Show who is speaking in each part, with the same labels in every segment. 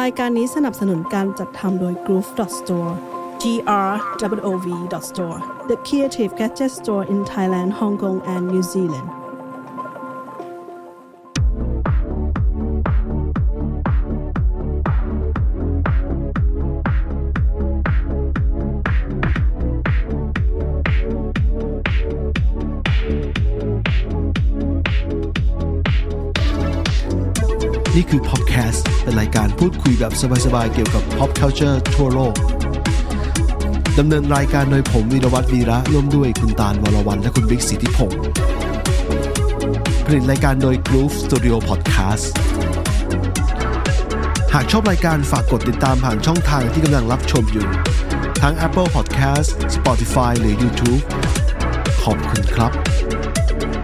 Speaker 1: รายการนี้สนับสนุนการจัดทำโดย Groove Store grov store the creative gadget store in Thailand Hong Kong and New Zealand
Speaker 2: นี่คือ Popcast เป็นรายการพูดคุยแบบสบายๆ เกี่ยวกับ pop culture ทั่วโลก ดำเนินรายการโดยผมวินวัตวีระร่วมด้วยคุณตาลวรวันและคุณบิ๊กสิทธิพงศ์ผลิตรายการโดย Groove Studio Podcast หากชอบรายการฝากกดติดตามผ่านช่องทางที่กำลังรับชมอยู่ ทั้ง Apple Podcast Spotify หรือ YouTube ขอบคุณครับ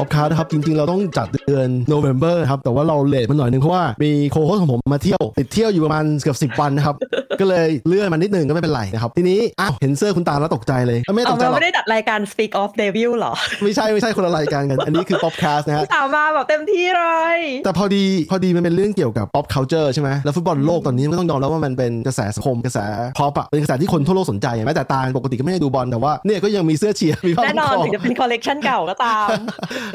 Speaker 2: ป๊อปคาร์ดนะครับจริงๆ เราต้องจัดเดือนโนเวม ber ครับแต่ว่าเราเลทมาหน่อยนึงเพราะว่ามีโคโฮสต์ของผมมาเที่ยวติดเที่ยวอยู่ประมาณเกือบสิบวันนะครับ ก็เลยเลื่อนมานิดหนึงก็ไม่เป็นไรนะครับ ทีนี้อ้าวเห็นเสื้อคุณตาแล้วตกใจเลยเอ้ยไม่ต
Speaker 3: เอา
Speaker 2: กใจ
Speaker 3: เรา
Speaker 2: หรอก
Speaker 3: ไม่ได้จัดรายการ Speak of Devil หรอ
Speaker 2: ไม่ใช่ไม่ใช่คนละรายการกันอันนี้คือป๊อปคาร์ดนะฮะ
Speaker 3: ถามมาแบบเต็มที่เลย
Speaker 2: แต่พอดีพอดีมันเป็นเรื่องเกี่ยวกับ pop culture ใช่ไหมแล้วฟุตบอลโลกตอนนี้มันก็ต้องยอมรับว่ามันเป็นกระแสสังคมกระแส pop อะเป็นกระแสที่คนทั่วโลกสนใจแม้แต่ตาลปกติก็ไม่ได้ดูบอลแต่ว่าเนี่ยก็ยังมีเสื้อเชียร์ มีผ้า
Speaker 3: แน่นอน
Speaker 2: พันคอ
Speaker 3: ถึงจะเป็นคอลเลกชันเก่าก็ตาม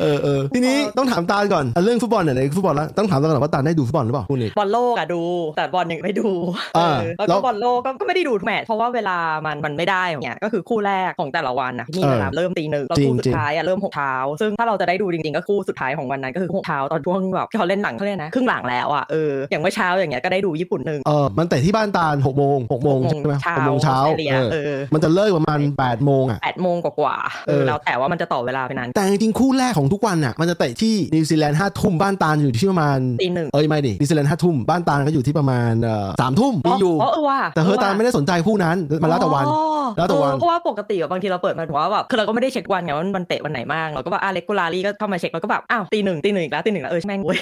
Speaker 2: เออเออทีนี้ต้องถามตาลก่อนอ่ะเรื่องฟุตบอลเนี่ยในฟุตบอลแล้วต้องถามตาลก่อนว่าตาลได้ดูฟุตบอลหรือเปล่าคุณเอก
Speaker 3: บอลโลกอะดู แต่บอลยังไม่ดู
Speaker 2: อ่า
Speaker 3: เออแล้ว
Speaker 2: แล้
Speaker 3: ก็
Speaker 2: ว
Speaker 3: บอลโลกก็ก็ไม่ได้ดูทุกแมตช์เพราะว่าเวลามันมันไม่ได้อย่างเงี้ยก็คือคู่แรกของแต่ละวันนะนี่เวลา
Speaker 2: เออ
Speaker 3: เริ่มตีหนึ่งแล้ว
Speaker 2: จริง
Speaker 3: คู่สุ
Speaker 2: จริ
Speaker 3: ด
Speaker 2: ง
Speaker 3: ท้ายอะเริ่มหกเช้าซึ่งถ้าเราจะได้ดูจริงๆ ก็คู่สุดท้ายของวันนั้นก็คือหกเช้าตอนช่วงแบบที่เขาเล่นหลังเขาเรียกนะครึ่งหลังแล้วอะเอออย่างเมื่อเช้าอย่างเงี้ยก็ได้ดูญี่ปุ่นหนึ่ง
Speaker 2: เออมันเตะที่บ้านตาลหกโมงหกโมงใช่ไหมหกโมงเช้า
Speaker 3: ออสตรเลีย
Speaker 2: เออ
Speaker 3: เออ
Speaker 2: มันจะเลิกประมาณแปดโมงอ่ะ
Speaker 3: แปดโมงกว่าๆเอ
Speaker 2: เอ
Speaker 3: อ
Speaker 2: อ
Speaker 3: แล้วแต่ว่ามันจะต่อเวลาไปนาน
Speaker 2: แต่จริงๆคู่แรกของทุกวันอ่ะมันจะเตะที่นิวซีแลนด์ห้าทุ่มบ้านตาลอยู่ที่ประมาณ
Speaker 3: ตีหนึ่ง
Speaker 2: เอ้ยไม่ดินิวซีแลนด์ห้าทุ่มบ้านตาลก็อยู่ที่ประมาณเอ่อสามทุ่มมีอยู่
Speaker 3: อ๋อเออว่ะ
Speaker 2: แต่เฮอร์ตาลไม่ได้สนใจคู่นั้นมันแล้วแต่วัน
Speaker 3: อ๋อ
Speaker 2: แล้วแต่วัน
Speaker 3: เออเพราะว่าปกติอะบางทีเราเปิดมาถึงว่าแบบคือเราก็ไม่ได้เช็ควันไงว่ามันเตะวันไหนบ้างเราก็แบบอ่ะเลกูลารีก็เข้ามาเช็คแล้วก็แบบอ้าวตีหนึ่งตีหนึ่งอีกแล้วตีหนึ่งแล้ว เออใช่แม่งเว้ย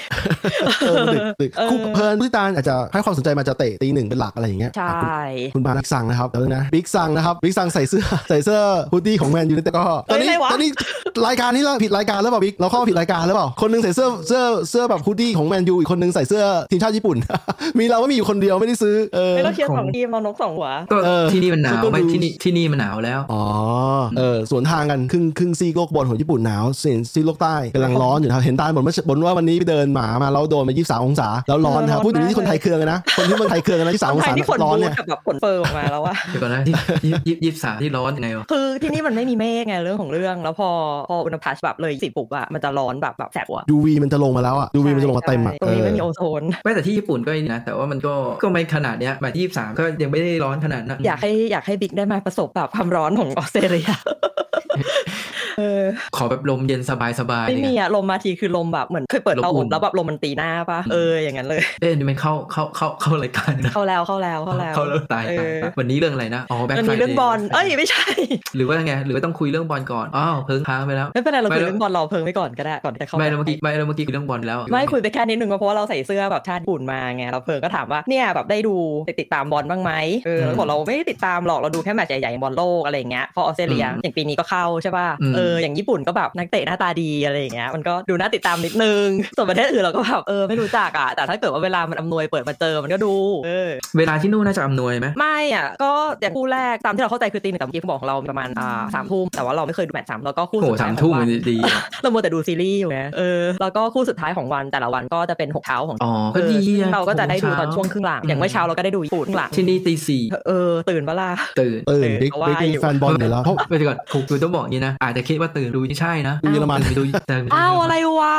Speaker 2: เออดึกดึก
Speaker 3: เออ
Speaker 2: คู่เพลินที่ตาลอาจจะให้ความสนใจมาจะเตะตีหนึ่งเป็นหลักอะไรอย่างเงี้ย
Speaker 3: ใช่
Speaker 2: คุณบาบิ๊กซังนะครับเดี๋ยวนะบิ๊กซังนะครับบิ๊กซังใส่เสื้อ ใส่เสื้อฮูดดี้ของแมนยูไนเต็ดก็ตอนนี้
Speaker 3: เอ้ยอะไรวะ
Speaker 2: ตอนนี้รายการนี้เราผิดรายการแล้วเปล่าบิ๊กเราเข้าผิดรายการแล้วเปล่าคนหนึงใส่เสื้อเสื้อเสื้อแบบฮูดดี้ของแมนยูอีกคนหนึงใส่เสื้อทีมชาติญี่ปุ่น มีเราก็มีอยู่คนเดียวไม่ได้ซื้อเออ
Speaker 3: ไม่ต้องเชียร์สองทีมเรานกสองหัว
Speaker 4: ก็
Speaker 2: เออ
Speaker 4: ที่นี่มันหนาว
Speaker 2: ก็ดู
Speaker 4: ไม่ที่นี่ที่นี่มันหนาวแล้ว
Speaker 2: อ๋อเออสวนทางกันครึ่งครึ่งซีกโลกบนของญี่ปุ่นหนาวส่วนซีกโลกใต้กำลังร้อนอยู่นะครับเห็นตาลบ่นว่าบ่นว่าวันนี้ไปเดินหมามาแล้วโดนไป23 องศาแล้วร้อนนะครับ
Speaker 3: เออร้อน
Speaker 2: พูดถึงที่คนไทยเคืองกันนะคนที่เมืองไทยเคืองกันนะ23อง
Speaker 3: ไท
Speaker 2: ศาย
Speaker 3: ที่ขน
Speaker 2: ร้อน
Speaker 3: บู
Speaker 2: เนี่ย
Speaker 3: กับแบบขนเฟิร์มออกมาแล้วว่า
Speaker 4: เดี๋ยวก่อนนะยี่ยี่ยี่ยี่สิบสามที่ร้อนยังไงวะ
Speaker 3: คือที่นี่มันไม่มีเมฆไงเรื่องของเรื่อง แล้วพอพออุณหภูมิแบบเลยสิบปุ๊บอะมันจะร้อนแบบแบบแสบหัว
Speaker 2: ยูวีมันจะลงมาแล้วอ่ะยูวีมันจะลงมาเต็มอ่ะ
Speaker 3: ตรงนี้ไม่มี
Speaker 2: เอ
Speaker 3: โอ
Speaker 2: อ
Speaker 3: โซน
Speaker 4: ไม่แต่ที่ญี่ปุ่นก็นี่นะ แต่ว่ามันก็ก็ไม่ขนาดเนี้ยหมายที่ยี่สามก็ยังไม่ได้ร้อนขนาดนั้น
Speaker 3: อยากให้อยากให้บิ๊กได้มาประสบแบบความร้อนของออสเตรเลีย เออ
Speaker 4: ขอแบบลมเย็นสบายสบาย
Speaker 3: ไม่
Speaker 4: เนี่
Speaker 3: มี
Speaker 4: ย
Speaker 3: อะลมมาทีคือลมแบบเหมือนเคยเปิดเตา
Speaker 4: ลมอุ่
Speaker 3: อบ
Speaker 4: น
Speaker 3: แล้วแบบลมมันตีหน้าปะเอออย่างนั้นเลย
Speaker 4: เอ๊ะนี่มันเข้าเข้าเข้าเข้ารายการนะ
Speaker 3: เข้าแล้วเข้าแล้วเข้าแล้ว
Speaker 4: เข้าแล้วตาย
Speaker 3: เอ
Speaker 4: ตา
Speaker 3: อ
Speaker 4: ยตายวันนี้เรื่องอะไรนะอ๋อแบ็ค
Speaker 3: มัน
Speaker 4: ไฟ
Speaker 3: มีเรื่องบอลเอ้ยไม่ใช่
Speaker 4: หรือว่าไงหรือว่าต้องคุยเรื่องบอลก่อนอ้าวเพิ่งค้างไปแล้ว
Speaker 3: ไม่เป็นไรเราคุย
Speaker 4: ไม่
Speaker 3: เรื่องบอลรอเพิงไว้ก่อนก็ได้ก่อนจะเข้า
Speaker 4: ไม่เราเมื่อกี้ไม่เราเมื่อกี้คุยเรื่องบอลแล้ว
Speaker 3: ไม่คุยไปแค่นิดนึงเพราะว่าเราใส่เสื้อแบบชาติญี่ปุ่นมาไงเราเพิงก็ถามว่าเนี่ยแบบได้ดูติดตามบอลบ้างไหมเออเราบอกเราไม่ได้ติดตามหรอกเราดูแค่แมตช์ใหญ่ๆบอลโลกอะไรอย่างเงี้ยพอออสเตรเลียอย่างปีนี้ก็เข้าใช่ป่ะเอออย่างญี่ปุ่นก็แบบนักเตะหน้าตาดีอะไรอย่างเงี้ยมันก็ดูน่าติดตามนิดนึงส่วนประเทศอื่นเราก็แบบเออไม่รู้จักอ่ะแต่ถ้าเกิดว่าเวลามันอำนวยเปิดมาเจอมันก็ดูเออ
Speaker 4: เวลาที่นู่นน่าจะอำนวยไหม
Speaker 3: ไม่อ่ะก็อย่างคู่แรกตามที่เราเข้าใจคือตีหนึ่งแต่เมื่อกี้เขาบอกของเราประมาณอ่าสามทุ่มแต่ว่าเราไม่เคยดูแมตช์สามแล้วก็คู่
Speaker 4: โอ้โห
Speaker 3: สุดท้า
Speaker 4: สาย
Speaker 3: ขอ
Speaker 4: มทุ่
Speaker 3: ง
Speaker 4: ม
Speaker 3: วั
Speaker 4: มันนดีอ่ะ
Speaker 3: เรามัวแต่ดูซีรีส์อยู่ไงเออแล้วก็คู่สุดท้ายของวันแต่ละวันก็จะเป็นหกเช้าของ
Speaker 4: อ๋อ
Speaker 3: เอ
Speaker 4: ก็
Speaker 3: อ
Speaker 4: ดีอ่
Speaker 3: เราก็จะได้ดูตอน
Speaker 4: โโห
Speaker 3: ช่วงครึ่งหลัง อย่างเมื่อเช้าเราก็ได้ดูครึ่งหลัง
Speaker 4: ที่นี่ตีสี่
Speaker 3: เออตื่นปะล่ะ
Speaker 4: ตื่น
Speaker 2: ตื่นบิ๊ก
Speaker 3: เออ
Speaker 2: บิ๊กเป็น
Speaker 3: ว่าอยู่
Speaker 2: แฟนบอลอยู่แล้วเพราะ
Speaker 4: ไปก่อนผมคือต้องบอกอย่างนี้นะ อาจจะคิดว่าตื่นดูไม่ใช่นะ
Speaker 2: ดูเยอรมัน
Speaker 4: ตื่ดูแต่
Speaker 3: อ้าวอะไรวะ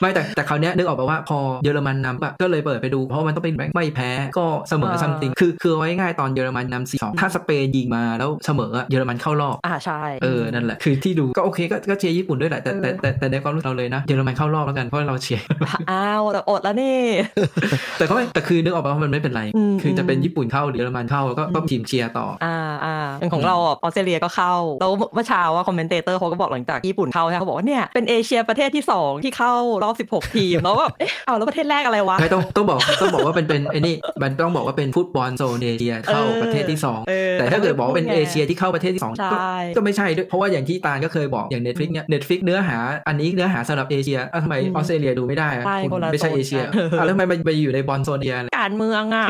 Speaker 4: ไม่แต่แต่คราวเนี้ยนึกออกแบบว่าพอเยอรมันนำอะก็เลยเปิดไปดูเพราะมันต้องเป็นแบงค์ไม่แพ้ ก็เสมอ
Speaker 3: อ่า
Speaker 4: ซัมติงคือคือเอาไว้ง่ายตอนเยอรมันนำสี่สองถ้าสเปนยิงมาแล้วเสมออะเยอรมันเข้ารอบ
Speaker 3: อ่าใช่
Speaker 4: เออนั่นแหละคือที่ดูก็โอเคก็ก็เชียร์ญี่ปุ่นด้วยแหละแต่แต่แต่แต่ในความรู้สึกเราเลยนะเยอรมันเข้ารอบแล้วกันเพราะเราเชียร์
Speaker 3: อ้าวแต่อดแล้วนี่
Speaker 4: แต่ก็ไม่แต่คือนึกออกป่ะว่ามันไม่เป็นไร
Speaker 3: อืม
Speaker 4: คือจะเป็นญี่ปุ่นเข้าหรือเยอรมันเข้าก็ก็ทีมเชียร์ต่อ
Speaker 3: อ่าอ่าอย่างของเราอะออสเตรเลียก็เข้าแล้วเมื่อเช้าว่าคอมเมนเตเตอร์เขา เขาก็บอกหลังจากญี่ปุ่นเข้าใช่ไหมเขาบอกว่าเนี่ยเป็นเอเชียประเทศที่สองที่เข้ารอบ 16 ทีมแล้วแบบเอ๊ะเอาแล้วประเทศแรกอะไรวะ
Speaker 4: ใช่ต้องต้องบอกต้องบอกว่าเป็นเป็นไอ้นี่มันต้องบอกว่าเป็นฟุตบอลโซนเอเชียเข้า
Speaker 3: เออ
Speaker 4: ประเทศที่สอง
Speaker 3: เออ
Speaker 4: แต่ถ้าเกิดบอกว่าเป็น
Speaker 3: ไม่
Speaker 4: เอ
Speaker 3: รู้ไง
Speaker 4: เชียที่เข้าประเทศที่สอง
Speaker 3: ใช่
Speaker 4: ก็ก็ไม่ใช่ด้วยเพราะว่าอย่างที่ตาลก็เคยบอกอย่าง Netflix เนี่ย Netflix เนื้อหาอันนี้เนื้อหาสำหรับเอเชียอ้าวทำไมออสเตรเลียดูไม่ได้อะ
Speaker 3: ใช่
Speaker 4: คุณ
Speaker 3: คนละ
Speaker 4: ไม่ใช่
Speaker 3: โซน
Speaker 4: เอเชีย
Speaker 3: กัน
Speaker 4: อ้าวแล้วทำไมมันไปอยู่ในบอลโซนเอเชีย
Speaker 3: การเมือง อ่ะ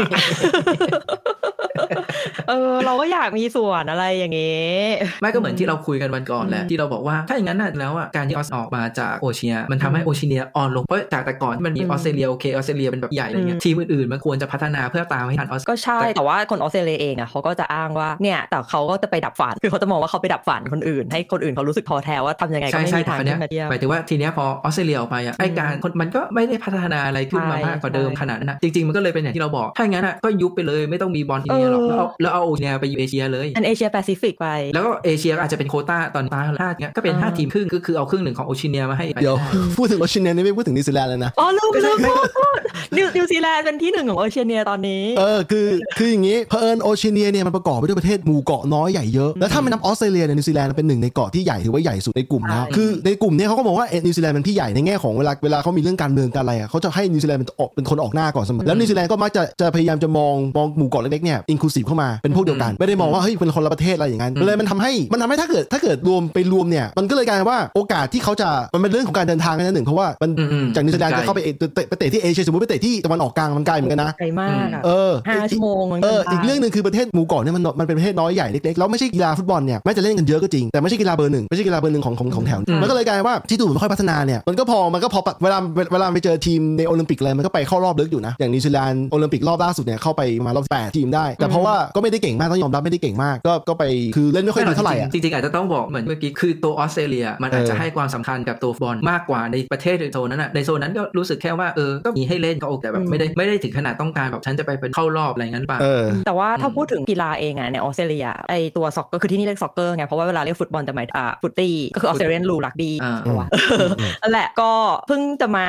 Speaker 3: เออ เราก็อยากมีส่วนอะไรอย่างเงี้ย
Speaker 4: ไม่ก็เหมือนที่เราคุยกันวันก่อนแหละ
Speaker 3: อืม
Speaker 4: ที่เราบอกว่าถ้าอย่างนั้นน่ะแล้วอ่ะการที่ออสออกมาจากโอเชีย มันทำให้โอเชียอ่อนลงเพราะจากแต่ก่อนที่มันมี
Speaker 3: อืม
Speaker 4: ออสเตรเลียโอเคออสเตรเลียเป็นแบบใหญ่อะไรเงี้ย
Speaker 3: อืม
Speaker 4: ทีมอื่นๆมันควรจะพัฒนาเพื่อตามให้ทันออส
Speaker 3: ก็ใช่
Speaker 4: แต่
Speaker 3: แต่ว่าคนออสเตรเลียเองอ่ะเขาก็จะอ้างว่าเนี่ย แต่เขาก็จะไปดับฝัน คือเขาจะมองว่าเขาไปดับฝันคนอื่น ให้คนอื่นเขารู้สึกท้อแท้ว่าทำยังไงก็
Speaker 4: ใช่
Speaker 3: ไม่
Speaker 4: ใช่
Speaker 3: มี
Speaker 4: แต่
Speaker 3: ทาง
Speaker 4: คราวเนี้
Speaker 3: ขึ้นมาเที
Speaker 4: ย
Speaker 3: ยบ
Speaker 4: หมายถึงว่าทีเนี้ยพอออสเตรเลียออกไปอ่ะไอการคนมันก็ไม่ได้พัฒนาอะไรขึ้นมา
Speaker 3: ใช่
Speaker 4: มากกว่าเดิม
Speaker 3: ใช่
Speaker 4: ขนาดนั้นนะจริงๆ มันก็เลยเป็นอย่างที่เราบอกถ้าอย่างนั้นอ่ะก็ยุบไปเลยไม่ต้องมีบอลทีเนียหรอก
Speaker 3: เออ
Speaker 4: แล้วเอาแล้วเอาโอเชียไปอยู่เอเชียเลย
Speaker 3: อันเอเชียแปซิฟิกไป
Speaker 4: แล้วก็เอเชียก็อาจจะเป็นโควต้าตอนตาห้าเนี้ยก็เป็นห้า
Speaker 3: อ่า
Speaker 4: ทีมครึ่งก็คือเอาครึ่งหนึ่งของโอเชียมาให้
Speaker 2: เดี๋ยวพูดถึงออสเตรเลียนี่ไม่พูดถึงนิวซีแลนด์แล้วนะ
Speaker 3: อ๋อลืมลืมพูดพูดนิวนิวซีแลนด์เป็นที่หนึ่งของโอเชียเนียตอนนี้
Speaker 2: เออคือคืออย่างนี้เผอิญโอเชียเนียเนี่ยมันประกอบไปด้วยประเทศหมู่เกาะน้อยใหญ่เยอะ แล้วถ้าไม่นับออสเตรเลียเนี่ยนิวซีแลนด์เป็นหนึ่งในเกาะที่ใหญ่ถือว่าใหญ่สุดในกลุ่มแล้ว
Speaker 3: ใช่
Speaker 2: คือในกลุ่มเนี่ยเขาก็มองว่าเอ็ดนิวซีแลนด์เป็นพี่ใหญ่ในแง่ของเวลาเวลาเขามีเรื่องการเมืองการอะไรอ่ะเขาจะให้นิวซีแลนด์เป็นออกเป็นคนออกหน้าก่อนเสมอแล้วนิวซีแลนด์ก็มักจะจะพยายามจะมองมองหมู่เกาะเล็กๆเนี่ยอินคลูซีฟเข้ามาเป็นพวกเดียวกัน ไม่ได้มองว่าเฮ้ยเป็นคนละประเทศอะไรอย่างนั้น
Speaker 4: อืม
Speaker 2: เลยมันทำให้มันทำให้ถ้าเกิดถ้าเกิดรวมไปรวมเนี่ยมันก็เลยกลายเป็นว่าโอกาสที่เขาจะมันเป็นเรื่องของการเดินทางกันนะหนึ่งเพราะว่ามัน
Speaker 4: อืมๆ
Speaker 2: จากนิวซีแลนด์จะเข้าไปเอไปไปเตะที่เอเชียสมมติไปเตะที่ตะวันออกกลางมันไกลเหมือนกันนะ
Speaker 3: ไกลมากอะ
Speaker 2: เออ
Speaker 3: ห้าชั่วโมงมัน
Speaker 2: เออ
Speaker 3: ดิน
Speaker 2: อีก
Speaker 3: ทา
Speaker 2: เรื่องหนึ่งคือประเทศหมู่เกาะเนี่ยมันมันเป็นประเทศน้อยใหญ่เล็กๆ แล้วไม่ใช่กีฬาฟุตบอลเนี่ยแม้จะเล่นกันเยอะก็จริง แต่ไม่ใช่กีฬาเบอร์หนึ่งไม่ใช่กีฬาเบอร์หนึ่งของของของแถว
Speaker 4: อืม
Speaker 2: มันก็เลยกลายว่าที่ตูนไม่ค่อยพัฒนาเนี่ย มันก็พอ มันก็พอปะเวลาเวลาเวลาไปเจอทีมในโอลิมปิกอะไร มันก็ไปเข้ารอบลึกอยู่นะ อย่างนิวซีแลนด์โอลิมปิกรอบล่าสุดเนี่ยเข้าไปประมาณรอบแปดทีมได้ แต่เพราะว่าก็ไม่ได้เก่งมากต้องยอมรับไม่ได้เก่งมาก ก็ก็ไปคือเล่นไม่ค่อยดีเท่าไหร่อะ
Speaker 4: จริงๆจริงๆอาจจะต้องบอกเหมือนเมื่อกี้คือตัวออสเตรเลีย มัน
Speaker 2: เอออ
Speaker 4: อาจจะให้ความสำคัญกับตัวบอลมากกว่าในประเทศในโซนนั้นอ่ะในโซนนั้นก็รู้สึกแค่ว่าเออก็มีให้เล่นก็โอเคแต่แบบไม่ได้ไม่ได้ถึงขนาดต้องการแบบฉันจะไปเป็นเข้ารอบอะไรงั้นป่ะ
Speaker 2: เออ
Speaker 3: แต่ว่าถ้าพูดถึงกีฬาเองอะในออสเตรเลียไอตัวซ็อกเกอร์คือที่นี่เรียกซ็อกเกอร์ไง เพราะว่าเวลาเรียกฟุตบอลจะหมายอ่าฟุตตี้ก็คือออสเตรเลียนรูลักบี้
Speaker 4: อ่า
Speaker 3: ตัวะ นั่นแหละก็เพิ่งจะมา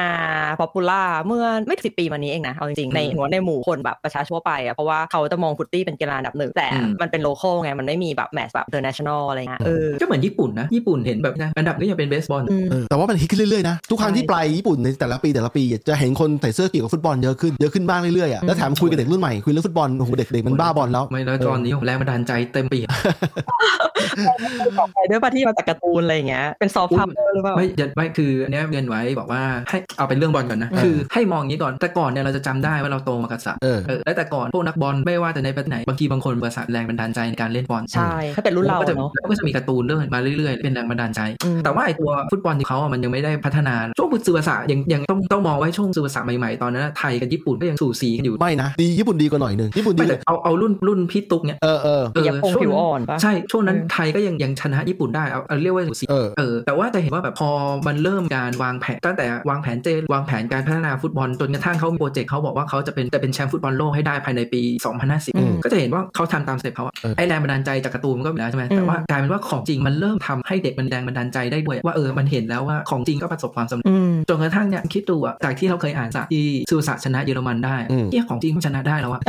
Speaker 3: ป๊อปปูล่าเมื่อไม่ถึงสิปีมานี้เองนะ เอาจริงๆ ในหัวในหมู่คนแบบประชาชนทั่วไปอะเพราะว่าเขาจะมองฟุตตี้เป็นกีฬาอันดับหนึ่ง แต่
Speaker 4: อืม
Speaker 3: มันเป็นโลคอลไง มันไม่มีแบบแมตช์แบบเดอร์เนชั่นแนลอะไรเงี้ยเออ
Speaker 4: ก็เหมือนญี่ปุ่นนะ ญี่ปุ่นเห็นแบบนะอันดับก็ยังเป็นเบสบอล
Speaker 2: เออแต่ว่ามันฮิตขึ้นเรื่อยๆนะ ทุกครั้งที่ไปญี่ปุ่นในแต่ละปีแต่ละปีจะเห็นคนใส่เสื้อเกี่ยวกับฟุตบอลเยอะขึ้นเยอะขึ้นมากเรื่อยๆอะแล้วแถมคุยกับเด็กรุ่นใหม่คุยเรื่องฟุตบอลโอ้โหเด็กเด็กมันบ้าบอลแล้ว
Speaker 4: ไม่แล้วตอนนี้แรงบันดาลใจเต็มเปี่ยม
Speaker 3: ไปด้วยป่ะที่มาจากการ์ตูนอะไรเงี้ย เป็นซอฟต์พาวเวอร์หรือเปล่า
Speaker 4: ไม่อย่าไม่คืออันเนี้ยเรียนไว้บอกว่าให้เอาเป็นเรื่องบอลก่อนนะ
Speaker 2: เออ
Speaker 4: คือให้มองอย่างนี้ก่อนแต่ก่อนเนี่ยเราจะจำได้ว่าเราโตมากับสระ
Speaker 2: เออ
Speaker 4: แล้วแต่ก่อนพวกนักบอลไม่ว่าจะในประเทศไหนบางทีบางคนประสาทแรงบันดาลใจในการเล่นบอล
Speaker 3: ใช่ ถ้าเป็นรุ่นเรา
Speaker 4: ก็จะ
Speaker 3: อะเนาะ
Speaker 4: ก็จะมีการ์ตูนเรื่องมาเรื่อยๆ เป็นแรงบันดาลใจ
Speaker 3: อืม
Speaker 4: แต่ว่าไอตัวฟุตบอลของเขาอะมันยังไม่ได้พัฒนา ช่วงคุณซูบาสะยังยังต้องต้องมองไว้ช่วงซูบาสะใหม่ๆ ตอนนั้นอะไทยกับญี่ปุ่นก็ยังสู่สีกันอยู่
Speaker 2: ไม่นะดีญี่ปุ่นดีกว่าหน่อยหนึงญี่ปุ่นดี
Speaker 4: ไม่
Speaker 2: ก
Speaker 4: แต่
Speaker 2: ว่า
Speaker 4: เอาเอารุ่นรุ่นพี่ตุ๊กเนี่ย
Speaker 2: เออเออ
Speaker 4: เออ
Speaker 3: อย่าพง
Speaker 4: ช่วง
Speaker 3: ผิว
Speaker 4: นั้น
Speaker 3: อ่อนป่ะ
Speaker 4: ใช่ช่วงนั้น
Speaker 3: เออ
Speaker 4: ไทยก็ยังยังชนะญี่ปุ่นได้เอาเอาเรียกว่าสู่สี
Speaker 2: เออ
Speaker 4: เออแต่ว่าจะเห็นว่าแบบพอมันเริ่มการวางแผนตั้งแต่วางแผนเจนวางแผนการพัฒนาฟุตบอลจนกระทั่งเขามีโปรเจกต์เขาบอกว่าเขาจะเป็นจะเป็นแชมป์ฟุตบอลโลกให้ได้ภายในปี 2050
Speaker 3: อืม
Speaker 4: ก็จะเห็นว่าเขาทำตามสเต็ปเขาอะ
Speaker 2: เออ
Speaker 4: ไอแรงบันดาลใจจากการ์ตูนมันก็มีแล้วใช่ไหม
Speaker 3: อืม
Speaker 4: แต่ว่ากลายเป็นว่าของจริงมันเริ่มทำให้เด็กมันแรงบันดาลใจได้ด้วยว่าเออมันเห็นแล้วว่าของจริงก็ประสบความสำเร็จ
Speaker 3: อืม
Speaker 4: จนกระทั่งเนี่ยคิดดูอะจากที่เราเคยอ่านสระที่ซูซะชนะเยอรมันได้
Speaker 2: อืม
Speaker 4: เที่ยของจริงมันชนะได้แล้วอะ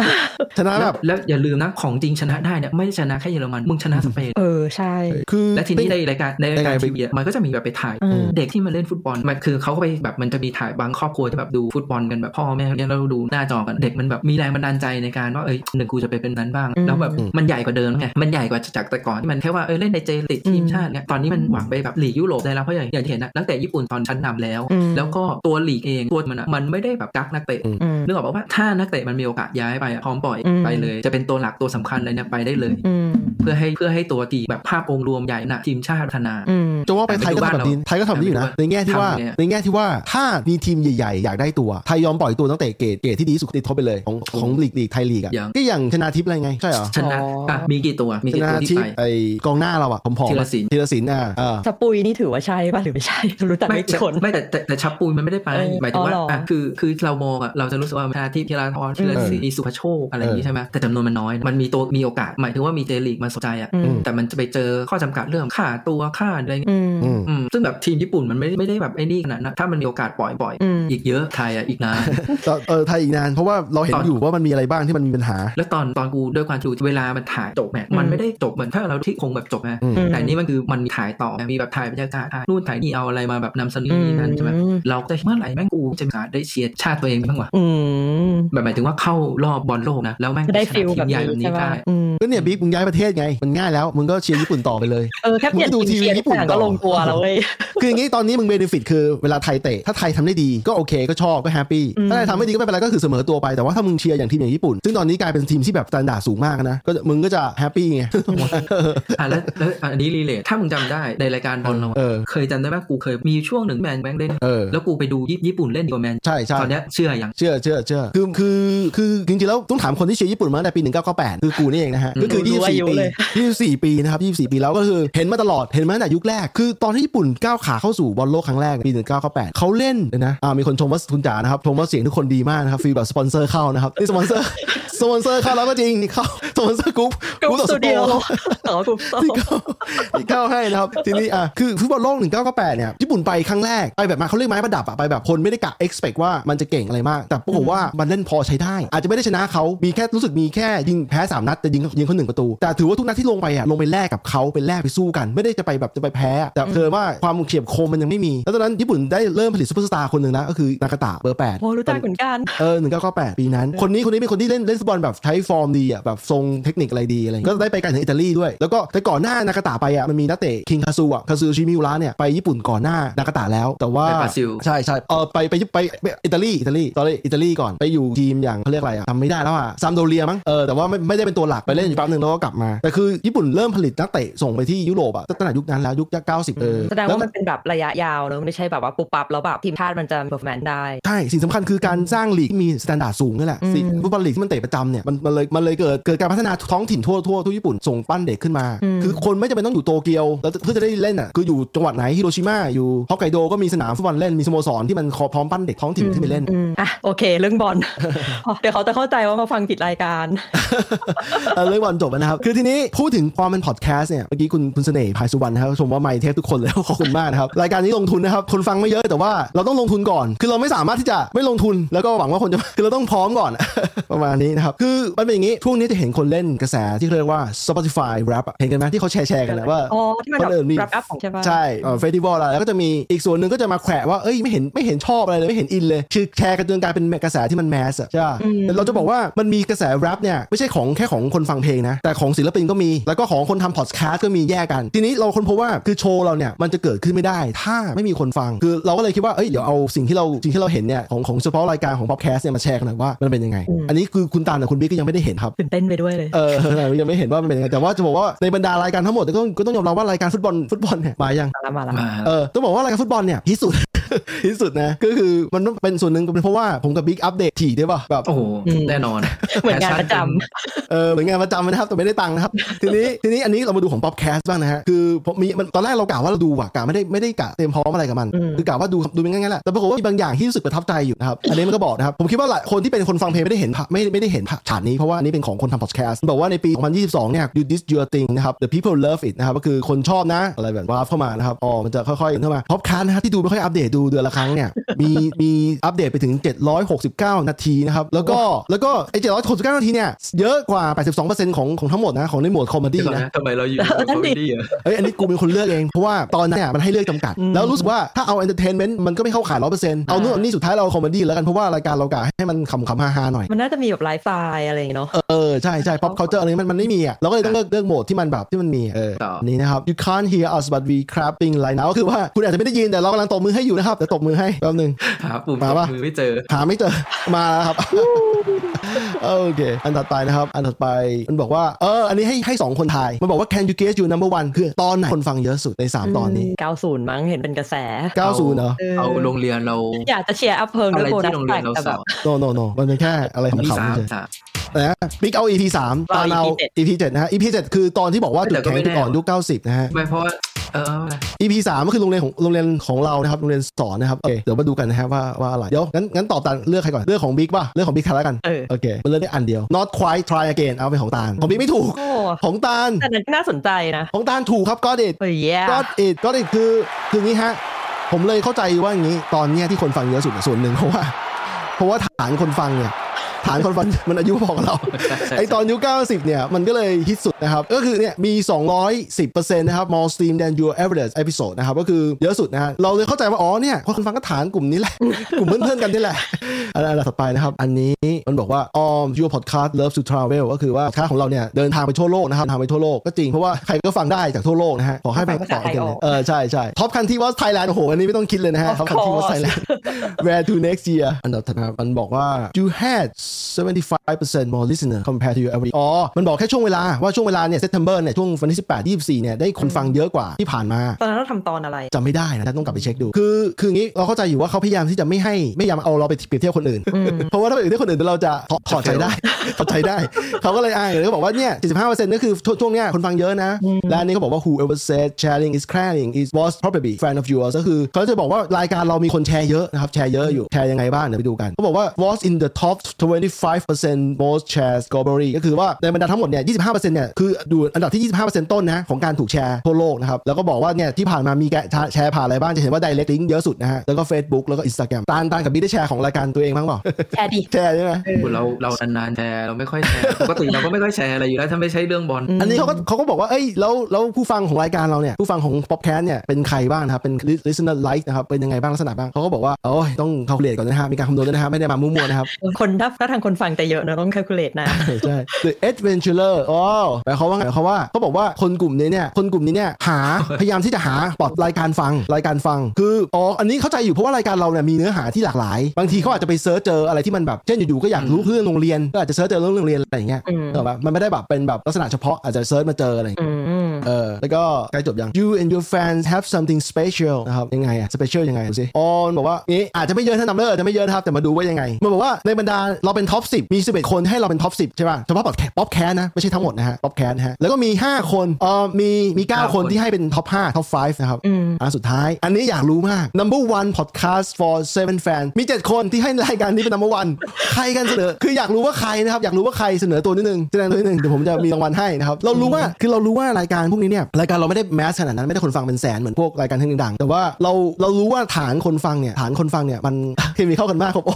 Speaker 2: ชนะ
Speaker 4: แล้
Speaker 2: แบ
Speaker 4: ว
Speaker 2: บ
Speaker 4: แล้วอย่าลืมนะของจริงชนะได้เนี่ยไม่ได้ชนะแค่เยอรมันมึงชนะสเปน
Speaker 3: เออ ใช่
Speaker 2: คือ
Speaker 4: และทีนี้ในรายการในรายการ
Speaker 2: ยังไง
Speaker 4: ทีวีอะมันก็จะมีแบบไปถ่าย
Speaker 3: อืม
Speaker 4: เด็กที่มาเล่นฟุตบอลมันคือเขาก็ไปแบบมันจะมีถ่ายบางครอบครัวที่แบบดูฟุตบอลกันแบบพ่อแม่เนี่ยเราดูหน้าจอกันเด็กมันแบบมีแรงบันดาลใจในการว่าเอ้ยหนึ่งกูจะไปเป็นนั้นบ้าง
Speaker 3: อืม
Speaker 4: แล้วแบบ
Speaker 2: อืม
Speaker 4: มันใหญ่กว่าเดิมไงมันใหญ่กว่าจากแต่ก่อนที่มันแค่ว่าเอ้ยเล่นในเจลิกทีม
Speaker 3: อืม
Speaker 4: ชาติเนี่ยตอนนี้มันหวังไปแบบหลีกยุโรปได้แล้วเพราะอย่างอย่างที่เห็นนะตั้งแต่ญี่ปุ่นตอนชั้นนำแล้ว
Speaker 3: อืม
Speaker 4: แล้วก็ตัวหลีกเองตัวมันอะมันไม่ได้แบบกักนักเตะ
Speaker 3: อืม
Speaker 4: นึกออกปะว่าถ้านักเตะมันมีโอกาสย้ายไปอะพร้อมปล่อย
Speaker 3: อืม
Speaker 4: ไปเลย จะเป็นตัวหลักตัวสำคัญเลยเนี่ยไปได้เลย
Speaker 3: อืม
Speaker 4: เพื่อให้เพื่อให้ตัวทีมแบบภาพองค์รวมใหญ่นะทีมชาติพัฒนา
Speaker 3: อืม
Speaker 2: จะว่าไปไทยก็ทำแบบนี้ไทยก็ทำได้อยู่นะ ในแง่ที่ว่า
Speaker 4: ทำเนี่ย
Speaker 2: ในแง่ที่ว่าถ้ามีทีมใหญ่ๆ อยากได้ตัว ไทยยอมปล่อยตัวตั้งแต่เกรดเกรดที่ดีที่สุดติดท็อปไปเลยของของลีกลีกไทยลีกอ่ะก็อย่างชนะทิพย์อะไรไงใช่เหรอ
Speaker 4: ชนะ
Speaker 3: อ๋ออ่
Speaker 4: ะมีกี่ตัวมี
Speaker 2: ช
Speaker 4: กี่
Speaker 2: นะ
Speaker 4: ตัว
Speaker 2: ทิ
Speaker 4: ที่
Speaker 2: พ
Speaker 4: ไป
Speaker 2: ย์ไอกองหน้าเราอ่ะผมผอม
Speaker 4: ธีร
Speaker 2: ๆอะ
Speaker 4: ศิลป์
Speaker 2: ธีรศิลป์อ่ะเออ
Speaker 3: สปุยนี่ถือว่าใช่ป่ะหรือไม่ใช่ รู้จัก
Speaker 4: ไม่
Speaker 3: ไม่กี่คน
Speaker 4: ไม่แต่แต่แต่ชับปูนมันไม่ได้ไป
Speaker 3: เออ
Speaker 4: หมายถึงว่า
Speaker 3: อ๋อเหรออ่
Speaker 4: ะคือคือเรามองอะเราจะรู้สึกว่าชนะที่พิราทรพิราศรีสุภโชคอะไรอย่างนี้ใช่ไหมแต่จำนวนมันน้อย มันมีตัวมีโอกาส หมายถึงว่ามีเจลีกมาสนใจอ่ะ
Speaker 3: อืม
Speaker 4: แต่มันจะไปเจอข้อจำกัดเรื่องค่าตัวค่าอะไรเงี้ย
Speaker 3: อืม
Speaker 2: อืม
Speaker 4: อืม ซึ่งแบบทีมญี่ปุ่นมันไม่ไม่ได้แบบไอ้นี่ขนาดนั้นถ้ามันมีโอกาสปล่อยปล่อย
Speaker 3: อืม
Speaker 4: อีกเยอะไทยอ่ะอีกนาน
Speaker 2: ต่อเออไทยอีกนานเพราะว่าเราเห็นอยู่ว่ามันมีอะไรบ้างที่มันมีปัญหา
Speaker 4: แล้วตอนตอนกูด้วยความที่เวลามันถ่ายจบเนี่ยมันไม่ได้จบเหมือนถ้าเราที่คงแบบจบนะ
Speaker 2: อืม
Speaker 4: แต่อันนี่มันคือมันมีถ่ายต่อนะมีแบบถ่ายบรรยากาศถ่ายนู่นถ่ายนี่เอาอะไรมาแบบนำเสนอนี่นั่นใช่ไหม
Speaker 3: อืม
Speaker 4: เราก็จะเมื่อไหร่แม่งกูจะมีโอกาสได้เชียร์ชาติตัวเองบ้างวะ
Speaker 3: อืม
Speaker 4: แบบหมายถึงว่าเข้ารอบบอลโลกนะแล้วแม่ง
Speaker 3: จะได้ฟิล
Speaker 4: ชนะ
Speaker 3: แบบ
Speaker 4: ทีมใหญ่
Speaker 3: นี้
Speaker 4: แบบนี้
Speaker 3: ใช่ปะ
Speaker 4: ได้
Speaker 3: อืม
Speaker 2: ก็เนี่ยบิ๊กมึงย้ายประเทศไง มันง่ายแล้ว มึงก็เชียร์ญี่ปุ่นต่อไปเลย
Speaker 3: เออแค่เปลี่ยน
Speaker 2: มึงดู
Speaker 3: ทีม
Speaker 2: ทีวี
Speaker 3: เชียร์
Speaker 2: ญี่
Speaker 3: ทุก
Speaker 2: ปุ่น
Speaker 3: อย่างก็
Speaker 2: ต่อ
Speaker 3: ลงตัวแล้วเว้ย
Speaker 2: คืออย่างนี้ตอนนี้มึงเบนฟิตคือเวลาไทยเตะถ้าไทยทำได้ดีก็โอเคก็ชอบก็แฮปปี้
Speaker 3: อืม
Speaker 2: ถ้าไทยทำไม่ดีก็ไม่เป็นไรก็คือเสมอตัวไปแต่ว่าถ้ามึงเชียร์อย่างทีมอย่างญี่ปุ่น ซึ่งตอนนี้กลายเป็นทีมที่แบบสแตนดาร์ดสูงมากนะก็จะมึงก็จะแฮปปี้ไง
Speaker 4: อ่ะแล้วแล้วอันนี้รีเลทถ้ามึงจำได้ในรายการบอลเราอะ
Speaker 2: เออ
Speaker 4: เคยจำได้ไหมกูเคยมีช่วงหนึ่งแมนแบงค์เล่น
Speaker 2: เออ
Speaker 4: แล้วกูไปดูญี่ปุ่นเล่นกับแมน
Speaker 2: ใช่ใช่
Speaker 4: ตอนเนี้ยเชื่อยัง
Speaker 2: เชื่อเชื่อเชื่อคือคือคือจริงๆแล้วต้องถามคนที่เชียร์ญี่ปุ่นมาตั้งแต่ปี 1998 คือกูนี่เองนะฮะ
Speaker 4: อืม
Speaker 2: ก็คือ
Speaker 3: รู้อายุ
Speaker 2: 24 ปี
Speaker 3: เลย
Speaker 2: 24 ปีนะครับ 24 ปีแล้วก็คือเห็นมาตลอด เห็นมาตั้งแต่ยุคแรก คือตอนที่ญี่ปุ่นก้าวขาเข้าสู่บอลโลกครั้งแรกปี 1998 เขาเล่นเลยนะ อ่า มีคนชมว่าคุณจ๋านะครับ ชมว่าเสียงทุกคนดีมากนะครับ ฟีลแบบสปอนเซอร์เข้านะครับ นี่สปอนเซอร์ สปอนเซอร์เข้าแล้วก็จริงเข้าสปอนเซอร์กรุ๊ป
Speaker 3: กรุ๊ปสตูดิโอต่อกู
Speaker 2: ที่เข้าที่เข้าให้นะครับทีนี้อ่ะคือฟุตบอลโลก 1998 เนี่ยญี่ปุ่นไปครั้งแรก ไปแบบมาเขาเรียกไม้ประดับอะไปแบบคนไม่ได้กะ expect ว่ามันจะเก่งอะไรมาก แต่ปรากฏว่ามันเล่นพอใช้ได้ อาจจะไม่ได้ชนะเขามีแค่รู้สึกมีแค่ยิงแพ้ 3 นัด แต่ยิงยิงเขาหนึ่งประตู แต่ถือว่าทุกนัดที่ลงไปอะลงไปแลกกับเขาไปแลกไปสู้กัน ไม่ได้จะไปแบบจะไปแพ้อะแต่เธอว่าความเฉียบคมมันยังไม่มีแล้วตอนนั้นญี่ปุ่นได้เริ่มผลิตซูเปอร์สตาร์คนหนึ่งแล้วก็คือนากาตะเบอร์แปด
Speaker 3: โอ้รู้จักเหมือนกัน
Speaker 2: เออหนึ่งเก้าแปดปีนั้น คนนี้คนนี้เป็นคนที่เล่นเล่นฟุตบอลแบบใช้ฟอร์มดีอ่ะแบบทรงเทคนิคอะไรดีอะไรอย่างเงี้ยก็ได้ไปกันถึงอิตาลีด้วย แล้วก็แต่ก่อนหน้านากาตะไปอ่ะมันมีนักเตะคิงคาซูอ่ะคาซูชิมิวระเนี่ยไปญี่ปุ่นก่อนหน้านากาตะแล้ว แต่ว่า
Speaker 4: ไปบราซิล
Speaker 2: ใช่ใช่เออไปไปไปไปอิตาลีอิตาลีตอนแรกอิตาลีก่อนไปอยู่ทีมอย่างเขาเรียกอะไรอ่ะจำไม่ได้แล้วอ่ะซามโดเรียมั้งเออแต่ว่าไม่ไม่ได้เป็นตัวหลักไปเล่นอยู่แป๊บนึงแล้วก็กลับมาแต่คือญี่ปุ่นเริ่มผลิตนักเตะส่งไปที่ยุโรปอ่ะตั้งแต่ยุคนั้นแล้วยุค90เออ
Speaker 3: แสดงว่ามันเป็นแบบระยะยาวเนอะไม่ใช่แบบว่าปุบปับแล้วแบบทีมชาติมันจะเ e อร์แมนได้
Speaker 2: ใช่ สิ่งสำคัญคือการสร้างลีกที่มีสแตนดาร์ดสูงนี่แหละ
Speaker 3: อืม
Speaker 2: สิ่งฟุตบอลลีกที่มันเตะประจำเนี่ยมันมันเลยมันเลยเกิดเกิดการพัฒนาท้องถิ่นทั่วทั่วทั่วญี่ปุ่นส่งปั้นเด็กขึ้นมา คือคนไม่จำเป็นต้องอยู่โตเกียวแล้วเพื่อจะได้เล่นอ่ะคืออยู่จังหวัดไหนฮิโรชิมาอยู่ฮอกไกโดก็มีสนามฟุตบอลเล่นมีสโมสรที่มันพร้อมปั้นเด็กท้องถิ่นขึ้นไปเล่น
Speaker 3: อืมอ่ะโอเค เรื่องบอล เดี๋ยวเขาจะเข้าใจว่ามาฟังผิดรายการ
Speaker 2: เออเรื่องบอลจบแล้วนะครับ คือทีนี้พูดถึงความเป็นพอดแคสต์เนี่ย เมื่อกี้คุณคุณเสน่ห์ภายสุวรรณนะครับชมว่าไม่เทปทุกคนเลย ขอบคุณมากนะครับ รายการนี้ลงทุนนะครับ คนฟังไม่เยอะแต่ว่าเราต้องลงทุนก่อน คือเราไม่สามารถที่จะไม่ลงทุน แล้วก็หวังว่าคนจะ คือเราต้องพร้อมก่อน ประมาณนี้นะครับ คือมันเป็นอย่างนี้ ช่วงนี้จะเห็นคนเล่นกระแสที่เรียกว่า Spotify Rap อะเห็นกันไหมที่เขาแชร์แชร์กันนะว่า
Speaker 3: อ๋อ ที่มันแบ
Speaker 2: คนอื่นมี
Speaker 3: บรับอัพของใช่ปะ
Speaker 2: ใช่เฟสติวัลอะไรแล้วก็จะมีอีกส่วนหนึ่งก็จะมาแขวะว่า เอ้ยไม่เห็นไม่เห็นชอบอะไรเลย ไม่เห็นอินเลย คือแชร์กันจนกลายเป็นกระแสที่มันแมสอะใช่ปะ
Speaker 3: อืม
Speaker 2: แต่เราจะบอกว่ามันมีกระแสแรปเนี่ย ไม่ใช่ของแค่ของคนฟังเพลงนะ แต่ของศิลปินก็มี แล้วก็ของคนทำพอดแคสต์ก็มีแยกกัน ทีนี้เราค้นพบว่าคือโชว์เราเนี่ย มันจะเกิดขึ้นไม่ได้ ถ้าไม่มีคนฟัง คือเราก็เลยคิดว่าเอ้ยเดี๋ยวเอาสิ่งที่เราสิ่งที่เราเห็นเนี่ยของของเฉพาะรายการของพอดแคสต์เนี่ยมาแชร์กันหน่อยว่ามันเป็นยังไง อันนี้คือคุณตาลกับคุณบิ๊กก็ยังไม่ได้เห็นครับ
Speaker 3: ตื่นเต้นไปด้วยเลย
Speaker 2: เออ ยังไม่เห็นว่ามันเป็นยังไงแต่ว่าจะบอกว่าในบรรดารายการทั้งหมดก็ต้องก็ต้องยอมรับว่ารายการฟุตบอลฟุตบอลเนี่ยมายัง
Speaker 3: มาละมาละ
Speaker 4: มา
Speaker 2: เออต้องบอกว่ารายการฟุตบอลเนี่ยที่สุด ที่สุดนะก็คือมันต้องเป็นส่วนหนึ่งเป็นเพราะว่าผมกับบิ๊กอัปเดตถี่ด้วยป่ะแบบ
Speaker 4: โอ้โห
Speaker 3: อืม
Speaker 4: แน่นอน
Speaker 3: เหมือนงานประจ
Speaker 2: เออเหมือนงานประจำนะครับแต่ไม่ได้ตังค์นะครับ ทีนี้ทีนี้อันนี้เรามาดูของป๊อปแคสบ้างนะฮะคือผมมีมันตอนแรกเรากะว่าเราดูอะกะไม่ได้ไม่ได้กะเตรียมพร้อมอะไรกับมัน
Speaker 3: อืม
Speaker 2: คือกะว่าดูดูเป็นงั้นๆแหละแต่ปรากฏว่ามีบางอย่างที่รู้สึกประทับใจอยู่นะครับอันนี้มันก็บอกนะครับผมคิดว่าหลายคนที่เป็นคนฟังเพลงไม่ได้เห็นภาพไม่ไม่ได้เห็นภาพฉากนี้เพราะว่าอันนี้เป็นของคนทำ podcast บอกว่าในปี 2022 เนี่ย you this your thing นะครับ the people love it นะครับก็คือคนชอบนะอะไรแบบวาร์ปเข้ามานะครับอ๋อมันจะค่อยๆเข้ามา podcast นะฮะที่ดูไม่ค่อยอัปเดตดูเดือนละครั้งเนี่ยมีมีอัปเดตไปถึง 769 นาทีนะครับแล้วก็แล้วก็ไอ้769 นาทีเนี่ยเยอะกว่า 82%ของของทั้งหมดนะของในหมวด comedy
Speaker 4: ที่ตอน
Speaker 2: นะ
Speaker 4: นั้นทำไมเราอยู่
Speaker 3: เออนั่
Speaker 4: ตอน น
Speaker 3: ดิ
Speaker 4: นี้อ่ะ
Speaker 2: เอ้ยอันนี้กูเป็นคนเลือกเอง เพราะว่าตอนนั้นเนี่ยมันให้เลือกจำกัด
Speaker 3: อืม
Speaker 2: แล้วรู้สึกว่าถ้าเอา entertainment มันก็ไม่เข้าขายร้อเปอร์เซ็นต์เอานู่นเอานี่สุดท้ายเราคอมเมดี้แล้วกัน เพราะว่ารายการเรากะให้มันขำขำฮาฮาๆหน่อย
Speaker 3: ำมันน่าจะมีแบบไลฟ์สไตล์อะไรอย่างเงี้ยเนาะ
Speaker 2: เออ ใช่ใช่ pop culture อะไรมันมันไม่มีอ่ะเราก็เลยต้องเลือกเลือกโหมดที่มันแบบที่มันมีเอออันนี้นะครับ you can't hear us but we clapping right now ก็คือว่าคุณอาจจะไม่ได้ยินแต่เรากำลังตบมือให้อยู่นะครับแต่ตบมือให้แป๊บนึง
Speaker 4: หาปุ่ม
Speaker 2: มาปะ
Speaker 4: มือไม่เจอ
Speaker 2: หาไม่เจอ มาแล้วครับ โอเค อันถัดไปนะครับ อันถัดไปมันบอกว่า เออ อันนี้ให้ให้สองคนทาย มันบอกว่า can you guess your number one คือตอนไหนคนฟังเยอะสุดในสามตอนนี้
Speaker 3: 90 มั้งเห็นเป็นกระแส
Speaker 2: 90เนอะ
Speaker 3: เออ
Speaker 4: เอาโรงเรียนเรา
Speaker 3: อยากจะเชียร์อัพเพิง
Speaker 4: อะ
Speaker 3: ด้วย
Speaker 4: ไร
Speaker 3: โบนั
Speaker 4: ที่
Speaker 3: ส
Speaker 4: โรง
Speaker 3: แต
Speaker 4: เรีย
Speaker 3: ก
Speaker 4: นเรา
Speaker 3: แต่
Speaker 4: ส
Speaker 3: แบ
Speaker 4: อบ น
Speaker 2: โนโนโนมันเป็นแค่อะไรขำ
Speaker 4: มีสา
Speaker 2: ๆ
Speaker 4: ม
Speaker 2: เฉย
Speaker 4: สาม
Speaker 2: ๆแต่นะบิ๊กเอา EP สามตอนเอา
Speaker 3: เอา EP7
Speaker 2: EP เจ็ดนะฮะ EP เจ็ดคือตอนที่บอกว่าจุดแข็ง
Speaker 4: แต่ก็ไม่
Speaker 2: จุดอ่อน
Speaker 4: แน่
Speaker 2: ยุคเก้าสิบนะฮะ
Speaker 4: ไม่เพราะว่าเออ
Speaker 2: EP สามก็คือโรงเรียนของโรงเรียนของเรานะครับโรงเรียนสอนนะครับโอเคเดี๋ยวมาดูกันนะฮะว่าว่าอะไรเดี๋ยวงั้นงั้นตอบตาลเลือกใครก่อนเลือกของบิ๊กป่ะเลือกของบิ๊กใครแล้วกัน
Speaker 3: เออ
Speaker 2: โอเคมันเลือกได้อันเดียว not quite try again เอาไปนของตาลของบิ๊กไม่ถูก
Speaker 3: โอ้ อ่ะ
Speaker 2: ของตาล
Speaker 3: แต่นั้นน่าสนใจนะ
Speaker 2: ของตาลถูกครับก็เด็ด
Speaker 3: เฮ้ยแย่
Speaker 2: ก็เอ็ดก็เอ็ดคือคืออย่างนี้ฮะ ผมเลยเข้าใจว่าอย่างนี้ ตอนเนี้ยที่คนฟังเยอะสุดอะส่วนหนึ่งเพราะว่า เพราะว่าฐานคนฟังเนี่ย ฐานคนฟัง มันอายุพอ กับเรา
Speaker 4: ใช่ใช่
Speaker 2: ไอตอนยุค90 เนี่ย มันก็เลยฮิตสุดนะครับ ก็คือเนี่ย มี 210%นะครับ more stream than your average episode นะครับ ก็คือเยอะสุดนะฮะเราเลยเข้าใจว่า อ๋อเนี่ย คนฟังก็ฐานกลุ่มนี้แหละ กลุ่มเพื่อนๆกันนี่แหละ อันอันดับถัดไปนะครับ อันนี้มันบอกว่า ออม your podcast love to travel ก็คือว่าค่าของเราเนี่ย เดินทางไปทั่วโลกนะครับทางไปทั่วโลกก็จริง เพราะว่าใครก็ฟังได้จากทั่วโลกนะฮะขอให้ไปต่อกันเลยเออใช่ใช่ท็อปคันที่ว่าไทยแลนด์โอ้โหอันนี้ไม่ต้องคิดเลยนะฮะ
Speaker 3: Of
Speaker 2: ท็อปคันที่ว่า
Speaker 3: course
Speaker 2: ไทยแลนด์ Where to next year อันดับถัดมามันบอกว่า you had 75% more listener compared to your average อ๋อ มันบอกแค่ช่วงเวลา ว่าช่วงเวลาเนี่ย September เนี่ย ช่วงวันที่ 18 24 เนี่ย ได้คนฟังเยอะกว่าที่ผ่านมา
Speaker 3: ตอนนั้นเราทำตอนอะไร
Speaker 2: จำไม่ได้นะต้องกลับไปเช็คดู คือ คืออย่างงี้เราเข้าใจอยู่ว่าเขาพยายามที่จะไม่ให้ไม่พยายามเอาเราไปเปรียบเทียบคนอื่น เพราะว่าถ้าไปเปรียบเทียบคนอื่นเดี๋ยวเราจะถอถอดใจได้ ถอ ดใจได้ เขาก็เลยอ้างเลยเขาบอกว่าเนี่ย 75%ก็คือช่วงช่วงเนี้ยคนฟังเยอะนะ และอันนี้เขาบอกว่า whoever said sharing is caring is was probably fan of yours ก็คือเขาจะบอกว่ารายการเรามีคนแชร์เยอะนะครับ แชร์เยอะอยู่ แชร์ยังไงบ้าง เดี๋ยวไปดูกันเขาบอกว่า was in the top 25% most shares globally ก็คือว่าในบรรดาทั้งหมดเนี่ย 25%เนี่ยคือดูอันดับที่ 25%ต้นนะของการถูกแชร์ทั่วโลกนะครับ แล้วก็บอกว่าเนี่ยที่ผ่านมามีแกะแชร์ผ่านอะไรบ้างจะเห็นว่า direct link เยอะสุดนะฮะแล้วก็ Facebook แล้วก็ Instagram ตานตานกับบิ๊กได้แชร์ของรายการตัวเองบ้างเปล่า
Speaker 3: แชร์ดิ
Speaker 2: แชร์ใช่ไหม
Speaker 4: เราเรานานๆแชร์เราไม่ค่อยแชร์ปกติเราก็ไม่ค่อยแชร์อะไรอยู่แล้วถ้าไม่ใช่เรื่องบอล
Speaker 2: อันนี้เขาก็เขาก็บอกว่า เอ้ย แล้ว แล้วผู้ฟังของรายการเราเนี่ย ผู้ฟังของ p o p c a s t เนี่ย เป็นใครบ้างนะครับ เป็น listener like นะครับ เป็นยังไงบ้าง ลักษณะบ้าง เขาก็บอกว่า โอ้ย ต้อง calculate ก่อนนะฮะ มีการคำนวณด้วยนะฮะ ไม่ได้มามั่วๆนะครับ
Speaker 3: คนถ้าถ้าทางคนฟังจะเยอะนะต้อง calculate นะ
Speaker 2: ใช่ใช่ The Adventurer อ๋อหมายความว่าไงหมายความว่าเขาบอกว่าคนกลุ่มนี้เนี่ย คนกลุ่มนี้เนี่ย หา พยายามที่จะหาปลอดรายการฟัง รายการฟัง คือ อ๋อ อันนี้เข้าใจอยู่เพราะว่ารายการเราเนี่ยมีเนื้อหาที่หลากหลาย บางทีเขาอาจจะไปเซิร์ชเจออะไรที่มันแบบ เช่นอยู่ๆ ก็อยากรู้เรื่องโรงเรียน ก็อาจจะเซิร์ชเจอเรื่องโรงเรียนอะไรอย่างเงี้ย
Speaker 3: อืม
Speaker 2: เออปะมันไม่ได้แบบเป็นแบบลักษณะเฉพาะอาจจะเซิร์ชมาเจออะไรอย่างเงี้ย
Speaker 3: อืม
Speaker 2: เออแล้วก็ใกล้จบยัง you and your fans have something special นะครับ ยังไงอะ special ยังไงดูสิออนบอกว่านี่อาจจะไม่เยอะท่านนำเลิศอาจจะไม่เยอะนะครับ แต่มาดูว่ายังไง มันบอกว่าในบรรดาเราเป็นท็อป 10 มี 11 คนให้เราเป็นท็อป 10 ใช่ป่ะเฉพาะป๊อปแคสป๊อปแคสนะ ไม่ใช่ทั้งหมดนะฮะป๊อปแคสนะฮะ แล้วก็มี 5 คนเออมีมี 9
Speaker 4: 9
Speaker 2: คนที่ให้เป็นท็อป 5 ท็อป 5 นะครับ
Speaker 3: อืม
Speaker 2: อันสุดท้าย อันนี้อยากรู้มาก number one podcast for seven fan มี 7 คนที่ให้รายการนี้เป็น number one ใครกันเสนอคืออยากรู้ว่าใครนะครับอยากรู้ว่าใครเสนอตัวนิดนึงแสดงตัวนิดนึงเดี๋ยวผมจะมีรางวัลให้นะครับเรารู้ว่า คือเรารู้ว่ารายการพวกนี้เนี่ยรายการเราไม่ได้แมสขนาดนั้นไม่ได้คนฟังเป็นแสนเหมือนพวกรายการที่ดังๆแต่ว่าเราเรารู้ว่าฐานคนฟังเนี่ยฐานคนฟังเนี่ยมัน เคมีเข้ากันมากครับโอ้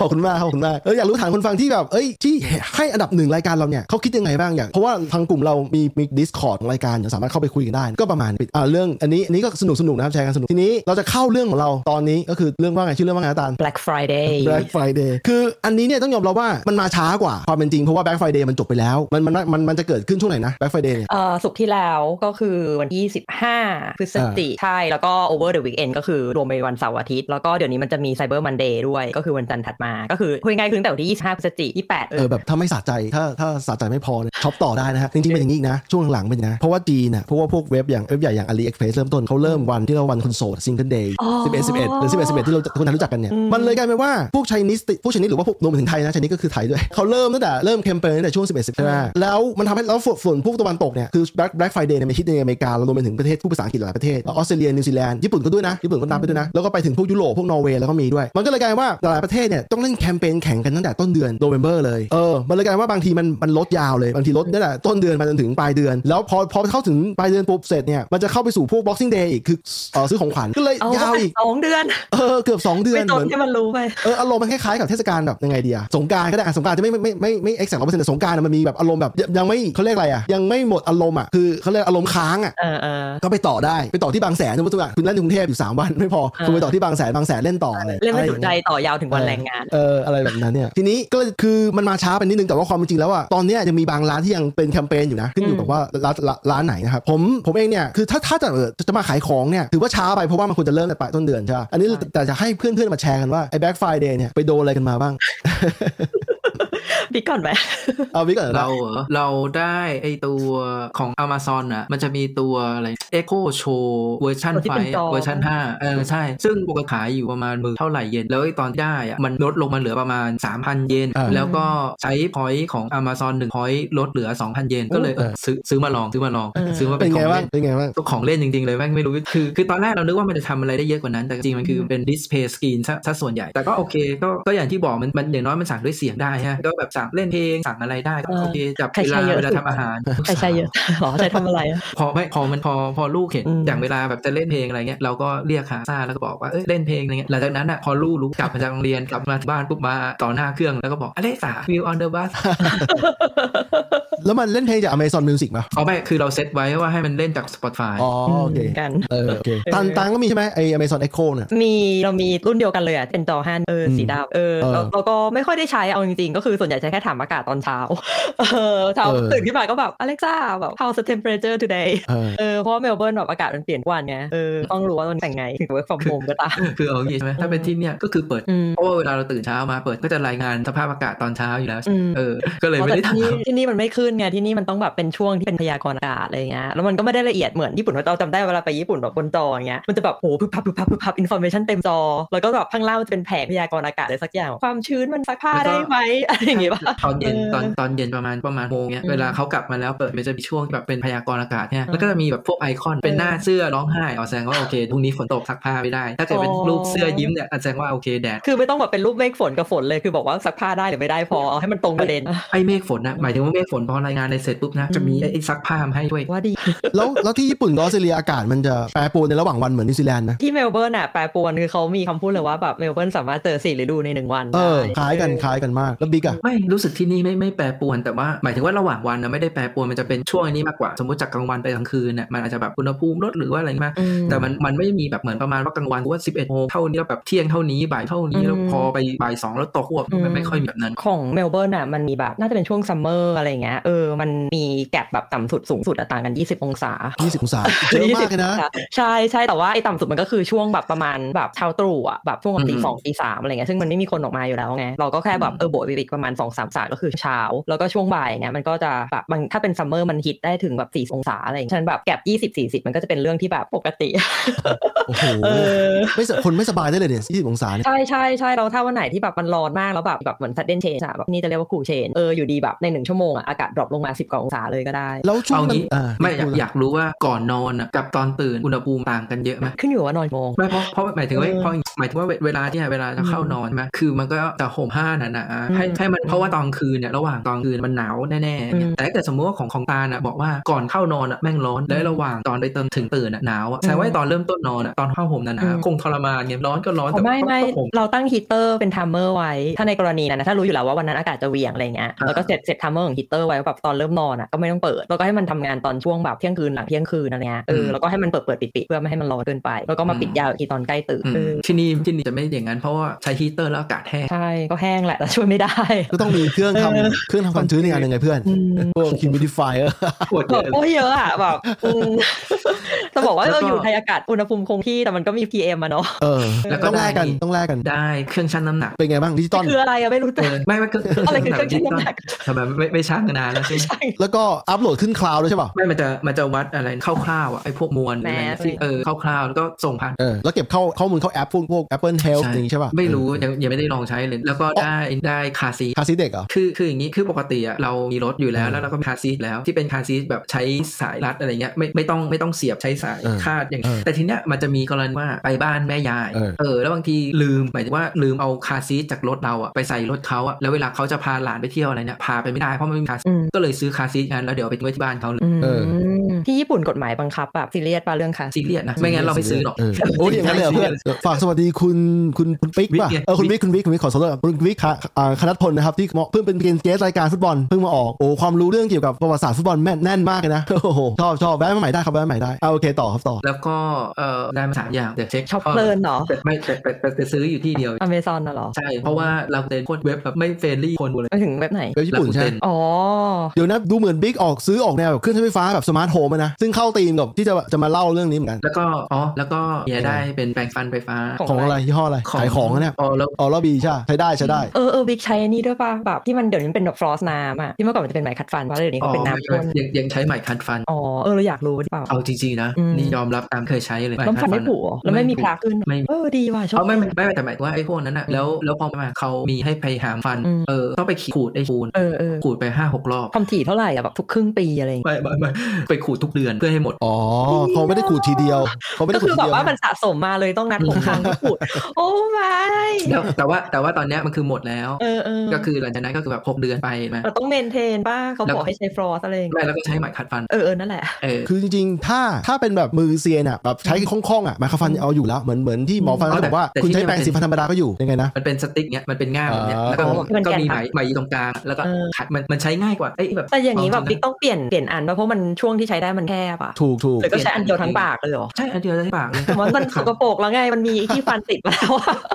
Speaker 2: ขอบคุณมากขอบคุณมากเอออยากรู้ฐานคนฟังที่แบบเอ้ยที่ให้อันดับหนึ่งรายการเราเนี่ยเขาคิดยังไงบ้างอย่างเพราะว่าทางกลุ่มเรามีมี Discord ของรายการเดี๋ยวสามารถเข้าไปคุยกันได้ก็ประมาณนี้อ่าเรื่องอันนี้อันนี้ก็สนุกสนุกนะครับแชร์กันสนุกทีนี้เราจะเข้าเรื่องของเราตอนนี้ก็คือเรื่องว่าไงชื่อเรื่องว่าไงนะตาล
Speaker 3: Black Friday
Speaker 2: Black Friday คืออันนี้เนี่ยต้องยอมรับว่ามันมาช้ากว่าความเป็นจริงเพราะว่า Black Friday มันจบไปแล้ว มันมันมันมันจะเกิดขึ้นช่วงไหนนะ Black Friday เนี่ย
Speaker 3: เอ่อสุกร์ที่แล้วก็คือวันที่ 15 พฤศจิกายนใช่ แล้วก็ over the weekend ก็คือรวมไปวันเสาร์อาทิตย์ แล้วก็เดี๋ยวนี้มันจะมี Cyber Monday ด้วย ก็คือวันจันทร์ถัดมา ก็คือคุยง่ายๆคือตั้งแต่วันที่ 25 พฤศจิกายน 28 เอ
Speaker 2: เอ
Speaker 3: อ
Speaker 2: อแบบถ้าไม่สะใจถ้าถ้าสะใจไม่พอเนี่ยช็อปต่อได้นะฮะจริงๆเป็นอย่างนี้อีกนะ ช่วงหลังๆเป็นอย่างนะ เพราะว่าจีนน่ะเพราะว่าพวกเว็บอย่างเว็บใหญ่อย่าง AliExpress เริ่มต้นเขาเริ่มวันที่เราวันคนโสด Single Day
Speaker 3: อ๋อ
Speaker 2: 11 11หรือ11 11ที่เราคนไทยรู้จักกันเนี่ยมันเลยกลายเป็นว่าพวกไชนีสพวกไชนีสหรือว่าพวกรวมไปถึงไทยนะไชนีสก็คือไทยด้วยเขาเริ่มตั้งแต่เริ่มแคมเปญตั้งแต่ช่วง 11 11ใช่ไหมแล้วมันทำให้แล้วฝนฝนพวกตะวันตกเนี่ยคือ Black Black Friday เนี่ยมันฮิตในอเมริกาแล้วรวมไปถึงประเทศผู้ภาษาอังกฤษหลายประเทศออสเตรเลียนิวซีแลนด์ญี่ปุ่นก็ด้วยนะญี่ปุ่นก็ตามไปด้วยนะแล้วก็ไปถึงพวกยุโรปพวกนอร์เวย์แล้วก็มีด้วย มันก็เลยกลายว่าหลายๆประเทศเนี่ยต้องเล่นแคมเปญแข่งกันตั้งแต่ต้นเดือนโนเวมเบอร์เลยเออมันเลยกลายว่าบางทีมันมันลดยาวเลยบางทีลดตั้งแต่ต้นเดือนมาจนถึงปลายเดือน แล้วพอพอเข้าถึงปลายเดือนปุ๊บเสร็จเนี่ยมันจะเข้าไปสู่พวก Boxing Day อีกคือเอ่อซื้อของขวัญก็เลย
Speaker 3: เอา
Speaker 2: ยาวอีก
Speaker 3: สองเดือน
Speaker 2: เออเกือบสองเดือน
Speaker 3: ไม่ตร
Speaker 2: เหมื
Speaker 3: ง
Speaker 2: อน
Speaker 3: ที่มันรู้ไป
Speaker 2: เอออารมณ์มันคล้ายๆกับเทศกาลแบบยังไงดีอะสงกรารก็ได้อะสงกรารจะไม่ไม่ไม่ไม่ไม่เอ็กซ์แร้อยเปอร์เซ็นต์แต่สงกรารมันมีแบบอารมณ์แบบยังยังไม่เขาเรียกอะไรอะยังไม่หมดอารมณ์อะคือเขาเรียกอารมณ์ค้างอะ
Speaker 3: เออเออ
Speaker 2: ก็ไปต่อได้ไปต่อที่บางแสนสมมติว่าคุณเล่นในกรุงเทพอยู่สามวันไม่พอ
Speaker 3: เออ
Speaker 2: คุณไปต่อที่บางแสนบางแสนเล่นต่ออะไร
Speaker 3: เล่นไม่
Speaker 2: อะไรอ
Speaker 3: จุ
Speaker 2: ย่าง
Speaker 3: ใจ
Speaker 2: เงี้ย
Speaker 3: ต่อยาวถึงวันแรงงาน
Speaker 2: เอออะไรแบบนั้นเนี่ยทีนี้ก็เลยคือมันมาช้าไปนิดนึงแต่ว่าความเป็นจริงแล้วอะตอนเนี้ยยังมีบางร้านที่ยังเป็นแคมเปญอยู่นะขึ้นอยู่กับว่าร้านร้านร้านไหนนะครับผมผมเองเนี่ยคือถ้าถ้าจะเอ่อจะมาขายของเนี่ยถือว่าช้าไปเพราะว่ามันควรจะเริ่มแต่ปลายต้นเดือนใช่ปะอันนี้แต่จะให้เพื่อนๆมาแชร์กันว่าไอ้ Black Friday เนี่ยไปโดนอะไรกันมาบ้าง
Speaker 3: ดีก่อนไหม
Speaker 2: เอาวิกก่อนนะ
Speaker 4: เราเหรอเราได้ไอตัวของ Amazon อ่ะ มันจะมีตัวอะไร Echo Show เวอร์ชัน
Speaker 3: ตัวที่
Speaker 4: ไฟ
Speaker 3: เป็นจอ
Speaker 4: เวอร์ชัน5เออใช่ ซึ่งปกติขายอยู่ประมาณหมือเท่าไหร่เยน แล้วไอตอนได้อ่ะมันลดลงมาเหลือประมาณ 3,000 เยน
Speaker 2: า
Speaker 4: แล้วก็ใช้พอยต์ของ Amazon 1พอยต์ลดเหลือ 2,000 เยน ก็เลยเออซื้อซื้อมาลองซื้อมาลอง ซื้อมา
Speaker 2: เป็
Speaker 4: เป็นนขอ
Speaker 2: ไง
Speaker 4: ง
Speaker 2: บ้าง
Speaker 4: เล่น
Speaker 2: เป็นไงบ้าง
Speaker 4: ตัวของเล่นจริง ๆ เลยแม่งไม่รู้ คือ คือตอนแรกเรานึกว่ามันจะทำอะไรได้เยอะกว่านั้น แต่จริงๆ มันคือเป็นดิสเพย์สกรีนซะซะส่วนใหญ่ แต่ก็โอเค ก็ ก็อย่างที่บอกมัน มันอย่างน้อยมันสั่งด้วยเสียงได้ฮะ ก็แบบ สั่งเล่นเพลงสั่งอะไรได้ก็
Speaker 3: เออ
Speaker 4: โอเคจับ
Speaker 3: ใคร
Speaker 4: เว
Speaker 3: ใช้
Speaker 4: ลา
Speaker 3: เยอะ
Speaker 4: เวลาทำอาหาร
Speaker 3: ใช่ใช่เยอะหร อใช่ทำอะไรอะ
Speaker 4: พอไม่พอมันพอพอลูกเห็น
Speaker 3: อืม
Speaker 4: อย่างเวลาแบบจะเล่นเพลงอะไรเงี้ยเราก็เรียกหาซ่าแล้วก็บอกว่าเอ้ยเล่นเพลงอะไรเงี้ยหลังจากนั้นอ่ะพอลูกรู้กลับมาจากโรงเรียนกลับมาบ้านปุ๊บมาต่อหน้าเครื่องแล้วก็บอกอเล็กซ่าวิวออนเดอะบัส
Speaker 2: แล้วมันเล่นเพลงจาก Amazon Music ป่ะ
Speaker 4: เอาไปคือเราเซตไว้ว่าให้มันเล่นจาก Spotify
Speaker 2: อ๋อโอเค
Speaker 3: กัน
Speaker 2: เออโอเคตันตังก็มีใช่ไหมไอ Amazon Echo เนี่ย
Speaker 3: มีเรามีรุ่นเดียวกันเลยอ่ะเป็นจอห้านเอออ
Speaker 2: ม
Speaker 3: สีดำเออ
Speaker 2: เออ
Speaker 3: เราเราก็ไม่ค่อยได้ใช้เอาจริงๆ ก็คือส่วนใหญ่ใช้แค่ถามอากาศตอนเช้า เออเช้า
Speaker 2: เออ
Speaker 3: ตื่นขึ้นมาก็แบบ Alexa แบบ how's the temperature today
Speaker 2: เออ
Speaker 3: เออเพราะว่าเมลเบิร์นแบบอากาศมันเปลี่ยนทุกวันไงเออต้องรู้ว่าตอนแต่งไงถึง work from home ก็ตาม
Speaker 4: คือเอาอย่างงี้ใช่ไหมถ้าเป็นที่เนี่ยก็คือเปิด
Speaker 3: อืม
Speaker 4: เพราะว่าเวลาเราตื่นเช้ามาเปิดก็จะรายงานสภาพอากาศตอนเช้าอยู่แล้ว
Speaker 3: อืม
Speaker 4: เออ ก็เลยไม่
Speaker 3: แต่
Speaker 4: ได้ท
Speaker 3: ที่นี่ที่นี่มันไม่ขึ้นไงที่นี่มันต้องแบบเป็นช่วงที่เป็นพยากรณ์อากาศอะไรเงี้ยแล้วมันก็ไม่ได้ละเอียดเหมือนญี่ปุ่นเราจำได้เวลาไปญี่ปุ่นแบบบนจออย่างเงี้ยมันจะแบบโอ้พึบพับพึบพับพึบพับอินโฟเมชันเต็มจอ แล้วก็แบบข้างล่างมันจะเป็นแผงพยากรณ์อากาศอะไรสักอย่างความชื้นมันซักผ้าได้ไหมอะไรอย่างเงี้ยป่ะ
Speaker 4: ำตอนเย็น
Speaker 3: เออ
Speaker 4: ตอนตอนเย็นประมาณประมาณโมงเนี้ย
Speaker 3: อืม
Speaker 4: เวลาเขากลับมาแล้วเปิดมันจะมีช่วงแบบเป็นพยากรณ์อากาศเนี่ย
Speaker 3: อืม
Speaker 4: แล้วก็จะมีแบบพวกไอคอนเป็นหน้าเสื้อร้องไห้อ๋อแสดงว่าโอเคพรุ่งนี้ฝนตกซักผ้าไม่ได้ ถ้าเกิดเป็น
Speaker 3: อ๋อ
Speaker 4: รูปเสื้อยิ้มเนี่ยแสดงว่าโอเคแดด
Speaker 3: คือไม่ต้องแบบเป็นรูปเมฆฝนกับฝนเลยคือบอกว่าซักผ้าได้หรือไม่ได้พอเอาให้มันตรงประเด็น
Speaker 4: ไอเมฆฝนนะหมายถึงว่าเมฆฝนพอรายงานในเสร็จปุ๊บนะจะมีไอ้ไอ้ซักผ้ามาให้ด้วย
Speaker 3: ว่าดี
Speaker 2: แล้วแล้วที่ญี่ปุ่นกับออสเตรเลียอากาศมันจะแปรปรวนในระหว่างวันเหมือนนิวซีแลนด์นะ
Speaker 3: ที่เมลเบิร์นอ่ะแปรปรวนคือเขามีคำพูดเลยว่าแบบเมลเบิร์นสามารถเจอสี่ฤดูในหนึ่งวัน
Speaker 2: เออค
Speaker 3: ได้
Speaker 2: ล้ายกันคล้ายกันมาก แล้วบิ๊กอะ
Speaker 4: ไม่รู้สึกที่นี่ไม่ไม่แปรปรวนแต่ว่าหมายถึงว่าระหว่างวันนะไม่ได้แปรปรวนมันจะเป็นช่วงอันนี้มากกว่าสมมติจากกลางวันไปกลางคืนน่ะมันอาจจะแบบอุณหภูมิลดหรือว่าอะไรมาก
Speaker 3: อืม
Speaker 4: แต่มันมันไม่มีแบบเหมือนประมาณว่ากลางวันว่า 11โมงเท่านี้แล้วแบบเที่ยงเท่านี้บ่ายเท่านี้แล้ว
Speaker 3: อืม
Speaker 4: พอไปบ่ายสองแล้วตกหัวบ
Speaker 3: อืม
Speaker 4: มันไม่ค่อยมีแบบนั้น
Speaker 3: ของเมลเบิร์นอ่ะมันมีแบบน่าจะเป็นช่วงซัมเมอร์อะไรเงี้ยเออมันมีแกลบแบบต่ำสุดสูงสุดอะต่างกัน 20 องศา
Speaker 2: 20องศา เยอะมากเลยนะ
Speaker 3: ใช่ใช่แต่ว่าไอ้ต่ำสุดมันก็คือช่วงแบบประมาณแบบเช้าตรู่อ่ะแบบช่วงแบบตี
Speaker 4: อืม
Speaker 3: สองตีสามอะไรเงี้ยซึ่งมันไม่มีคนออกมาอยู่แล้วไงเราก็แค่แบบเออโบยไปอีกประมาณ2องสามสายก็คือเช้า แล้วก็ช่วงบ่ายเงี้ยมันก็จะแบบบางถ้าเป็นซัมเมอร์มันฮิตได้ถึงแบบ4องศาอะไรเงี้ยฉะนันแบบแกลบ20 40 มันก็จะเป็นเรื่องที่แบบปกติ
Speaker 2: โอ้โห
Speaker 3: เออ
Speaker 2: ไม่สคนไม่สบายได้เลยเนี่ย20องศาเนี่ย
Speaker 3: ใช่ใช่ใช่เราถ้าวันไหนที่แบบมันร้อนมากแล้วแบบแบบเหมือนซัดเดนเชนอะแบบนี่จะเรียกว่าคูเชนเอออยู่ดีแบบในหนึ่งชั่วโมงอะอากาศดรอปลงมา 10กว่าองศาเลยก็ได้
Speaker 2: แล้วช่วง
Speaker 4: เอา
Speaker 2: นั้น
Speaker 4: งี้
Speaker 2: อ่
Speaker 4: ไม่อยาก
Speaker 2: พูดะ
Speaker 4: อยากรู้ว่าก่อนนอนน่ะกับตอนตื่นอุณหภูมิต่างกันเยอะไหม
Speaker 3: ขึ้นอยู่ว่านอนกี่โมง
Speaker 4: ไม่เพราะเพราะหมายถึงว่า
Speaker 3: เออ
Speaker 4: เพราะหมายถึงว่าเวเวลาเนี่ยเวลาจะเข้านอนใช่ไหมคือมันก็จะห่มผ้าหนาๆให้
Speaker 3: อืม
Speaker 4: ให้มันเพราะว่าตอนคืนเนี่ยระหว่างตอนคืนมันหนาวแน่ๆเนี่ย
Speaker 3: อืม
Speaker 4: แต่ถ้าเกิดสมมติว่าของของตาลน่ะบอกว่าก่อนเข้านอนอ่ะแม่งร้อนและระหว่างตอนไปเติมถึงตื่นอ่ะหนาวอะแสดงว่าตอนเริ่มต้นนอนอ่ะตอนผ้าห่มหนาๆคงทรมานไงร้อนก็ร้อนแต่
Speaker 3: ไม่
Speaker 4: ก็
Speaker 3: ไม่
Speaker 4: ต้องห่ม
Speaker 3: เราตั้งฮีตเตอร์เป็นไทม์เมอร์ไว้ ถ้าในกรณีนั้นนะถ้ารู้อยู่แล้วว่าวันนั้นอากาศจะเหวี่ยงอะไรเงี้ย
Speaker 4: อ่า
Speaker 3: แล้วก็เสร็จเสร็จไทม์เมอร์ของฮีตเตอร์ไว้ว่าแบบตอนเริ่มนอนอ่ะก็ไม่ต้องเปิด แล้วก็ให้มันทำงานตอนช่วงแบบเที่ยงคืนหลังเที่ยงคืนอะไรเงี้ยเออแล้วก็ให้มันเปิดเปิดปิดปิดเพื่อไม่ให้มันร้อนเกินไปแล้วก็มาปิดยาวอีกทีตอนใกล้ตื่น
Speaker 4: อืม
Speaker 3: เออ
Speaker 4: ที่นี่ที่นี่จะไม่อย่างนั้นเพราะว่าใช้ฮีตเตอร์แล้วอากาศแห้ง
Speaker 3: ใช่ก็แห้งแหละแต่ช่วยไม่ได้
Speaker 2: ก็ต้องมีเครื่องท
Speaker 3: เออ
Speaker 2: ำเครื่องทำความชื้นในงานหนึ่งไงเพื่อนพวก humidifier
Speaker 4: ปวด
Speaker 3: แบบ
Speaker 4: เยอะ
Speaker 3: โอ้ยเยอะอ่ะแบบอื มจะบอกว่า
Speaker 4: แล้วก็
Speaker 3: เราอยู่ในอากาศอุณหภูมิคงที่แต่มันก็มี PM อะเนาะ
Speaker 2: เออ
Speaker 4: แล้วก็
Speaker 2: ต้องแลกกัน
Speaker 4: ได้
Speaker 2: ต้องแลกกัน
Speaker 4: ได้เครื่องชั่งน้ำหนัก
Speaker 2: เป็นไงบ้างดิจิตอล
Speaker 3: คืออะไรอะไม่รู้
Speaker 4: เอ
Speaker 3: แต่
Speaker 4: อไม่ไม่ก็
Speaker 3: อะไรคือเครื่องชั่งน้ำหนัก
Speaker 4: ทำไมไม่ไม่ชั่งนานแล้วใช่ไหม
Speaker 3: ใช่
Speaker 2: แล้วก็อัพโหลดขึ้นคลาวด์ด้วยใช่ป่ะ
Speaker 4: ไม่มันจะมันจะวัดอะไรคร่าวๆอ่ะไอ้พวกมวลหรืออะไร
Speaker 3: แมส
Speaker 4: ที่เออคร่าวๆแล้วก็ส่งผ่าน
Speaker 2: เออแล้วเก็บเข้าข้อมูลเข้าแอปพวกพวก Apple Health อ
Speaker 4: ใช่
Speaker 2: ย่างนี้ใช่ป่ะ
Speaker 4: ไม่รู้ยังยังไม่ได้ลองใช้เลยแล้วก็ได้ได้คาซี
Speaker 2: คาซิเด็กเหรอ
Speaker 4: คือคืออย่างนี้คือปกติอ่ะเรามีรถอยู่แล้วแล้วเราก็มีคาซีทแล้วที่เป็นคาซีทแบบใช้สายรัดอะไรเงี้ยไม่ไม่ต้องไม่ต้องเสียบใช้สาย
Speaker 2: เออ
Speaker 4: คาดอย่าง
Speaker 2: เออ
Speaker 4: แต่ทีเนี้ยมันจะมีกรณีว่าไปบ้านแม่ยาย
Speaker 2: เออ
Speaker 4: เออแล้วบางทีลืมหมายถึงว่าลืมเอาคาซีทจากรถเราอ่ะไปใส่รถเขาอ่ะแล้วเวลาเขาจะพาหลานไปเที่ยวอะไรเนี่ยพาไปไม่ได้เพราะมันไม่มีคาซีท
Speaker 3: อืม
Speaker 4: ก็เลยซื้อคาร์ซีทงั้นแล้วเดี๋ยวเอาไปทิ้งไว้ที่บ้านเขาเลย
Speaker 2: เออ
Speaker 3: มที่ญี่ปุ่นกฎหมายบังคับแบบซีเรียสป่ะเรื่องค่ะ
Speaker 4: ซีเรียสนะ ไม่งั้นเราไม่ซื้อหรอก
Speaker 2: เโอ้ยอย่างนั้นเลยเหรอเพื่อนฝากสวัสดีคุณคุณคุณปิ๊กป่ะ
Speaker 4: วิกไง
Speaker 2: เออคุณวิกคุณวิกคุณวิกขอสวัสดีคุณวิกค่ะอ่าคณัตพลนะครับที่เหมาะเพิ่งเป็นเกณฑ์เจสรายการฟุตบอลเพิ่งมาออกโอ้ความรู้เรื่องเกี่ยวกับประวัติศาสตร์ฟุตบอลแม่นแน่นมากเลยนะ โอ้โหชอบชอบแวะมาใหม่ได้ครับแวะมาใหม่ได้เอาโอเคต่อครับต่อ
Speaker 4: แล้วก็เอ่อได้มาสามอย่างเดี๋ยวเช็ค
Speaker 3: ช็อปเพลินเหรอ
Speaker 4: แต่ไม่แต่แต่แต่แต่ซื้ออยู่ที่เดียว
Speaker 3: อเมซอนน่ะเหรอ
Speaker 4: ใช่ เพราะว่าเราเป็นคนเว็บแบบไม่เฟรนลี่คนเลย
Speaker 3: ไปถึงเว็บไหน
Speaker 2: เว็บญี่ปุ่นใช่ไหม
Speaker 3: อ๋อ
Speaker 2: เดี๋ยวนะดูเหมือนบิ๊กออกซื้อออกแนวแบบเครื่องใช้ไฟฟ้าแบบสมาร์ทโฮมนะซึ่งเข้าธีมกับที่จะจะมาเล่าเรื่องนี้เหมือนกัน
Speaker 4: แล้วก็อ๋อแล้วก็เมียได้เป็นแปรงฟันไฟฟ้า
Speaker 3: ของ
Speaker 2: ของอะไรยี่ห้ออะไรขายของนะเนี่ย
Speaker 4: อ๋อแล้ว
Speaker 2: ออร์บีใช่ใช้ได้ใช้ได้
Speaker 3: เออเออบิ๊กใช้อันนี้ด้วยป่ะแบบที่มันเดี๋ยวนี้มันเป็นแบบฟลอสน้ำอะที่เมื่อก่อนมันจะเป็นไหมขัดฟันป่ะแล้วเดี๋ยวนี้
Speaker 4: อ๋
Speaker 3: ก็
Speaker 4: อ
Speaker 3: เป็น
Speaker 4: ไม่
Speaker 3: น้ำข้น
Speaker 4: ยังยังใช้ไหมคัดฟัน
Speaker 3: อ๋อเออเราอยากรู้หรือเปล่า
Speaker 4: เอาจริงๆนะ
Speaker 3: อืม
Speaker 4: นี่ยอมรับตามเคยใช้เลยไหม
Speaker 3: น้ำฟัน
Speaker 4: ขัด
Speaker 3: ไม่
Speaker 4: ฟั
Speaker 3: ผุเหรอแล้วไม่มีพลาขึ้น
Speaker 4: ไม่
Speaker 3: เออดีว่ะชอบ
Speaker 4: เขาไม่ไม่ไม่แต่หมายถึงว่าไอ้พวกนั้นอ่ะแล้วแล้วพอมาเขามีให้ไปหามฟัน
Speaker 3: อืม
Speaker 4: เออต้องไปขูดไอ้ปูน
Speaker 3: เออเออ
Speaker 4: ขูดไปห้าหกรอบ อบ
Speaker 3: ความถี่เท่าไหร่อะแบบทุกครึ่งปีอะไรอย่างเงี้ย
Speaker 4: ไม่ไม่ไม่ไปขูดทุกเดือนเพื่อให้หมด
Speaker 2: อ๋อเขาไม่ได้ขูดทีเดียวเขาไม่ได้
Speaker 3: ก็
Speaker 2: ขูด
Speaker 3: คือ
Speaker 2: ที
Speaker 3: แบ
Speaker 2: เดี
Speaker 3: บ
Speaker 2: ยว
Speaker 3: ว่ามันสะสมมาเลยต้องนัดผมครั้ง ที่ขุดโอ้ไม่
Speaker 4: แล้วแต่ว่าแต่ว่าตอนเนี้ยมันคือหมดแล้ว
Speaker 3: เออเออ
Speaker 4: ก็คือหลังจากนั้นก็คือแบบหกเดือนไปนะ
Speaker 3: เราต้องเมนเทนป้าเขา
Speaker 4: แล้ว
Speaker 3: บอกให้ใช้ฟรอสอะไรอย่างเงี้ย
Speaker 4: ไม่แล้วก็ใช้ไหมขัดฟัน
Speaker 3: เออเออนั่นแหละ
Speaker 4: เออ
Speaker 2: คือจริงๆ ถ้าถ้าเป็นแบบมือเซียนอ่ะแบบใช้คล่องๆอ่ะไมโครฟันเอาอยู่แล้วเหมือนเหมือนที่หมอฟันเขาบอกว่าคุณใช้แปรงสีฟันธรรมดาก็อยู่ยังไงนะ
Speaker 4: มันเป็นสติ๊กเนี้ยมันเป็นง่ามแบบเนี้ย
Speaker 2: อ๋อ
Speaker 4: แล้วก็
Speaker 3: มัน
Speaker 4: ก็มี
Speaker 3: แกน
Speaker 4: ไหม
Speaker 3: ตัด
Speaker 4: ไหมอยู่ตรงกลางแล้วก็
Speaker 3: เออ
Speaker 4: ขัดมันมันใช้ง่ายกว่าไอ้แบบ
Speaker 3: แต่อย่างนี้แบบ
Speaker 4: เจริ
Speaker 3: บิ๊
Speaker 4: ง
Speaker 3: กต้องเปลี่ยนเปลี่ยนอันป่ะเพราะมันช่วงที่ใช้ได้มันแคบอะ
Speaker 2: ถูกถูก
Speaker 3: หรือก็ใช้อันเดียวทั้งปากเลยเหรอ
Speaker 4: ๆใช่อันเดียวได้ปากเลย
Speaker 3: แต่ว่ามันสกปรกแล้วไงมันมีที่ฟันติดมาแล้วอะ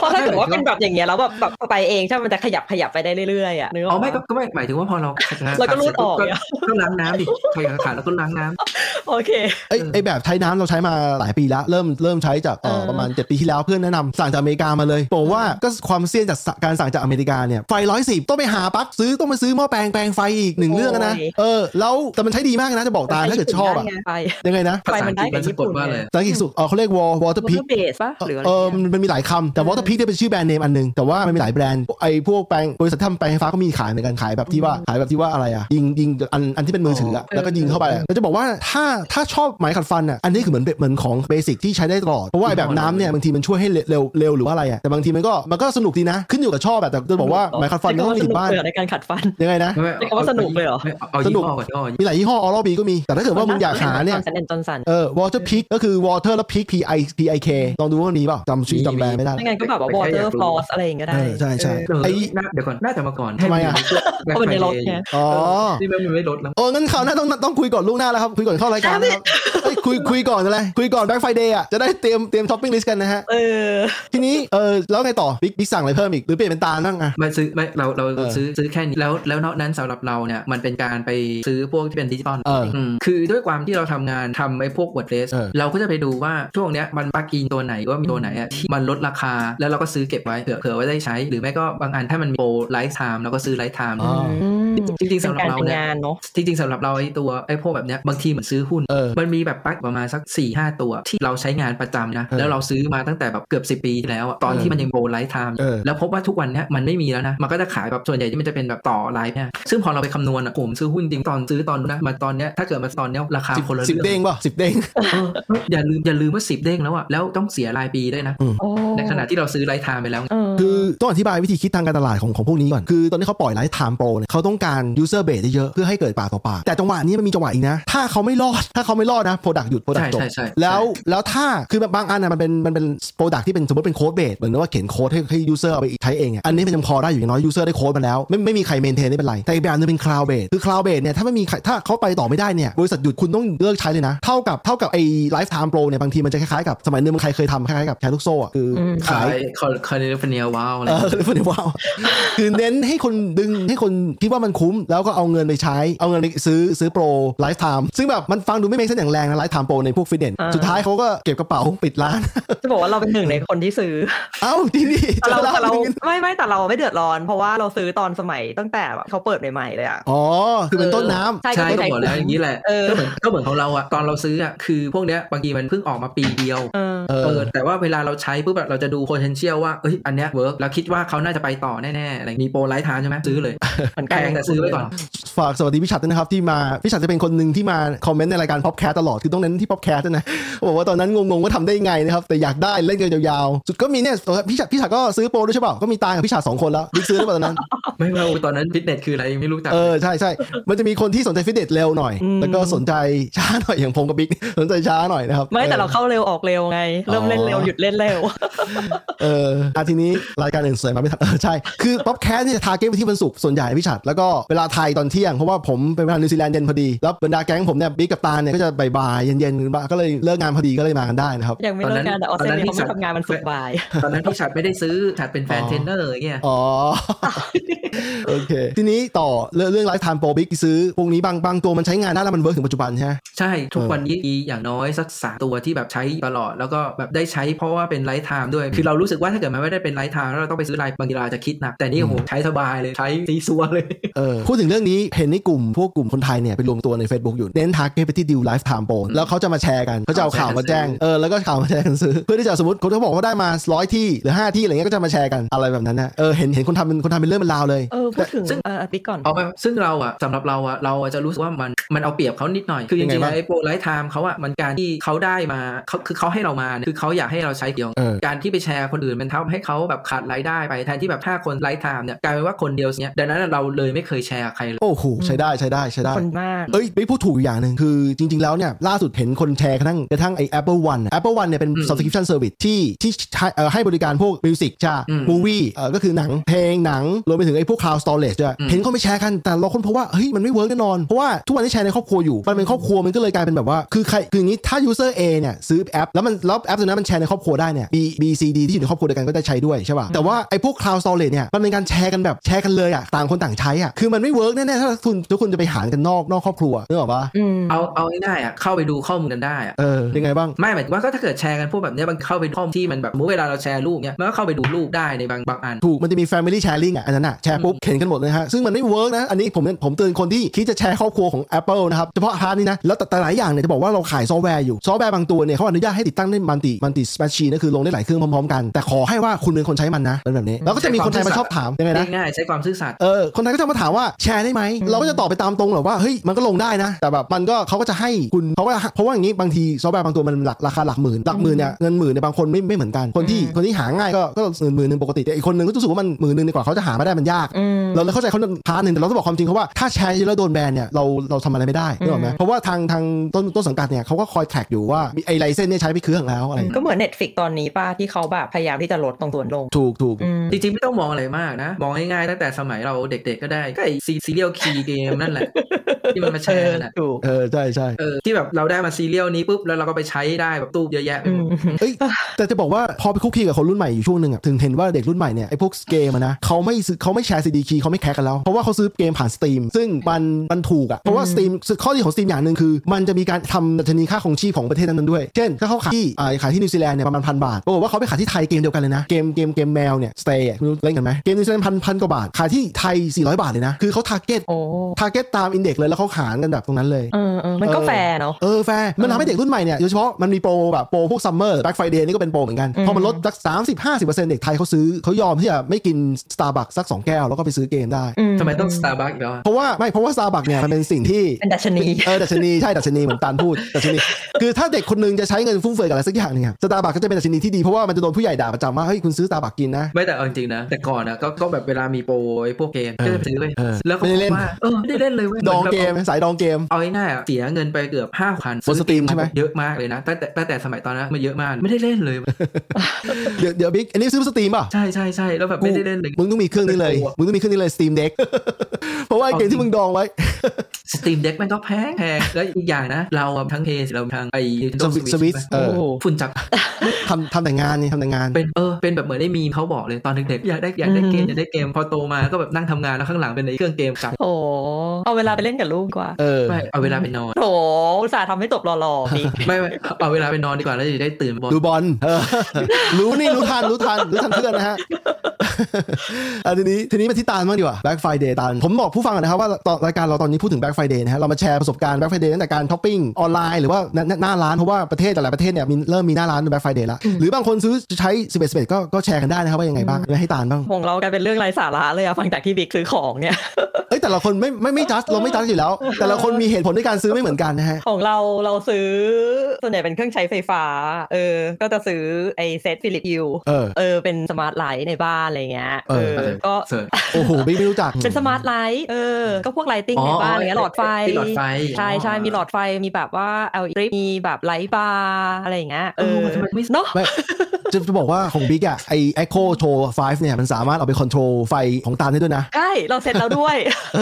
Speaker 3: เพราะถ้าเกิดว่าเป็นแบบอย่างเงี้ยแล้วแบบแบบไปเองใช่ไหมมันจะขยับขยับไปได้เรื่อยๆอะนึกออ
Speaker 4: อ๋อก ไม่
Speaker 3: ปะ
Speaker 4: ก็ก็ไม่หมายถึงว่าพอเราขัดงาน
Speaker 3: เราก็รูดออก
Speaker 4: เสร็จ
Speaker 3: เนี่ย
Speaker 4: ปุ๊บก็ล้างน้ำดิใครขัดแล้วก็ล้างน้ำ
Speaker 3: โอเค
Speaker 2: ไอยไอแบบใช้น้ำเราใช้มาหลายปีแล้ว เริ่มเริ่มใช้จากเอ่อ
Speaker 3: เออ
Speaker 2: ประมาณ 7 ปีที่แล้วเพื่อนแนะนำสั่งจากอเมริกามาเลยบอกว่าก็ความเซียนจากสการสั่งจากอเมริกาเนี่ยไฟร้อยสิบต้องไปหาปลั๊กซื้อต้องไปซื้อหม้อแปลงแปลงไฟอีกหนึ่งเรื่องนะเออแล้วแต่มันใช้ดีมากนะจะบอกตาถ้าเกิดชอบอ่ะ
Speaker 3: ไปญี่ปุ่นได้ไงไป
Speaker 2: ยังไงนะ
Speaker 3: ไปมันได้กับญี่ปุ่น
Speaker 4: ภาษาอังกฤษมันสะกดว่า
Speaker 3: ไง
Speaker 4: อะ
Speaker 2: สั
Speaker 4: ไร
Speaker 2: งกฤษสุดเออเขาเรียกวอลวอเตอร์พิก
Speaker 3: เบสป่ะหรืออะไร
Speaker 2: เออย มั
Speaker 3: เนี่
Speaker 2: นมันมีหลายคำแต่วอเตอร์พิกเนี่ยเป็นชื่อแบรนด์เนมอันหนึง แต่ว่ามันมีหลายแบรนด์ไอ้พวกแปลงบริษัททำแปลงไฟฟ้าก็มีขายเหมือนกันขายแบบที่ว่าขายแบบที่ว่าอะไรอ่ะยิงยิงอันอันที่เป็นมือถืออ่ะ
Speaker 3: อ๋อ
Speaker 2: แล้วก็ยิงเข้าไปอะแล้วจะบอกว่าถ้าถ้าชอบไหมขัดฟันอ่ะอันนี้คือเหมือนเหมือนของเบสิกที่ใช้ได้ตลอดเพราะว่าไอ้แบบน้ำเนี่ยบางทีมันช่วยให้เร็วเร็วหรือว่าอะไรอ่ะแต่บางทีมันก็มันก็สนุกดีนะ ขึ้นอยู่กับชอบอะแต่จะบอกว่าไหมขัดฟันก็ต้องมีติดบ้าน
Speaker 3: ใช้คำว่สกเลยเหรในการขัดฟัน
Speaker 2: ยังไงนะ
Speaker 4: ไม่
Speaker 3: ใช้คำว่าสนุกเลยเหรอ
Speaker 4: าเอา
Speaker 2: ส
Speaker 4: ยี่
Speaker 2: นุก
Speaker 4: ห้อก่อนย่ห้อ
Speaker 2: มีหลายยี่ห้อออร์บีก็มีแต่ถ้าเกิดว่ามึงอยากหาเนี่ย
Speaker 3: จอสันแอนจอนสัน
Speaker 2: เออวอเตอร์พิกก็คือวอเตอร์แล้วพิก P I P I K ลองดูว่ามันมีเปล่าจำชื่อจำแบรนด์ไม่ได้ละ
Speaker 3: ไม่งั้นก็แบบว่า water
Speaker 4: ไม่ใช่อยาก
Speaker 3: f
Speaker 4: รู้
Speaker 3: l o s s อะไรอย่างเงี้ยก็
Speaker 2: เอ
Speaker 3: ได้
Speaker 2: อใช่ใช่
Speaker 4: เออ
Speaker 2: ไอ้
Speaker 4: น่าเดี๋ยวก่อนน่าจะมาก่อน
Speaker 2: ทำไมอะ
Speaker 3: เพราะมันในรถไง
Speaker 2: อ๋อ
Speaker 4: นี่มันไม่ลดแล้ว
Speaker 2: โอ้งั้นคราวหน้าต้องต้องคุยก่อนล่วงหน้าแล้วครับ คุยก่อนเข้ารายการนะครับเอ้ยคุยคุยก่อนอะไร คุยก่อนแบ็คไฟเดย์อ่ะ จะได้เตรียมเตรียมท็อปปิ้งลิสต์กันนะฮะ
Speaker 3: เออ
Speaker 2: ทีนี้ เออแล้วไงต่อ บิ๊กบิ๊กสั่งอะไรเพิ่มอีก หรือเปลี่ยนเป็นตาลบ้างอ่ะ
Speaker 4: ไม่ซื้อไม่เราเรา
Speaker 2: เออ
Speaker 4: ซื้อซื้อแค่นี้แล้วแล้วนอกนั้นสำหรับเราเนี่ยมันเป็นการไปซื้อพวกที่เป็นดิจิตอล
Speaker 2: เอออื
Speaker 4: มคือด้วยความที่เราทำงานทำไอ้พวกวอร์ดเลส
Speaker 2: เออ
Speaker 4: เราก็จะไปดูว่าช่วงเนี้ยมันปากีนตัวไหนว่ามีตัวไหนอะที่มันลดราคาแล้วเราก็ซื้อเก็บไว้เผื่อเผื่อไว้ได้ใช้ หรือไม่ก็บางอันถ้ามันมีโปรไลฟ์ไทม์เราก็ซื้อไลฟ์ไทม์
Speaker 2: อ๋อ
Speaker 4: จริงๆ
Speaker 3: เป็
Speaker 4: สำ
Speaker 3: น
Speaker 4: หรั
Speaker 3: การ
Speaker 4: บเรา
Speaker 3: เป็น
Speaker 4: เนี่ย
Speaker 3: งานเนาะ
Speaker 4: จริงๆสำหรับเราไอ้ตัวไอ้พวกแบบเนี้ยบางทีเหมือนซื้อหุ้น
Speaker 2: เออ
Speaker 4: มันมีแบบปลั๊กประมาณสัก4ี่ห้าตัวที่เราใช้งานประจำนะ
Speaker 2: เออ
Speaker 4: แล้วเราซื้อมาตั้งแต่แบบเกือบ 10 ปีที่แล้วอะตอน
Speaker 2: เออ
Speaker 4: ที่มันยังโบไลท์ไทม์
Speaker 2: เออ
Speaker 4: แล้วพบว่าทุกวันเนี้ยมันไม่มีแล้วนะ มันก็จะขายแบบส่วนใหญ่ที่มันจะเป็นแบบต่อไลฟ์เนี่ยซึ่งพอเราไปคำนวณอะผมซื้อหุ้นจริงตอนซื้อตอนนู้นนะมาตอนเนี้ยถ้าเกิดมาตอนเนี้ยราคา
Speaker 2: สิบ
Speaker 4: คนละ
Speaker 2: สิบ
Speaker 4: เรื่
Speaker 2: เด้
Speaker 4: อง
Speaker 2: งป่ะสิบเด้ง
Speaker 4: เอออย่าลืมอย่าลืมว่าสิบเด้งแล้วอะแล้วต้องเสียรายปีด้วยนะ ในขณะที่เราซื้อไลท์ไทม์ไปแล้ว
Speaker 2: คือต้องอธิบายวิธีคิดทางการตลาดของของพวกนี้ก่อน คือตอนนี้เขาปล่อยไลฟ์ไทม์โปรเนี่ยเขาต้องการ user base เยอะๆเพื่อให้เกิดปากต่อปาก แต่จังหวะนี้มันมีจังหวะอีกนะ ถ้าเขาไม่รอด ถ้าเขาไม่รอดนะ product หยุด product
Speaker 4: ใช่
Speaker 2: จบ
Speaker 4: ใช่ใช่
Speaker 2: แล้วแล้วถ้า คือบางอันนะมันเป็นมันเป็น product ที่เป็นสมมติเป็น code base เหมือนว่าเขียนโค้ดให้ให้ user เอาไปใช้เองอะอันนี้มันยังพอได้อยู่อย่างน้อย user ได้โค้ดมาแล้ว ไม่ไม่มีใคร maintain ได้เป็นไร แต่อีกแบบนึงเป็น cloud base คือ cloud base เนี่ยถ้าไม่มีใครถ้าเขาไปต่อไม่ได้เนี่ยบริษัทหยุดคุณต้องเลิกใช้เลยนะ เท่ากับเท่ากับไอ้ lifetime pro เนี่ยบางทีมันจะคล้ายๆกับสมัยนึงมันใครเคยทำคล้ายๆกับแชร์ลูกโซ่อะคืออ
Speaker 3: ม
Speaker 2: ขาย
Speaker 4: คอคอเนเฟเนียวาวอะไร
Speaker 2: เออเลยว้าวคือเน้นให้คนดึงให้คนคิดว่ามันคุ้ม แล้วก็เอาเงินไปใช้ เอาเงินไปซื้อซื้อโปรไลฟ์ไทม์ซึ่งแบบมันฟังดูไม่เมกเซนอย่างแรงนะไลฟ์ไทม์โปรในพวกฟิตเนส
Speaker 3: อ่า
Speaker 2: สุดท้ายเขาก็เก็บกระเป๋าปิดร้าน
Speaker 3: จะบอกว่าเราเป็นหนึ่งในคนที่ซื้อ
Speaker 2: เอ้าที่นี่
Speaker 3: แต่เรา
Speaker 2: จะ
Speaker 3: แต่เรา
Speaker 2: ล่ถึง
Speaker 3: ไม่ไม่แต่เราไม่เดือดร้อน เพราะว่าเราซื้อตอนสมัยตั้งแต่แบบเขาเปิดใหม่ๆเลยอ่ะ
Speaker 2: อ๋อ คือเป็นต้นน้ำ
Speaker 3: ใช่ก็
Speaker 4: ใช่
Speaker 3: ไม่
Speaker 4: ก็
Speaker 3: ใช่
Speaker 4: บอกแล้วอย่างนี้แหละ
Speaker 3: เออ
Speaker 4: ก็เหมือนก็เหมือนของเราอะตอนเราซื้ออะคือพวกเนี้ยบางทีมันเพิ่งออกมาปีเดียว
Speaker 3: เออ
Speaker 2: เอ
Speaker 4: เอ
Speaker 2: อ
Speaker 4: อแต่ว่าเวลาเราใช้ปุ๊บแบบเราจะดู potential ว่าเอ้ยอันเนี้ยเวิร์กเราคิดว่าเขาน่าจะไปต่อแน่ๆอะไรมีโปรไลท์ทานใช่ไหมซื้อ เลย
Speaker 3: เหมือน
Speaker 4: แพ
Speaker 3: กัน
Speaker 4: งแต่ซื้อไว้ก่อน
Speaker 2: ฝากสวัสดีพี่ชัดด้วยนะครับที่มาพี่ชัดจะเป็นคนหนึ่งที่มาคอมเมนต์ในรายการพ็อปแคสตลอดคือต้องเน้นที่พ็อปแคสนะบอกว่าตอนนั้นงงๆว่าทำได้ยังไงนะครับแต่อยากได้เล่นกันยาวๆสุดก็มีเนี่ยเออพี่ชัดพี่ชัดก็ซื้อโปรด้วยใช่เปล่าก็มีตากับพี่ชัดสองคนแล้วบิ๊กซื้อหรือเปล่าตอนนั้น
Speaker 4: ไม่ว่าตอนนั้นฟิตเนสคืออะไรยังไม่รู้จัก
Speaker 2: เออใช่ใช่ มันจะมีคนที่สนใจฟิตเนสเร็วหน่อย
Speaker 3: อืม
Speaker 2: แล้วก็สนใจช้าหน่อย อย่างผมกับบิ๊ก สนใจช้าหน่อยนะครับ
Speaker 3: ไม่แต่เรา
Speaker 2: ออ
Speaker 3: เข้าเร็วออกเร็วไง เริ่มเล่นเร็ว
Speaker 2: อ๋อ
Speaker 3: หยุดเล่นเร็ว
Speaker 2: เอออาทีนี้รายการอื่นสวยมาไม่ทันเออใช่ คือป๊อปแคสเนี่ยทาร์เก็ตไปที่วันศุกร์ส่วนใหญ่พี่ฉัดแล้วก็เวลาไทยตอนเที่ยง เพราะว่าผมเป็นเวลานิวซีแลนด์เย็นพอดี แล้วบรรดาแก๊งผมเนี่ยบิ๊กกับตาเนี่ยก็จะบ่ายๆเย็นๆบ้างก็เลยเลิกงานพอดีก็เลยมากันได้นะครับ
Speaker 3: ยังไม่เลิกงานแต่ออสเตรเลียเขาไม่ทำงานมันสุกร์บ่าย
Speaker 4: ตอนนั้นพี่ฉัดไม่ได้ซื้อฉัดเป็นแฟนเทรนเนอร์อย่างเงี้ย
Speaker 2: อ๋ อ โอเค ทีนี้ต่อเรื่องเรื่องไลฟ์ไทม์โปรบิ๊กซื้อพวกนี้บางบางตัวมันใช้งานได้แล้วมันเวิร์กถึงปัจจุบันใช่ไหม
Speaker 4: ใช่ทุกวันนี้มีอย่างน้อยสักสามตัวที่แบบใช้ตลอดแล้วก็แบบได้ใช้เพราะว่าเป็นไลท์ไทม์ด้วย คือเรารู้สึกว่าถ้าเกิดมันไม่ได้เป็นไลท์ไทม์แล้วเราต้องไปซื้อไลน์บางทีเราอาจจะคิดหนักแต่นี่โอ้โหใช้สบายเลยใช้ซีซั ซัวเลย
Speaker 2: เออพูดถึงเรื่องนี้เห็นในกลุ่มพวกกลุ่มคนไทยเนี่ยไปรวมตัวใน Facebook อยู่เน้นทาร์เก็ตไปที่ดิวไลฟ์ไทม์โปนแล้วเขาจะมาแชร์กันเขาจะเอาข่าวมาแจ้งเออแล้วก็ข่าวมาแชร์กันซื้อเพื่อที่จะสมมติคนเขาบอกว่าได้มาร้อยที่หรือห้าที่อะไรเงี้ยก็จะมาแชร์กันอะไรแบบนั้นนะเออเห็นเห็นคนทำเป็นคนทำเป็นเรื่องเป็นราวเลย
Speaker 3: เออพูดถึง
Speaker 4: ซึ่ง
Speaker 3: เออปิ๊กก่อน
Speaker 4: เอาไปซึ่งเราอะสำหรับเราอะเราอะจะรู้สึกว่ามันมันเอาเปรียบเขานิดหน่อย คือจ
Speaker 2: ยังไง
Speaker 4: ริงๆ
Speaker 2: บ้าง
Speaker 4: ไอ้โปรไลท์ไทม์เขาอะมันการที่เขาได้มาเขาคือเขาให้เรามาเนี่ยคือเขาอยากให้เราใช้เดียว
Speaker 2: เออ
Speaker 4: การที่ไปแชร์คนอื่นมันทำให้เขาแบบขาดรายได้ไปแทนที่แบบ5คนไลท์ไทม์เนี่ยกลายเป็นว่าคนเดียวเนี่ยดังนั้นเราเลยไม่เคยแชร์ใครเลย
Speaker 2: โอ้โหใช้ได้ใช้ได้ใช้ได้
Speaker 3: คนมาก
Speaker 2: เอ้ยไม่พูดถูกอยู่อย่างหนึ่งคือจริง ๆ แล้วเนี่ย ล่าสุดเห็นคนแชร์กระทั่งกระทั่งไอ้ Apple One อะ Apple One เนี่ยเป็น
Speaker 4: อืม
Speaker 2: subscription service ที่ที่ใช้เอ่อให้บริการพวกมิวสิกจ้า
Speaker 4: อืม
Speaker 2: มูวี่เอ่อก็คือหนังเพลงหนัง รวมไปถึงไอ้พวก cloud storage จ้า
Speaker 4: อืม
Speaker 2: เห็นเขาไม่แชร์กัน แต่เราค้นพบว่า เฮ้ย มันไม่เวิร์กแน่นอน เพราะว่าทุกวันที่แชร์ในครอบครัวอยู่ มันเป็นครอบครัวมันก็เลยกลายเป็นแบบว่า คือใครคืออย่างนี้ถ้า user A เนี่ยซื้อแอป แล้วมันแล้วแอปตัวนั้นมันแชร์ในครอบครัวได้เนี่ย B B C D ที่อยู่ในครอบครัวเดียวกันก็ได้ใช้ด้วยใช่ป่ะแต่ว่าไอ้พวก cloud storage เนี่ยมันเป็นการแชร์กันแบบแชร์กันเลยอะต่างคนต่างใช้อะคือมันไม่ work แน่ๆถ้าคุณทุกคนจะไปหารกันนอกนอกครอบครัวนึกออกปะ
Speaker 3: อืม
Speaker 4: เอาเอาง่ายๆอะเข้าไปดูข้อมูลกันได้อะ
Speaker 2: เออยังไงบ้าง
Speaker 4: ไม่หมายถึงว่าก็ถ้าเกิดแชร์กันพวกแบบเนี้ยมันเข้าไปข้อมูลที่มันแบบเมื่อเวลาเราแชร์รูปเนี้ยมันก็เข้าไปดูรูปได้ในบางบางอัน
Speaker 2: ถูกมันจะมี Family Sharing อ่ะ อันนั้นอ่ะ แชร์ปุ๊บเข็นกันหมดเลยฮะ ซึ่งมันไม่เวิร์กนะ อันนี้ผมผมเตือนคนที่คิดจะแชร์ครอบครัวของ Apple นะครับ เฉพาะฮาร์ดนี่นะ แล้วแต่แต่หลายอย่างเนี่ย จะบอกว่าเราขายซอฟต์แวร์อยู่ ซอฟต์แวร์บางตัวเนี่ยเขาอนุญาตให้ติดตั้งได้มันติมันติสแมชชีนะคือลงได้หลายเครื่องพร้อมๆกัน แต่ขอให้ว่าคุณเป็นคนใช้มันนะเป็นแบบนี้ แล้วก็จะมีคนไทยมาชอบถามยังไงนะ
Speaker 4: ง่ายๆใช้ความซื่อสัตย์
Speaker 2: เออ คนไทยก็จะมาถามว่าแชร์ได้ไหม เราก็จะตอบไปตามตรงเหรอว่า เฮ้ย มันก็ลงได้นะ แต่แบบมันก็เขาก็จะให้คุณเขาก็เพราะว่าอย่างนี้บางทีซอฟต์แวร์บางตัวมันหลักราคาหลักหมื่น หลักหมื่นเนี่ยเงินหมื่นเนี่ยบางคนไม่ไม่เหมือนกัน คนที่คนที่หาง่ายก็ก็เงินหมื่นหนึ่งปกติ แต่อีกคนหนึ่งก็รู้สึกว่ามันหมื่นหนึ่งดีกว่าเขาจะหามาได้มันยาก
Speaker 3: อืม
Speaker 2: เราเลยเข้าใจเขาพาร์ทหนึ่งแต่เราต้องบอกความจริงเขาว่าถ้าแชร์เยอะแล้วโดนแบนเนี่ยเราเราทำอะไรไม่ได้นึกออกไหมเพราะว่าทางทางต้นต้นสังกัดเนี่ยเขาก็คอยแท็กอยู่ว่ามีไอ้ไลเซนเนี่ยใช้ไปเครื่องแล้วอะไร
Speaker 3: ก็เหมือน Netflix ตอนนี้ป้าที่เขาแบบพยายามที่จะลดตรงส่วนลง
Speaker 2: ถูกถูก
Speaker 3: อืม
Speaker 4: จริงๆ ไม่ต้องมองอะไรมากนะ มองง่ายๆตั้งแต่สมัยเราเด็กๆก็ได้ ก็ไอซีเรียลคีย์เกมนั่นแหละ ที่มันมาแช
Speaker 3: เออ
Speaker 4: ร์กันอะ
Speaker 3: ถูก
Speaker 2: เออใช่ใช่
Speaker 4: เออที่แบบเราได้มาซีเรียลนี้ปุ๊บ แล้วเราก็ไปใช้ได้แบบตู้เยอะแยะไปหมด
Speaker 2: เอ้ยแต่จะบอกว่าพอไปคุกคีกับคนรุ่นใหม่อยู่ช่วงหนึ่งอะถึงเห็นว่าเด็กรุ่นใหม่เนี่ยไอ้พวกเกมอะนะเขาไม่ซื้อเขาไม่แชร์ซีดีคีเขาไม่แคร์กันแล้ว เพราะว่าเขาซื้อเกมผ่านสตรีมซึ่งมันมันถูกอะเพราะว่าสตรีมข้อดีของสตรีมอย่างหนึ่งคือ มันจะมีการทำดัชนีค่าของชีพของประเทศนั้นๆด้วย เช่นถ้าเขาขายที่อ่าขายที่นิวซีแลนด์เนี่ยประมาณพันบาทปรากฏว่าเขาไปขายที่ไทยเกมเดียวกันเลยนะเกมเกมเกมแมวเนี่ยสเตย์เล่นกันไหมเกมนิวซีแลนด์พันพันกว่าบาทขายที่ไทย 400 บาทเลยนะคือเขา target
Speaker 3: โอ้
Speaker 2: target ตามอินเด็กซ์เลยแล้วเขาหารกันแบบตรงนั้นเลย
Speaker 3: เออเออมันก็
Speaker 2: เออ
Speaker 3: แฟร์เนาะ
Speaker 2: เออแฟร์มันทำให้เด็กรุ่นใหม่เนี่ยโดยเฉพาะมันมีโปรแบบโปรพวกซัมเมอร์แบ็คไฟเดย์นี่ก็เป็นโปรเหมือนกัน
Speaker 3: อืม
Speaker 2: พอมันลดสักสามสิบห้าสิบเปอร์เซ็นต์เด็กไทยเขาซื้อเขายอมที่จะไม่กินสตาร์บัคสักสองแก้ว แล้วก็ไปซื้อเกมได้
Speaker 3: อื
Speaker 4: ทำไมต้องสตาร์บัคอีกแล้วอะ
Speaker 2: เพราะว่าไม่เพราะว่าสตาร์บัคเนี่ยมันเป็นสิ่งที่
Speaker 3: เป็นดัชนี
Speaker 2: เออดัชนีใช่ดัชนีเหมือนตานพูดดัชนีคือถ้าเด็กคนหนึงจะใช้เงินฟุ่มเฟือยกับอะไรสักอย่างหนึงอะสตาร์บัคก็จะเป็นดัชนีที่ดีเพราะว่ามันจะโดนผู้ใหญ่ด่าประจำว่าเฮ้ยคุณซื้อสตาร์บัคกินนะ
Speaker 4: ไม่แต่เอาจริงๆนะ แต่ก่อนนะก็ก็แบบเวลามีโปรไอ้พวกเกม
Speaker 2: เออ
Speaker 4: ก็จะไปซื้อไป
Speaker 2: เออ
Speaker 4: แล้วก็
Speaker 2: ไม่ได้เล่น
Speaker 4: ว่าเออไม่ได้เล่นเลยเว้ย
Speaker 2: ดองเกม สายดองเกม
Speaker 4: เอาง่ายๆอะเสียเงินไปเกือบห้าพัน
Speaker 2: บนสตรีมใช่ไหม
Speaker 4: เยอะมากเลยนะตั้งแต่ตั้งแต่สมัยตอนนั้นมันเยอะมากไม่ได้เล่นเลย
Speaker 2: เดี๋ยวเดี๋ยวบิ๊กอันนี้ซื้อสตรีมป่ะ
Speaker 4: ใช่ใช่ใช่แล้วแบบไม่ได้เล่นเลย
Speaker 2: มึงต้องมีเครื่องนี้เลย มึงต้องมีเครื่องนี้เลย Steam Deck เพราะว่าไอ้เกมที่มึงดองไว้
Speaker 4: สตรีมเด็กมันก็แพงแพงแล้วอีกอย่างนะ เราอะทั้งเพย์เราทั้งไอ้ Nintendo
Speaker 2: Switch
Speaker 4: Switch ใช่
Speaker 2: Switch เออ
Speaker 4: ไหมโอ้ฝุ่นจับ
Speaker 2: ทำทำแต่งานนี่ทำแต่งาน
Speaker 4: เป็นเออเป็นแบบเหมือนได้มีมเขาบอกเลยตอนเด็กๆอยากได้อยากได้เกมอยากได้เกมพอโตมาก็แบบนั่งทำงานแล้วข้างหลังเป็นไอ้เครื่องเกมจับ
Speaker 3: โอ้เอาเวลาไปเล่นกับลูกดีกว่า
Speaker 2: เออ
Speaker 4: ไม่เอาเวลาไปนอน
Speaker 3: โถอุตส่าห์ทำให้จบหล่อๆนี่
Speaker 4: ไม่ไม่เอาเวลาไปนอนดีกว่าแล้วจะได้ตื่นบอล
Speaker 2: ดูบอลเออ รู้นี่รู้ทันรู้ทันรู้ทันเพื่อนนะฮะ อ่ะทีนี้ทีนี้มาที่ตาลบ้างดีกว่า Black Friday ตาลผมบอกผู้ฟังก่อนนะครับว่าตอนรายการเราตอนนี้พูดถึง Black Friday นะฮะเรามาแชร์ประสบการณ์ Black Friday ตั้งแต่การช้อปปิ้งออนไลน์หรือว่าหน้าหน้าร้าน เพราะว่าประเทศแต่ละประเทศเนี่ยมีเริ่มมีหน้าร้านเป็น Black Friday ละหรือบางคนซื้อใช้11 11ก็ก็แชร์กันได้นะครับว่ายังไงบ้างให้ตาลบ้าง
Speaker 3: ของเรากลายเป็นเรื่องไร้สาระเลยอะฟังจากที่บิ๊กซื้อของเนี่ย
Speaker 2: เอ้ยแต่ละคนไม่ไม่ไม่จัดเราไม่จัดอยู่แล้ว แต่ละคนมีเหตุผลในการซื้อไม่เหมือนกันนะฮะ
Speaker 3: ของเราเราซื้อส่วนใหญ่เป็นเครื่องใช้ไฟฟ้า เออ ก็จะซื้อไอเซตฟิลิปยู
Speaker 2: เออ
Speaker 3: เออ เป็นสมาร์ทไลท์ในบ้านอะไรเงี้ย
Speaker 2: เออ
Speaker 3: ก็
Speaker 4: เสิร์ช
Speaker 2: โอ้โหไม่ไม่รู้จัก
Speaker 3: เป็นสมาร์ทไลท์เออ ก็พวกไลติง
Speaker 4: อ๋อ
Speaker 3: ในบ้านอะไรเงี้ยหลอดไฟ
Speaker 4: มีหลอดไฟ
Speaker 3: ใช่ใช่
Speaker 4: อ๋อ
Speaker 3: มีหลอดไฟมีแบบว่า LED มีแบบไลท์บาร์อะไรเงี้ยเออ
Speaker 4: ทำไมไม่
Speaker 3: เนาะ
Speaker 2: ไม่จะจะบอกว่าของบิ๊กอะไอ Echo Show 5เนี่ย มันสามารถเอาไปคอนโทรลไฟของตาลได้ด้วยนะ
Speaker 3: ใช่ เราเซ็ตแล้วด้วย
Speaker 2: เ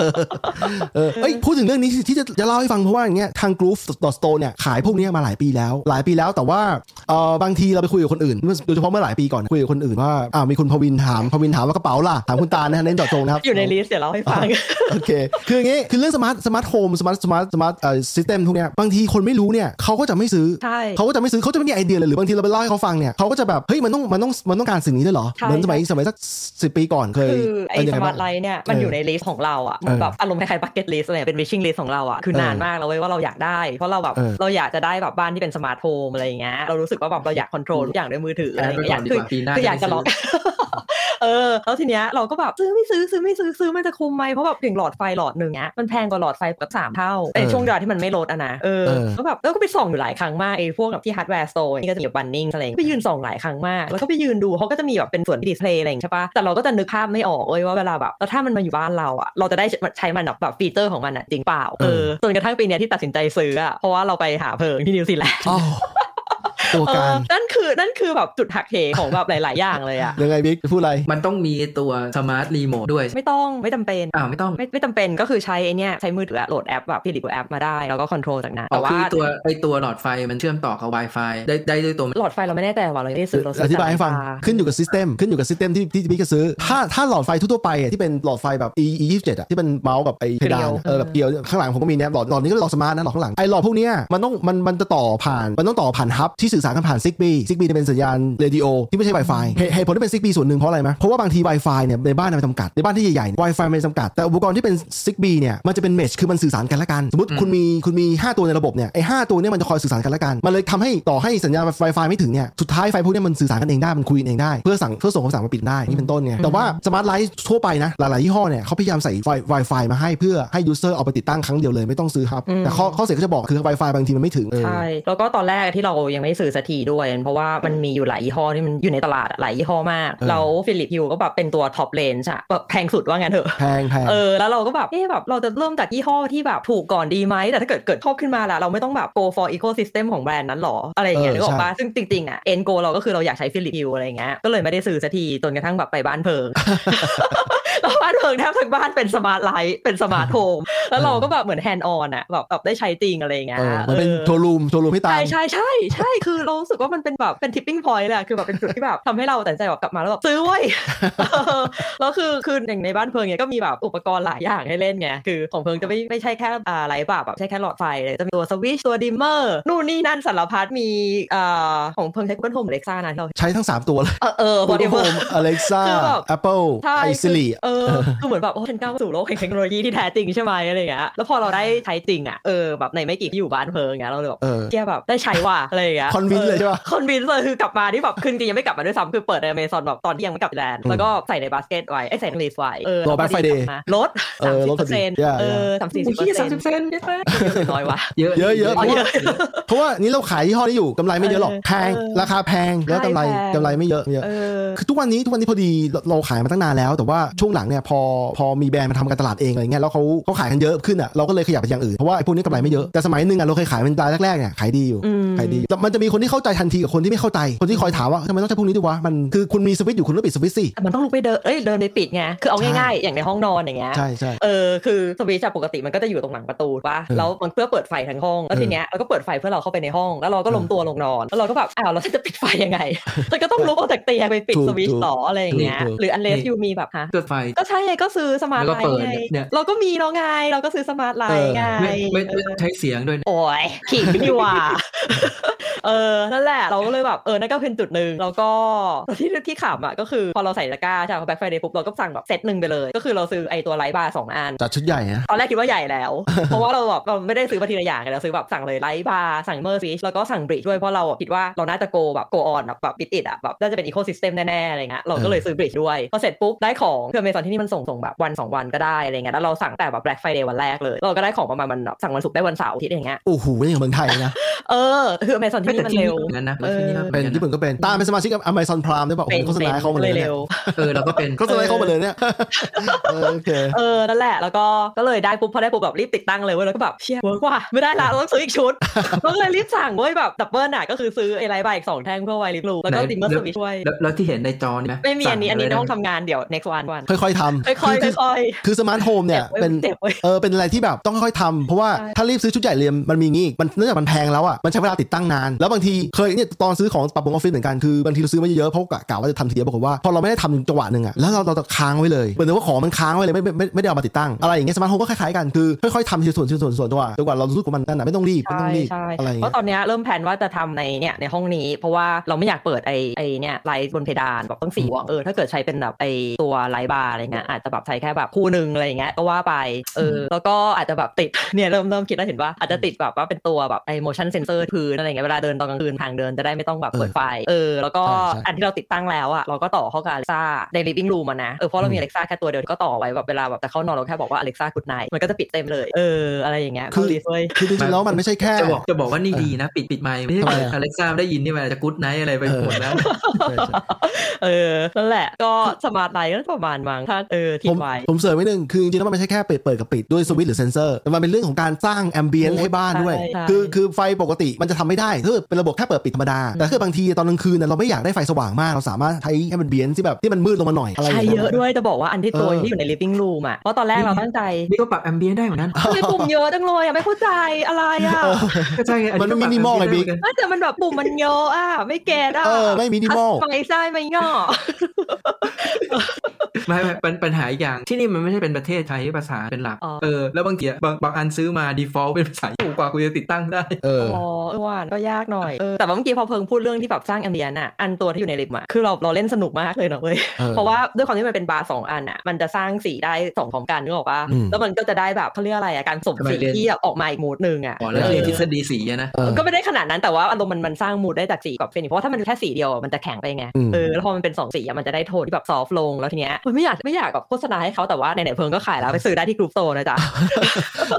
Speaker 2: เออเอ้ยพูดถึงเรื่องนี้ที่ที่จะจะเล่าให้ฟังเพราะว่าอย่างเงี้ยทาง Groove s t o r e เนี่ยขายพวกเนี้ยมาหลายปีแล้ว หลายปีแล้วแต่ว่าเอ่อบางทีเราไปคุยกับคนอื่นเมื่อโดยเฉพาะเมื่อหลายปีก่อนคุยกับคนอื่นว่าอ่ามีคุณพวินถามพวินถามว่ากระเป๋าล่ะถามคุณตาลนะฮะเน้นเจาะจงนะครับ
Speaker 3: อยู่ในลิสต์เดี๋ยวเราให้ฟัง
Speaker 2: โอเค คืออย่างงี้ คือเรื่องสมาร์ท สมาร์ทโฮม สมาร์ท สมาร์ท สมาร์ทเอ่อซิสเต็มทุกเนี้ย บางทีคนไม่รู้เนี่ย เขาก็จะไม่ซื้อ
Speaker 3: ใช่
Speaker 2: เขาก็จะไม่ซื้อ เขาจะไม่มีไอเดียเลย หรือบางทีเราไปเล่าให้เขาฟังเนี่ย เขาก็จะแบบ เฮ้ย มันต้อง มันต้อง มันต้องการสิ่งนี้ด้วยเหรอ
Speaker 3: ใช่
Speaker 2: เหมือนสมัย สมัยสักสิปีก่อนเคย
Speaker 3: คือไอ้
Speaker 2: เป็นยั
Speaker 3: ส
Speaker 2: ง
Speaker 3: มา
Speaker 2: บ้า
Speaker 3: ร์
Speaker 2: ง
Speaker 3: ทไลท์เนี่ยมัน
Speaker 2: เออ
Speaker 3: อ
Speaker 2: อยู่
Speaker 3: ในลิสต์ของเราอ่ะ
Speaker 2: เออ
Speaker 3: แบบอารมณ์คล้ายๆบักเก็ตลิสต์อะไรเป็นวิชชิ่งลิสต์ของเราอ่ะคื
Speaker 2: เออน
Speaker 3: อานมากแล้วเว้ยว่าเราอยากได้ เพราะเราแบบ
Speaker 2: เออ
Speaker 3: เราอยากจะได้แบบบ้านที่เป็นสมาร์ทโฮมอะไรอย่างเงี้ยเรารู้สึกว่าแบบเราอยากคอนโทรลทุกอย่างด้วยมือถืออะไรอย่างเงี้ย
Speaker 4: แอดไปก่อน
Speaker 3: คือ
Speaker 4: ดีกว่าปีหน้า
Speaker 3: คืออยากจะ
Speaker 4: จะได้
Speaker 3: ล็อก เออแล้วทีเนี้ยเราก็แบบซื้อไม่ซื้อซื้อไม่ซื้อซื้อมันจะคุ้มไหมเพราะแบบอย่างหลอดไฟหลอดหนึ่งเนี้ยมันแพงกว่าหลอดไฟแบบสามเท่าใน
Speaker 2: เออ
Speaker 3: ช่วงเวลาที่มันไม่ลดอะนะเออ
Speaker 2: เออ
Speaker 3: แล้วแบบแล้วก็ไปส่องอยู่หลายครั้งมากไอ้พวกแบบที่ฮาร์ดแวร์โซนี่ก็จะมีบันนิ่งอะไรอย่างเงี้ยไปยืนส่องหลายครั้งมากแล้วก็ไปยืนดูเขาก็จะมีแบบเป็นส่วนที่ดิสเพลย์อะไรอย่างเงี้ยใช่ปะแต่เราก็จะนึกภาพไม่ออกเลยว่าเวลาแบบแล้วถ้ามันมาอยู่บ้านเราอะเราจะได้ใช้มันแบบแบบฟีเจอร์ของมันอะจริงเปล่าเออจนกระทั่งปีเนี้ยที่ตัดสินใจซื้ออะเพราะว่าเราไปหาเพิงที่นิวซีแลนด์
Speaker 2: อ้าวตัวการ
Speaker 3: เออนั่นคือนั่นคือแบบจุดหักเหของแบบหลาย ๆ อย่างเลยอะ
Speaker 2: ยังไงบิ๊กจะพูดอะไร
Speaker 4: มันต้องมีตัวสมาร์ทรีโมทด้วย
Speaker 3: ไม่ต้องไม่จำเป็น
Speaker 4: อ้าวไม่ต้อง
Speaker 3: ไม่ไม่จำเป็นก็คือใช้ไอเนี้ยใช้มือถืออะโหลดแอปแบบพิลิปแอปมาได้แล้วก็คอนโทรลจากนั้น
Speaker 4: อ๋
Speaker 3: แต่
Speaker 4: อ
Speaker 3: ว่า
Speaker 4: คือตัวไอตัวหลอดไฟมันเชื่อมต่อกับ Wi-Fi ได้ได้ด้วยตัวมัน
Speaker 3: หลอดไฟเราไม่แน่ใจว่าเราไม่ได้ซื้อเราซื้
Speaker 2: อธิบายให้ฟัง
Speaker 3: จกร้น
Speaker 2: ขึ้นอยู่กับซิสเต็มขึ้นอยู่กับซิสเต็มที่ที่บิ๊กจะซื้อ ถ้าถ้าหลอดไฟทั่วๆไปอ่ะที่เป็นหลอดไฟแบบ e e 27อ่ะที่เป็นเมาส์แบบไอ้เพดานเออแบบเกลียวข้างหลังผมก็มีเนี่ยหลอดหลอดนี้ก็หลอดสมาร์ทนะหลอดข้างหลังไอ้หลอดพวกเนี้ยมันต้องมันมันจะต่อผ่านมันต้องต่อผ่านฮับที่สื่อสารกันผ่านซิกบีซิกบีจะเป็นสัญญาณเรดิโอที่ไม่ใช่ Wi-Fi เหตุเหตุผลที่เป็นซิกบีส่วนหนึ่งเพราะอะไรไหมเพราะว่าบางที Wi-Fi เนี่ยในบ้านมันจำกัดในบ้านที่ใหญ่ๆ Wi-Fi มันจำกัดแต่อุปกรณ์ที่เป็นซิกบีเนี่ยมันจะเป็นเมชคือมันสื่อสารกันและกันสมมติคุณมีคุณมีห้าตัวในระบบเนี่ยไอ้ห้าตัวเนี่ยมันจะคอยสื่อสารกันและกันมันเลยทำให้ต่อให้สัญญาณ Wi-Fi ไม่ถึงเนี่ยสุดท้ายไฟพวกเนี้มันสื่อสารกันเองได้มันคุยกันเองได้เพื่อสั่งเพื่อส่งคำสั่งมาปิดได้นี่เป็นต้นไงแต่ว่าสมาร์ทไลท์ทั่วไปนะหลายๆยี่ห้อเนี่ยเขาพยายามใส่ไฟ Wi-Fi มาให้เพื่อให้ user เอาไปติดตั้งครั้งเดียวเลยไม่ต้องซื้อครับแต่ข้อข้อเสียก็จะบอกคือ Wi-Fi บางทีมันไม่ถึงเออ
Speaker 3: ใช่แล้วก็ตอนแรกที่เรายังไม่ซื้อสักทีด้วย เพราะว่ามันมีอยู่หลายยี่ห้อที่มันอยู่ในตลาดอะหลายยี่ห้อมาก
Speaker 2: เออ
Speaker 3: แล้วฟิลิปฮิวก็แบบเป็นตัวท็อปเลนจ์อะแบบแพงสุดว่างั้นเถอะ
Speaker 2: แพงแพง
Speaker 3: เออแล้วเราก็แบบเอ๊ะแบบเราจะเริ่มจากยี่ห้อที่แบบถูกก่อนดีไหมแต่ถ้าเกิดเกิดชอบขึ้นมาล่ะเราไม่ต้องแบบ go for ecosystem ของแบรนด์นั้นหรอ อะไรอย่างเงี้ย
Speaker 2: เอ
Speaker 3: นึ
Speaker 2: อก
Speaker 3: ออก
Speaker 2: ใช่
Speaker 3: ปะซึ่งจริงๆอ่ะ end goal เราก็คือเราอยากใช้ฟิลิปปิวอะไรอย่างเงี้ยก็เลยไม่ได้ซื้อสักทีจนกระทั่งแบบไปบ้านเพิง แล้วบ้านเพิงแทบทั้งบ้านเป็นสมาร์ทไลท์เป็นสมาร์ทโฮมแล้วเราก็แบบเหมือนแฮนด์ออนอ่ะแบบแบบได้ใช้จริงอะไรอย่างเงี้ย
Speaker 2: เออมันเป็น
Speaker 3: เออ
Speaker 2: โชว์รูมโชว์รูมให้ตาม
Speaker 3: ใช่ใช่ใช่ใช่คือเรารู้สึกว่ามันเป็นแบบเป็น tipping point เลยอะคือแบบเป็นจุดที่แบบทำให้เราตัดสินใจแบบกลับมาแล้วแบบซื้อเว้ย เออแล้วคือคืออย่างในบ้านเพิงเนี่ยก็มีแบบอุปกรณ์หลายอย่างให้เล่นไงคือของเพิงจะไม่ไม่ใช่แค่อ่าไลท์แบบแบบใช่แค่หลอดไฟเลยจะมีตัวสวิตชตัวดิมเมอร์นู่นนี่นั่นสารพัดมีอ่าของเพิงใช้ Google Home เล็กซ่านะที่เรา
Speaker 2: ใช้ทั้ง 3 ตัวเลย
Speaker 3: เออเออ
Speaker 2: Google
Speaker 3: whatever
Speaker 2: Home Alexa
Speaker 3: คือแบบ
Speaker 2: Apple
Speaker 3: ใช่
Speaker 2: ไอ
Speaker 3: คื
Speaker 2: ซิลี
Speaker 3: เออคือเหมือนแบบโอ้ฉันก้าวสู่โลกแห่งเทคโนโลยีที่แท้จริงใช่ไหมอะไรอย่างเงี้ยแล้วพอเราได้ใช้จริงอ่ะเออแบบในไม่กี่ที่อยู่บ้านเพิงเงี้ยเราเลยแบบ
Speaker 2: เออ
Speaker 3: เกียแบบได้ใช้ว่ะอะไรอย่างเงี้ย
Speaker 2: Convince เลยใช่ปะ
Speaker 3: คอนวินเลยคือกลับมาที่แบบคืนจริงยังไม่กลับมาด้วยซ้ำคือเปิดในอเมซอนแบบตอนที่ยังไม่กลับแลนด์
Speaker 2: อืม
Speaker 3: แล้วก็ใส่ในบาสเกตไว้ไอ้ยใส่ในลิสต์ไว้เออ
Speaker 2: รอ Black Friday
Speaker 3: ลด
Speaker 2: เอ
Speaker 3: สาม
Speaker 2: อลดพอดี
Speaker 3: สิบเปอร์เซ็นต์
Speaker 2: ใช่
Speaker 3: เออสามสี่สิบเปอร์เซ็นต์
Speaker 4: สามสิบเซนเยอะมาก
Speaker 3: น้อยวะ
Speaker 4: เยอะ
Speaker 2: เยอะเยอะ
Speaker 4: เพราะว่า
Speaker 2: เพราะว่านี้เราขายยี่ห้อนี้อยู่กำไรไม่เยอะหรอก
Speaker 3: เออ
Speaker 2: แพง
Speaker 3: เออ
Speaker 2: ราคาแพงแล้วกำไร
Speaker 3: ใช่แพง
Speaker 2: กำไรไม่เยอะไม่เยอะ
Speaker 3: เออ
Speaker 2: คือทุกวันนี้ทุกวันนี้พอดีเราเราขายมาตั้งนานแล้ว แต่ว่าช่วงหลังเนี่ยพอพอมีแบรนด์มาทำการตลาดเองอะไรเงี้ยแล้วเขาเขาขายกันเยอะขึ้นอ่ะเราก็เลยขยับไปอย่างอื่นเพราะว่าไอ้พวกนี้กำไรไม่เยอะแต่สมัยหนึ่งอ่ะเราเคยขายเป็นรายแรกๆเนี่ยขายดีอยู่
Speaker 3: อืม
Speaker 2: ขายดีแต่มันจะมีคนที่เข้าใจทันทีกับคนที่ไม่เข้าใจคนที่คอยถามว่าทำไมต้องใช้พวกนี้ด้วยวะมันคือคุณมีสวิตช์อยู่คุณก็ปิดสวิตช์สิ
Speaker 3: แต่มันต้องลุกไปเดินเอ้ยเดินไปปิดไงคือเอาง่ายๆ อย่างในห้องนอนอย่างเงี้ย
Speaker 2: ใช่ใช่
Speaker 3: เออคือสวิตช์อะปกติมันก็จะอยู่ตรงหลังประตูป่ะ
Speaker 2: เออ
Speaker 3: แล้วมันเพื่อเปิดไฟทั้งห้องแล้วทีเนี้ยเราก็เปิดไฟเพื่อเราเข้าไปในห้อง แล้วเราก็ล้มตัวลงนอนแล้วเราก็แบบอ้าวเราจะปิดไฟยังไง มันก็ต้องลุกออกจากเตียงไปปิด
Speaker 2: ถูก
Speaker 3: สวิตช์ต่ออะไรอย่างเงี้ย
Speaker 2: ถูกถูก
Speaker 3: หรืออันเลส
Speaker 4: นี่
Speaker 3: ยูมีแบบฮะ
Speaker 4: เกิดไฟ
Speaker 3: ก็ใช่ไงก็ซื้อสมาร์ท
Speaker 4: แล้
Speaker 3: ไล
Speaker 4: วก็เปิ
Speaker 3: น์
Speaker 4: ด
Speaker 3: ไง
Speaker 4: เนี่ย
Speaker 3: เราก็มีแล้วไงเราก็ซื้อสมาร์ทไลน์ไง
Speaker 4: ไม่ไม่ไม่
Speaker 3: เออ
Speaker 4: ใช้เสียงด้วยนะ
Speaker 3: โอ้ยขิงดีว่า เออนั่นแหละเราก็เลยแบบเออนั่นก็เป็นจุดหนึ่งแล้วก็ที่ที่ขำอ่ะก็คือพอเราใส่ตะกร้าใช่ไหมแบ็คไฟเดย์ปุ๊บเราก็สั่งแบบเซตหนึ่งไปเลย ก็คือเราซื้อไอตัวไลท์บาร์สองอัน
Speaker 2: จัดชุดใหญ่นะ
Speaker 3: ตอนแรกคิดว่าใหญ่แล้ว เพราะว่าเราแบบเราไม่ได้ซื้อมาทีละอย่างไงเราซื้อแบบสั่งเลยไลท์บาร์สั่งเมอร์ซีแล้วก็สั่งบริดด้วยเพราะเราอะคิดว่าเราน่าจะโกแบบโกออนแบบบิดอิดอ่ะแบบน่าจะเป็นอีโคซิสเต็มแน่ๆอะไรเงี้ยเราก็เลยซื้อบริดด้วยพอเสร็จปุ๊บได้ของคือเมซอนที่นี่มันส่งส่งแบบวัน 2 วันก็ได้อะไรเงี้ยแล้วเราสั่งแต่แบบแบล็กไฟเดย์วันแรกเลย เราก็ได้ของประมาณวันแบบสั่งวันศุกร์ได้วันเสาร์อาทิตย์อย่างเงี้ย
Speaker 2: โอ้โหนี่อย่างเมืองไทยนะ
Speaker 3: เออคืออเมซอนที่
Speaker 4: ไม่
Speaker 3: นี่มั
Speaker 4: แต่
Speaker 3: น
Speaker 4: ที่
Speaker 3: เร็ว
Speaker 4: นี่ก็เหมือนกันนะไม่ที่นี่ก็เหมือน
Speaker 2: เป็น
Speaker 4: กัน
Speaker 2: ญี่
Speaker 4: นะ
Speaker 2: ปุ่นก็เป็นตามเป็นสมาชิก Amazon Prime ได้ป่ะโอ้โหโฆษณาให้เข้ามาเลยเนี่ย
Speaker 4: เออเราก็เป็น
Speaker 2: โฆษณาให้เข้ามาเลยเนี่ย เออโอเค
Speaker 3: เออ นั่นแหละ แล้วก็ก็เลยได้ปุ๊บพอได้ปุ๊บแบบรีบติดตั้งเลยเว้ยแล้วก็แบบเชี่ยเวิร์กว่าไม่ได้ละเราต้องซื้ออีกชุด ก็เลยรีบสั่งเว้ยแบบดับเบิลอ่ะก็คือซื้อไอไลท์บายอีกสองแท่งเพื่อไวลิฟลูแล้วก็
Speaker 4: ไหน
Speaker 3: ดิมเมอร์สวิชช่วย
Speaker 4: แล้วแล้วที่เห็นในจอนี่ห
Speaker 3: ไม่มีอันนี้อันนี้ในห้อง
Speaker 4: สั่
Speaker 3: ทำงานเดี๋ยว next one วัน
Speaker 2: ค่อยๆทำ
Speaker 3: ค่อยๆค่อย
Speaker 2: คือ
Speaker 3: ๆค่อย
Speaker 2: คือสมาร์ทโฮม
Speaker 3: ๆ
Speaker 2: เนี่ย
Speaker 3: เจ็บเว้ย
Speaker 2: เป็น
Speaker 3: เจ็บเว้ย
Speaker 2: เออ เป็นอะไรที่แบบต้องค่อยๆทำเพราะว่า
Speaker 3: ใช่
Speaker 2: ถ้ารีบซื้อชุดใหญ่เรียมมันมีงี้ มันเนื่องจากมันแพงแล้วอ่ะ มันใช้เวลาติดตั้งนาน แล้วบางทีเคยเนี่ยตอนซื้อของปรับปรุงออฟฟิศเหมือนกัน คือบางทีเราซื้อมาเยอะเพราะกะกะว่าจะทำทีเดียวปรากฏว่าพอเราไม่ได้ทำจังหวะหนึ่งอ่ะ แล้วเราเราจะค้างไว้เลย เหมือนกับว่าของมันค้างไว้เลยไม่ไม่ไม่ไม่ได้เอามาติดตั้ง อะไรอย่างเงี้ยสมาร์ทโฮมก็คล้ายๆกัน คือค่อยๆทำทีละส่วนทีละส่วนทีละส่วนจังหวะจนกว่าเรารู้สึกว่ามันนั่นน่ะไม่ต้องรีบไม่ต้องรีบ
Speaker 3: ใช่
Speaker 2: อะไรอย่างเงี้ย
Speaker 3: เพราะตอนเนี้ยเริ่มแผนว่าจะทำในเนี่ยในห้องนี้ เพราะว่าเราไม่อยากเปิดไอไอเนี่ยไลท์บนเพดานแบบต้องสี่วงเออถ้าเกิดใช้เป็นแบบไอตัวไลท์บาร์อะไรเงี้ยอาจจะแบบใช้แค่แบบคู่หนึ่งอะไรเงี้ยก็ว่าไปเออแล้วก็อาจจะแบบติด เนี่ยเริ่มเริ่มคิดแล้วเห็นว่าอาจจะติดแบบว่าเป็นตัวแบบไอ motion sensor พื้นอะไรเงี้ยเวลาเดินตอนกลางคืนทางเดินจะได้ไม่ต้องแบบเปิดไฟเออแล้วก็
Speaker 2: ใช่ใช่
Speaker 3: อันที่เราติดตั้งแล้วอะเราก็ต่อเข้ากับ Alexa ใน living room อะนะเออเพราะเรามี Alexa แค่ตัวเดียวก็ต่อไว้แบบเวลาแบบจะเข้านอนเราแค่บอกว่า Alexa good night มันก็จะปิดเต็มเลยเอออะไรอย่างเงี้ย
Speaker 2: คือ
Speaker 3: police เว้ย
Speaker 2: คือจริงๆแล้วมันไม่ใช่แค่
Speaker 4: จะบอกจะบอกว่านี่ดีนะ ปิดปิดไมค์ไม่ใช่
Speaker 2: ทำไมอะ
Speaker 4: อเล็กซ่าได้ยินนี่มันจะกุ๊ดไนท์อะไรไปหมดแล้ว
Speaker 3: เออ นั่นแหละ ก็สมาร์ทไลน์ก็ประมาณมั้งถ้าเออที
Speaker 2: ผม
Speaker 3: ไว้
Speaker 2: ผมเสริมไว้หนึ่งคือจริงๆแล้วมันไม่ใช่แค่เปิดเปิดกับปิดด้วยสวิตช์หรือเซนเซอร์แต่มันเป็นเรื่องของการสร้างแอมเบียนให้บ้านด้วย
Speaker 3: ใช่
Speaker 2: คือคือไฟปกติมันจะทำไม่ได้ถ้าเกิดเป็นระบบแค่เปิดปิดธรรมดา แต่ถ้าเกิดบางทีตอนกลางคืนน่ะเราไม่อยากได้ไฟสว่างมาก เราสามารถใช้ให้มันเบียนที่แบบที่มันมืดลงมาหน่อยอะ
Speaker 3: ใช่
Speaker 2: ไราง
Speaker 3: เย
Speaker 2: งี้
Speaker 3: อะด้วย จะบอกว่าอันที่ตัว
Speaker 2: เออ
Speaker 3: ที่อยู่ใน living room อ่ะ เพราะตอนแรกเรา ตั้งใจ
Speaker 4: นี่ก็ปรับแอมเบียนได้เหมือนกัน
Speaker 3: ทำไมปุ่มเยอะจังเลยอ่ะ ไม่เข้าใจอะไรอ่ะ
Speaker 2: เออ
Speaker 4: ก็ใช่ไงอั
Speaker 2: มันไม่
Speaker 4: ก็ปรับ
Speaker 2: minimal ไง
Speaker 4: ambient ด้เหมือนน
Speaker 3: เอ้ยแต่มันแบบปุ่มมันเยอะอ่ะ ไม่แกตอ่ะ
Speaker 2: เออไม่มินิมอล
Speaker 3: ไฟใช่ไหมย่อ
Speaker 4: ไม่ไม่ปัญปัญหาอีกอย่างที่นี่มันไม่ใช่เป็นประเทศไทยที่ภาษาเป็นหลัก
Speaker 3: อ๋อ
Speaker 4: เออแล้วบางทีอะบางบางอันซื้อมา default เป็นภาษาอยู่กว่ากูจะติดตั้งได้
Speaker 2: เออ
Speaker 3: อ๋อเออว่านก็ยากหน่อยเออแต่ว่าเมื่อกี้พอเพิงพูดเรื่องที่แบบสร้างแอมเบียนอ่ะอันตัวที่อยู่ในลิฟต์อ่ะคือเราเราเล่นสนุกมากเลยนะเว้ย เพราะว่าด้วยความที่มันเป็นบาร์สองอันอ่ะมันจะสร้างสีได้สองพร้อมกันนึกออกปะ
Speaker 2: อืม
Speaker 3: แล้วมันก็จะได้แบบเขาเรียกอะไรอ่ะการสมสี
Speaker 4: ทำไมเรียน
Speaker 3: ที่แบบออกมาอีกมูดหนึ่งอ่ะ
Speaker 4: อ๋อแล้ว
Speaker 3: เอ
Speaker 4: เรียน
Speaker 3: อ
Speaker 4: ทฤษฎีสีอะนะ
Speaker 2: เออ
Speaker 3: ก็ไม่ได้ขนาดนั้นแต่ว่าอารมณ์มันมันสร้างมูดได้จากสีกับเฟนิกเพราะว่าถ้ามันแค่สีเดียวอะมันจะแข็งไปไง
Speaker 2: อืม
Speaker 3: เออแล้วพอมันเป็นสองสีอะมันจะได้โทนที่แบบซอฟลงแล้วทีเนี้ยเฮ้ยไม่อยากไม่อยากแบบโฆษณาให้เขาแต่ว่าไหนๆเพิงก็ขาย แล้วไปซื้อได้ที่กรุ๊ปโซนะจ๊ะ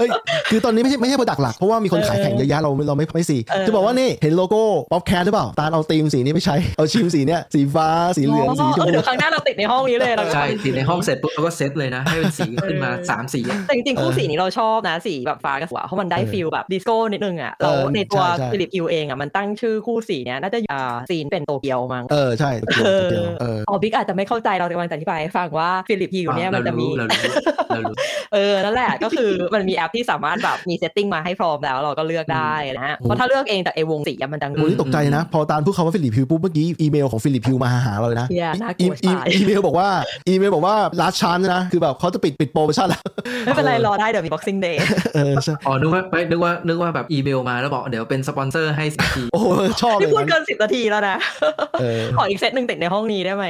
Speaker 2: เอ้ยคือตอนนี้ไม่ใช่ไม่ใช่โปรดักหลัก เพราะว่ามีคนขายแข่งเยอะแยะเราเราไม่ไม่สี
Speaker 3: เออ
Speaker 2: จะบอกว่านี่เห็นโลโก้ป๊อปแคทหรือเปล่าตาลเอาธีมสีนี้ไปใช้เอาชิมสีเนี่ยสีฟ้าสีเหลืองสีชม
Speaker 3: เออ
Speaker 2: พู
Speaker 3: เดี๋ยวครั้งหน้าเราติดในห้องนี้เลยเราก็
Speaker 4: ใช่
Speaker 3: ทำ
Speaker 4: ติดในห้องเสร็จปุ๊บเราก็เซตเลยนะ ให้เป็นสีขึ้นมา 3 สีอะ
Speaker 3: แต่จริงๆคู่
Speaker 2: เออ
Speaker 3: สีนี้เราชอบนะสีแบบฟ้ากับหัวเพราะมันได้
Speaker 2: เออ
Speaker 3: ฟิลแบบดิสโก้นิดนึงอ่ะเรา
Speaker 2: เออ
Speaker 3: ในตัว
Speaker 2: ใช่ใช่
Speaker 3: ฟิลิปอิวเองอ่ะมันตั้งชื่อคู่สีเนี้ยน่าจะอ่าซีนเป็นโตเกียวมั้ง
Speaker 2: เออใช่ตัวเดียวตัวเดียวเออ
Speaker 3: อ๋อบิ๊กอาจจะไม่เข้าใจเรากำลังจะอธิบายให้ฟังว่าฟิลิปอิวเนี่ย
Speaker 4: เรา
Speaker 3: มันจะมี
Speaker 4: รู้เรารู้เรารู้
Speaker 3: เออนั่นแหละก็คือมันมีแอปที่สามารถแบบมีเซตติ้งมาให้พร้อมแล้วเราก็เลือกได้นะฮะ
Speaker 2: อืม
Speaker 3: เพราะถ้าเลือกเองแต่ไอวงสีอะมันดัง
Speaker 2: โอ้นี่ตกใจนะ พอตาลพูดคำว่าฟิลิปพิวปุ๊บเมื่อกี้อีเมลของฟิลิปพิวมาหาเราเลยนะ
Speaker 3: เหี้ยน่ากลั
Speaker 2: อี
Speaker 3: ว
Speaker 2: อี
Speaker 3: ชิบหาย
Speaker 2: อีเมลบอกว่าอีเมลบอกว่าลาชานนะ คือแบบเขาจะปิดปิดโปรโมชั่นแล้ว
Speaker 3: ไม่เป็นไรรอได้เดี๋ยวมี boxing day
Speaker 2: เออใช่
Speaker 4: อ๋อนึกว่าไม่นึกว่านึกว่าแบบอีเมลมาแล้วบอกเดี๋ยวเป็นสปอนเซอร์ให้สิที
Speaker 2: โอ้โหชอบเล
Speaker 3: นี่
Speaker 2: ย
Speaker 3: พูด
Speaker 2: นะ
Speaker 3: เกินสิบนาทีแล้วนะ
Speaker 2: เออ
Speaker 3: ขออีกเซตหนึ่งติดในห้องนี้ได้ไหม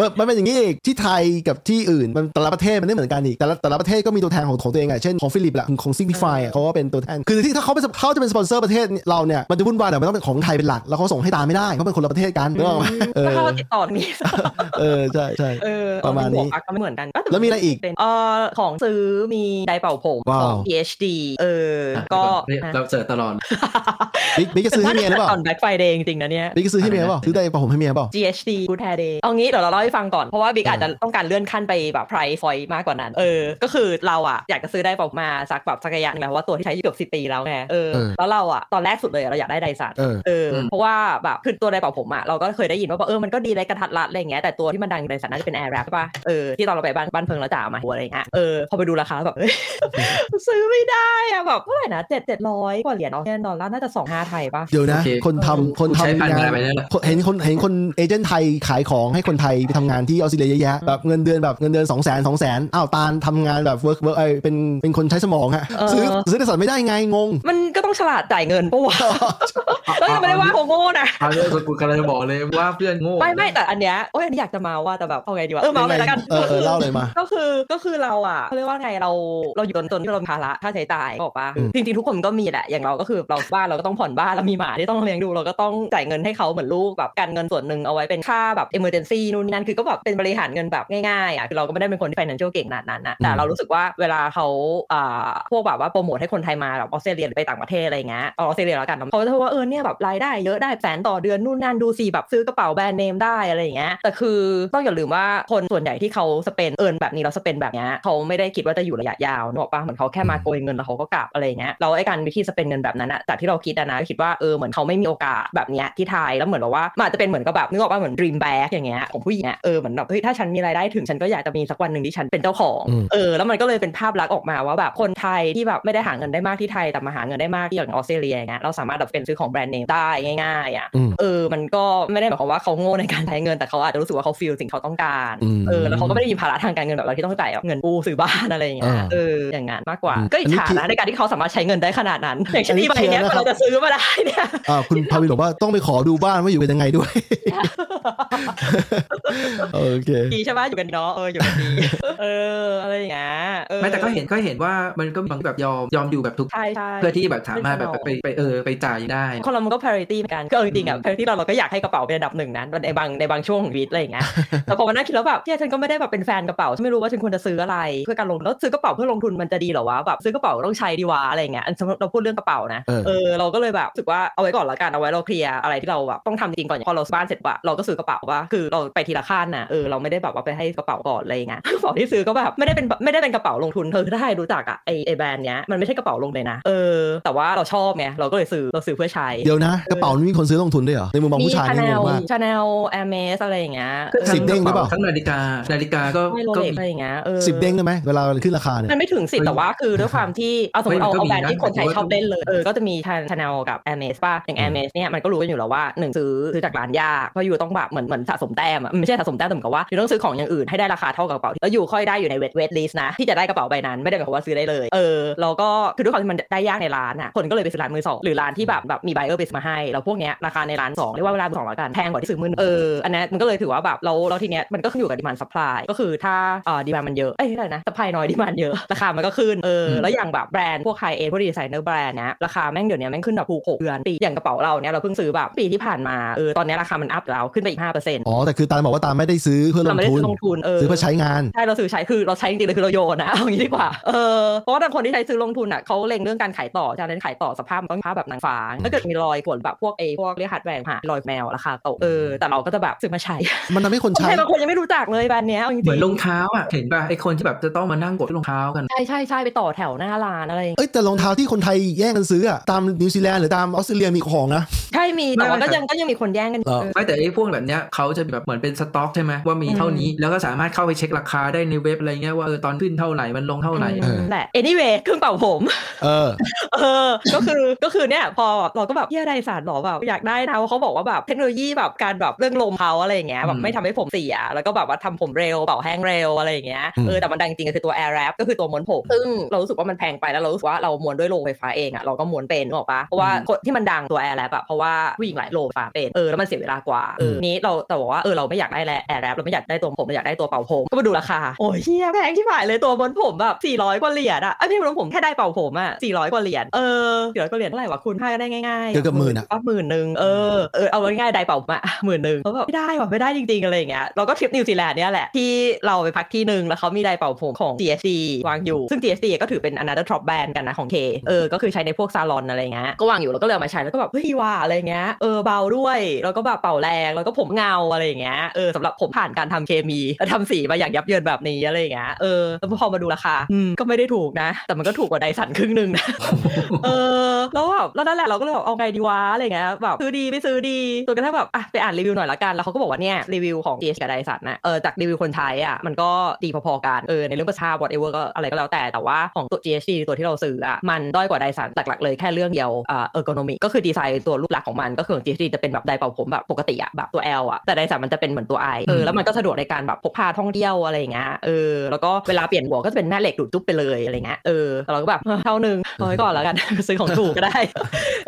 Speaker 2: มันมันเป็นอย่างนี้อีกที่ไทยกับที่อื่นมันแต่ละประเทศมันไม่เหมือนกันอีกแต่ละแต่ละประเทศก็มีตัวแทนของของตัวเองอ่ะเช่นของฟิลิปแหละของซิง i ิฟายเขาก็เป็นตัวแทนคือที่ถ้าเขาเป็นเขาจะเป็นสปอนเซอร์ประเทศเราเนี่ยมันจะวุ่นวายแต่มันต้องเป็นของไทยเป็นหลักแล้วเขาส่งให้ตามไม่ได้เขาะเป็นคนละประเทศกันนึกออกไหมเอ
Speaker 3: ถ้า
Speaker 2: อ
Speaker 3: เขาติดต่อนี้
Speaker 2: เออใช่ใช่
Speaker 3: เออ
Speaker 2: ประมาณนี้
Speaker 3: เอหัวปักก็ไม่เหมือนกัน
Speaker 2: แล้วมีอะไรอีก
Speaker 3: เป็นเอ่อของซื้อมีไดร์เป่าผม
Speaker 2: ว้าว
Speaker 3: ของ PhD เออ ก็
Speaker 4: เนี่ย
Speaker 3: นะ
Speaker 4: เราเสิร์ชตลอด
Speaker 2: บิ๊กบิ๊กจะซื้อให้เมียหรือเปล่า
Speaker 3: ตอน Black Friday จริงๆนะเนี่ย
Speaker 2: บิ๊กจะซื้อให้เมียหรือเปล่าซื้อได้ป่ะผมให้เมียเปล่า
Speaker 3: GHD Good Hair Day เอางี้เดี๋ยวเราเล่าให้ฟังก่อน เพราะว่าบิ๊ก
Speaker 2: เอออ
Speaker 3: อาจจะต้องการเลื่อนขั้นไปแบบ price point มากกว่านั้น เออ ก็คือเราอะอยากจะซื้อได้เป่ามาสักแบบสักระยะหนึงแล้วเพราะว่าตัวที่ใช้อยู่เกือบสิปีแล้วไงเออแล้วเราอะตอนแรกสุดเลยเราอยากได้ไดสัน
Speaker 2: เออ
Speaker 3: เอออ
Speaker 4: ม
Speaker 3: เพราะว่าแบบคือตัวไดเป่าผมอ่ะเราก็เคยได้ยินว่าแบบเออมันก็ดีในกระทัดรัดอะไรอย่างเงี้ยแต่ตัวที่มันดังในสายน่าจะเป็นแอร์แรปป่ะเออที่ตอนเราไปบ้านบ้านเพิงแล้วจ่ามาหัวอะไรอย่างเงี้ยเออพอไปดูราคาแล้วแบบเอ้ย ซื้อไม่ได้อ่ะแบบเท่าไหร่นะเจ็ดเจ็ดร้อยกว่าเหรียญออสเตรเลียนดอลลาร์น่าจะสองห้าไทยป่ะ
Speaker 2: เดี๋ยวนะ
Speaker 4: โอเค
Speaker 2: คนทำคน
Speaker 4: ใช้
Speaker 2: ทำ
Speaker 4: พัน
Speaker 2: งาน
Speaker 4: อะไรไปนั่นแหละ
Speaker 2: คนเห็นคนเห็นคนเอเจนต์ไทยขายของให้คนไทยไปทำงานที่ออสเตรเลียเยอะแยะแบบเงินเดือนแบบเงินเดือนสองแสนสองแสนอ้าวตาลทำงานแบบเวิร์กเวิร์กไอเป็นเป็นคนใช้สมองฮะ
Speaker 3: เออ
Speaker 2: ซื้อซื้อได้สัตว์ไม่ได้ไงงง
Speaker 3: มันก็ต้องฉลาดจ่ายเงินปะวะ แล้วยังไม่ได้ว่าโงโง่นะ
Speaker 4: เอาเรื่องกูกำลังจะบอกเลยว่าเพื่อนโง่
Speaker 3: ไม่ไม่แต่อันเนี้ยโอ้ยอันนี้อยากจะมาว่าแต่แบบเอาไงดีวะเออมาเลยแล้วกัน
Speaker 2: เออเออเล่าเลยมา
Speaker 3: ก็คือก็คือเราอ่ะเขาเรียกว่าไงเราเราอยู่จนจนที่เรามีภาระค่าใช้จ่ายบอกว่า
Speaker 2: อืม
Speaker 3: จริงๆทุกคนก็มีแหละอย่างเราก็คือเราบ้านเราก็ต้องผ่อนบ้านเรามีหมาที่ต้องเลี้ยงดูเราก็ต้องจ่ายเงินให้เขาเหมือนลูกแบบการเงินส่วนหนึ่งเอาไว้เป็นค่าแบบเอเมอร์เจนซี่นู่นนี่นั่นคือก็แบบเป็นบริหารเงินแบบง่ายๆอ่ะคือเราก็ไม่ได้เป็นคนที่ financial เก่งขนาดนั้นนะแต่เรารู้สึกว่าเวลาเขาอ่าพวกแบบว่าโปรโมทให้คนไทยมาแบบออสเตรเลียหรือไปต่างประเท ศอะไรอย่างเงี้ยเอาออสเตรเลียแล้วกันเนอะเขาจะพูดว่าเออเนี่ยแบบรายได้เยอะได้แสนต่อเดือนนู่นนั่นดูสิแบบซื้อกระเป๋าแบรนด์เนมได้อะไรอย่างเงี้ยแต่คือต้องอย่าลืมว่าคนส่วนใหญ่ที่เขาสเปนเอินแบบนี้แล้วสเปนแบบเนี้ยเขาไม่ได้คิดว่าจะอยู่ระยะยาวนึกออกปะเหมือนเขาแค่มาโกยเงินแล้วเขาก็กลับอะไรอย่างเงี้ยเราไอ้การวิธีสเปนเงินแบบนั้นอะจากที่เราคิดอะนะคิดว่าเออเหมือนเขาไม่มีโอกาสแบบเนี้ยที่ไทยแล้วเหมือนแบบว่ามันอาจจะเป็นเหมือนกับแบบนึกออกปะเหมือน dream bag อย่างเงี้ยของผู้หญิงอะเออเหมือนแบบเฮ้ยถ้าฉันมีรายได้ถึงฉันก็อยากจะมีสักวันหนึ่งที่ฉันเป็นเจ้าของ
Speaker 2: อืม
Speaker 3: เออแล้วมันก็เลยเป็นภาพลักษณ์ออกมาว่าแบบคนไทยที่แบบไม่ได้หาเงินได้มากที่ไทยแต่มาหาเงินได้มากที่อย่างออสเตรเลียอย่างเงี้ยเราสามารถแบบเป็นซื้อของแบรนด์เนมได้ง่ายๆอะ
Speaker 2: อืม
Speaker 3: เออ มันก็ไม่ได้หมายความว่าเขาโง่ในการใช้เงิน แต่เขาอาจจะรู้สึกว่าเขาฟีลสิ่งเขาต้องการ
Speaker 2: อืม
Speaker 3: เออ แล้วเขาก็ไม่ได้มีภาระทางการเงินแบบเราที่ต้องจ่ายเงินกู้ซื้อบ้านอะไรอย่างเงี้ย
Speaker 2: อ่า
Speaker 3: เออ อย่างงั้นมากกว่า
Speaker 2: อืม
Speaker 3: ก็อิจฉา
Speaker 2: อันนี้ที่
Speaker 3: นะในการที่เขาสามารถใช้เงินได้ขนาดนั้น อย่างเช่นที่ใบ
Speaker 2: อันนี้
Speaker 3: เนี้ย
Speaker 2: เชียร์นะครั
Speaker 3: เรา
Speaker 2: บ
Speaker 3: จะซื้อมาได้เนี่ย
Speaker 2: อ่าคุณพาวินบอกว่าต้องไปขอดูบ้านว่าอยู่เป็นยังไง ด้วย โอเค
Speaker 3: ดีใช่ไหมอยู่กันเนาะ เออ อยู่กันดี เออ อะไรอย่างเงี้ยเออ
Speaker 4: ไม่แต่ก็เห็นก็เห็นว่ามันก็มีบางที่แบบยอมยอมอยู่แบบทุกข์
Speaker 3: ใช่ใช่
Speaker 4: เพื่อที่แบบสามารถแบบไปไปเออไปจ่ายได้
Speaker 3: คนเรามันก็ parity เหมือนกันก็เออจริงๆอ่ะ parity เราเราก็อยากให้กระเป๋าเป็นอันดับหนึ่งนะในบางในบางช่วงของชีวิตอะไรอย่างเงี้ย แต่พอมานั่งคิดแล้วแบบเนี่ยฉันก็ไม่ได้แบบเป็นแฟนกระเป๋าฉันไม่รู้ว่าฉันควรจะซื้ออะไรเพื่อการลงแล้วซื้อกระเป๋าเพื่อลงทุนมันจะดีเหรอวะแบบซื้อกระเป๋าต้องใช้ดีวะอะไรอย่างเงี้ยอันสมมติเราพูดเรื่องกระเป๋านะ
Speaker 2: เออ
Speaker 3: เออเราก็เลยแบบรู้สึกว่าเอาไว้ก่อนละกันเอาไว้เราเคลียร์อะไรที่เราแบบต้องทำจริงก่อนอย่างพอเราซื้อบ้านเสร็จว่ะเราก็ซื้อกระเป๋าว่าคือเราไปทีละขั้นนะเออเราไม่ได้แบบว่าไปให้กระเป๋าก่อนอะไรอย่างเงี้ยกระเป๋าที่ซื้อก็แบบไม่ได้เป็นไม่ได้เป็นกระเป๋าลงทุนเธอคือถ้าใครรู้จักอะไอไอแบรนด์เนี้ยมันไม่ใช่กระเป๋าลงเลยนะเออ แต่ว่าเราชอบไงเราก็เลยซื้อเราซื้อเพื่อใช้
Speaker 2: เดี๋ยวนะ กระเป๋านี่มีคนซื้อลงทุนด้วยเหรอ ในมุมมองผู้ชายนี่งงมาก
Speaker 3: ชาแนลแอร์เมสอะไรอย่างเงี้ย
Speaker 4: คือทั้
Speaker 2: สิบเด้งหรือเปล่า
Speaker 4: ทั้งนาฬิกา นาฬิกาก็
Speaker 3: ไม่โร
Speaker 4: ก็
Speaker 3: เล็ก
Speaker 4: มี
Speaker 3: อะไรอย่างเงี้ยเออ
Speaker 2: สิบเด้งได้ไหมเวลามันขึ้นราคาเนี่ย
Speaker 3: มันไม่ถึงสิบแต่ว่าคือด้วยความที่เอาสมมติเอา
Speaker 4: เฮ้ยมั
Speaker 3: เอาแบรนด์
Speaker 4: นก็มีนะ
Speaker 3: ที่คนไทย
Speaker 4: แต่ว่า
Speaker 3: ชอบเล่นเลยเออก็จะมีชาแนลกับแอร์เมสป่ะอย่างแอร์เมสเนี่ยมันก็รู้กันอยู่แล้วว่าหนึ่งซื้อซื้อจากร้านยากเพราะอยู่ต้องแบบเหมือนเหมือนสะสมแต้มอะไม่ใช่สะสมแต้มแต่เหมือนกับว่าอยู่ต้องซื้อของอย่างอื่นให้ได้ราคาเท่ากับกระเป๋าแล้วอยู่ค่อยได้อยู่ในเวทเวทลิสนะที่จะได้กระเป๋าใบนั้นไม่ได้หมายความว่าซื้อได้เลยเออแล้วก็คือด้วยความที่มันได้ยากในร้านอะคนก็เลยไปซื้อร้านมือสองหรือร้านที่แบบแบบมี buyer base มาให้แล้วพวกเนี้ยราคาในร้านสองเรียกว่าเวลาสองแล้วกันแพงกว่าที่ซื้อมือหนึ่งเอออันเนี้ยมันก็เลยถือว่าแบบเราเราทีเนี้ยมันก็ขึ้นอยู่กับ demand supply ก็คือถ้าเอ่อ demand มันเยอะเอ้ยอะไรนะ supply น้อย demand เยอะ ราคามันก็ขึ้นเออ
Speaker 4: อืม
Speaker 3: แล้วอย่างแบบแบรนด์พวก high end พวก designer brand นะราคาแม่งเดี๋ยวเนี้ยแม่งขึ้นแบบภูหกเดือนปีอย่างกระเป๋าเราเนี้ยเราเพิ่งซื้อแบบปีที่ผ่านมาเออตอนเนี้ยราคามันอัพแล้วขึ้นไปอีก5%
Speaker 2: อ๋อ แต่คือตาลบอกว่าตาลไม่ได้ซื้อเพื่อล
Speaker 3: เรา
Speaker 2: ง
Speaker 3: ไม่ได้
Speaker 2: ทุน
Speaker 3: ซื้อลงทุนเออ
Speaker 2: ซื้อเพื่อใช้งาน
Speaker 3: ใช่เราซื้อใช้คือเราใช้จริงๆเลยคือเราโยนนะ เอาอย่างนี้ดีกว่าเออเพราะว่าแต่คนที่ใช้ซื้อลงทุนอ่ะเขาเล็งเรื่องการขายต่อจากนั้นขายต่อสภาพมันต้องมีภาพแบบนางฟ้าถ้าเกิดมีรอยขวนแบบพวกเอพวกเรียกฮัดแวร์หารอยแมวราคาตกเออแต่เราก็จะแบบซื้อมาใช้
Speaker 2: มันทำให้คน
Speaker 3: คน
Speaker 2: ใช้
Speaker 3: ไทยบางคนยังไม่รู้จักเลยแบรนด์เนี้ยเอาจริ
Speaker 4: เหมือน
Speaker 3: ง
Speaker 4: รองเท้าอ่ะ เห็นป่ะไอคนที่แบบจะต้องมานั่งกดรองเท้ากัน
Speaker 3: ๆใช่ใช่ใช่ไปต่อแถวหน้าร้านอะไรอย่างเงี้ย
Speaker 2: เอ้ยแต่รองเท้าที่คนไทยแย่งกันซื้ออะตามนิวซีแลนด์หรือตามออสเตรเลียมีของนะ
Speaker 3: ใช่มีแต่ว่า
Speaker 4: ไม่
Speaker 3: ก็
Speaker 4: ไม่
Speaker 3: ยังก็ยังมีคนแย่งกันอยู่
Speaker 2: เรา
Speaker 3: เออ
Speaker 4: ไม่แต่ไอพวกแบบเนี้ยเขาจะแบบเหมือนเป็นสต็อกใช่ไหมว่ามีเท่านี้แล้วก็สามารถเข้าไปเช็คราคาได้ในเว็บอะไรเงี้ยว่าเออตอนขึ้นเท่าไหร่มันลงเท่าไหร่
Speaker 2: เออ
Speaker 3: แหละ anyway เครื่องเป่าผม
Speaker 2: เออ
Speaker 3: เออ ก็คือ ก็คือเนี่ย พอเราก็แบบเฮียไดสารหรอแบบอยากได้นะเพราะเขาบอกว่าแบบเทคโนโลยีแบบการแบบเรื่องลมเขาอะไรอย่างเงี้ยแบ
Speaker 4: อื
Speaker 3: บ
Speaker 4: ม
Speaker 3: ไม่ทำให้ผมเสีย แล้วก็แบบว่าทำผมเร็วเป่าแห้งเร็วอะไรอย่างเงี้ย
Speaker 2: อืม
Speaker 3: เออ แต่มันดังจริงๆก็คือตัว air wrap ก็คือตัวม้วนผม ซึ่งเรารู้สึกว่ามันแพงไปแล้วเรารู้สึกว่าเราม้วนด้วยโลไฟฟ้าเองอะเราก็ม้วนเป็นนึกออกปะเพราะว่าคนที่มันดังตัว air wrap อะเพราะว่าผู้หญิงหลายโลไฟฟ้าเป็น เออ แล้วมันเสียเวลากว่า เออ นี้เราแต่บอกว่าเออเราไม่อยากได้แล air wrap เราไม่อยากได้ตัวผมเราอยากได้ตัวเป่าผม ก็มาดูราคา โอ้ยเฮียแพงที่ผ่ายเลยตัวม้วนผมแบบ400กว่าเหรียญอะไอ้ยไม่ใช่ม้วนผมแค่ได้เป่าผมอะ400กว่าเหรียญ เออ400กว่าเหรียญเท่าไหร่วะคุณให้ก็ได้ง่ายๆ
Speaker 2: เกือบเกือบหมื่นอะ
Speaker 3: ก็หมื่นหนึ่งเออ เออเอาง่ายๆได้เป่าผมอะ หมื่นหนึ่งเขาแบบไม่ได้ว่ะไม่ได้จริงๆอะไรอย่างเงี้ย เราก็ทริปนิวซีแลนด์เนี่ยแหละที่เราไปพักที่หนึ่งแล้วเขามีไดร์เป่าผมของ GSD วางอยู่ ซึ่ง GSD ก็ถือเป็น another top band กันนะของ K เออ ก็คือใช้ในพวกซาลอนอะไรเงี้ย ก็วางอยู่แล้วก็เลยเอามาใช้แล้วก็แบบเฮ้ยว่าอะไรเงี้ย เออเบาด้วย แล้วก็แบบเป่าแรงแล้วก็ผมเงาอะไรอย่างเงี้ย เออสำหรับผมผ่านการทำเคมีและทำสีมาอย่างยับเยินแบบนี้อะไรอย่างเงี้ย เออแล้วพอมาดูราคาอืมก็ไม่ได้ถูกนะ แต่มันก็ถูกกว่าไดสันครึ่งหนึ่งนะ เออแล้วแบบแล้วนั่นแหละเราก็เลยแบบเอาไงดีวะอะไรเงี้ยแบบซื้อดีไม่ซื้อดีจนกระทั่งแบบอ่ะไปอ่านรีวิวหน่อยละกันแล้วเขาก็บอกว่าเนี่ยรีวิวของ GH กับไดสันนะเออจากรีวิวคนใช้อ่ะมันก็ดีพอๆกันเออในเรื่องประชา whatever ก็อะไรก็แล้วแต่แต่ว่าของตัว GH ตัวที่เราซื้ออ่ะมันด้อยกว่าไดสันหลักๆเลยแค่เรื่องเดียวเอ่อ ergonomy ก็คือดีไซน์ตัวรูปลักษณ์ของมันก็คือของ GH จะเป็นแบบไดเป่าผมแบบปกติอ่ะแบบตัว L อ่ะแต่ไดสันมันจะเป็นเหมือนตัว I เออแล้วมันก็สะดวกในการแบบพกพาท่องเที่ยวอะไรอย่างเงี้ยเออแล้วก็เวลาเปลี่ยนหัวก็จะเป็นแม่เหล็กดูดจุ๊บไปเลยอะไรเงี้ยเออเราก็แบบเออเท่านึงเอาไว้ก่อนแล้วกัน ซื้อของถูกก็ได้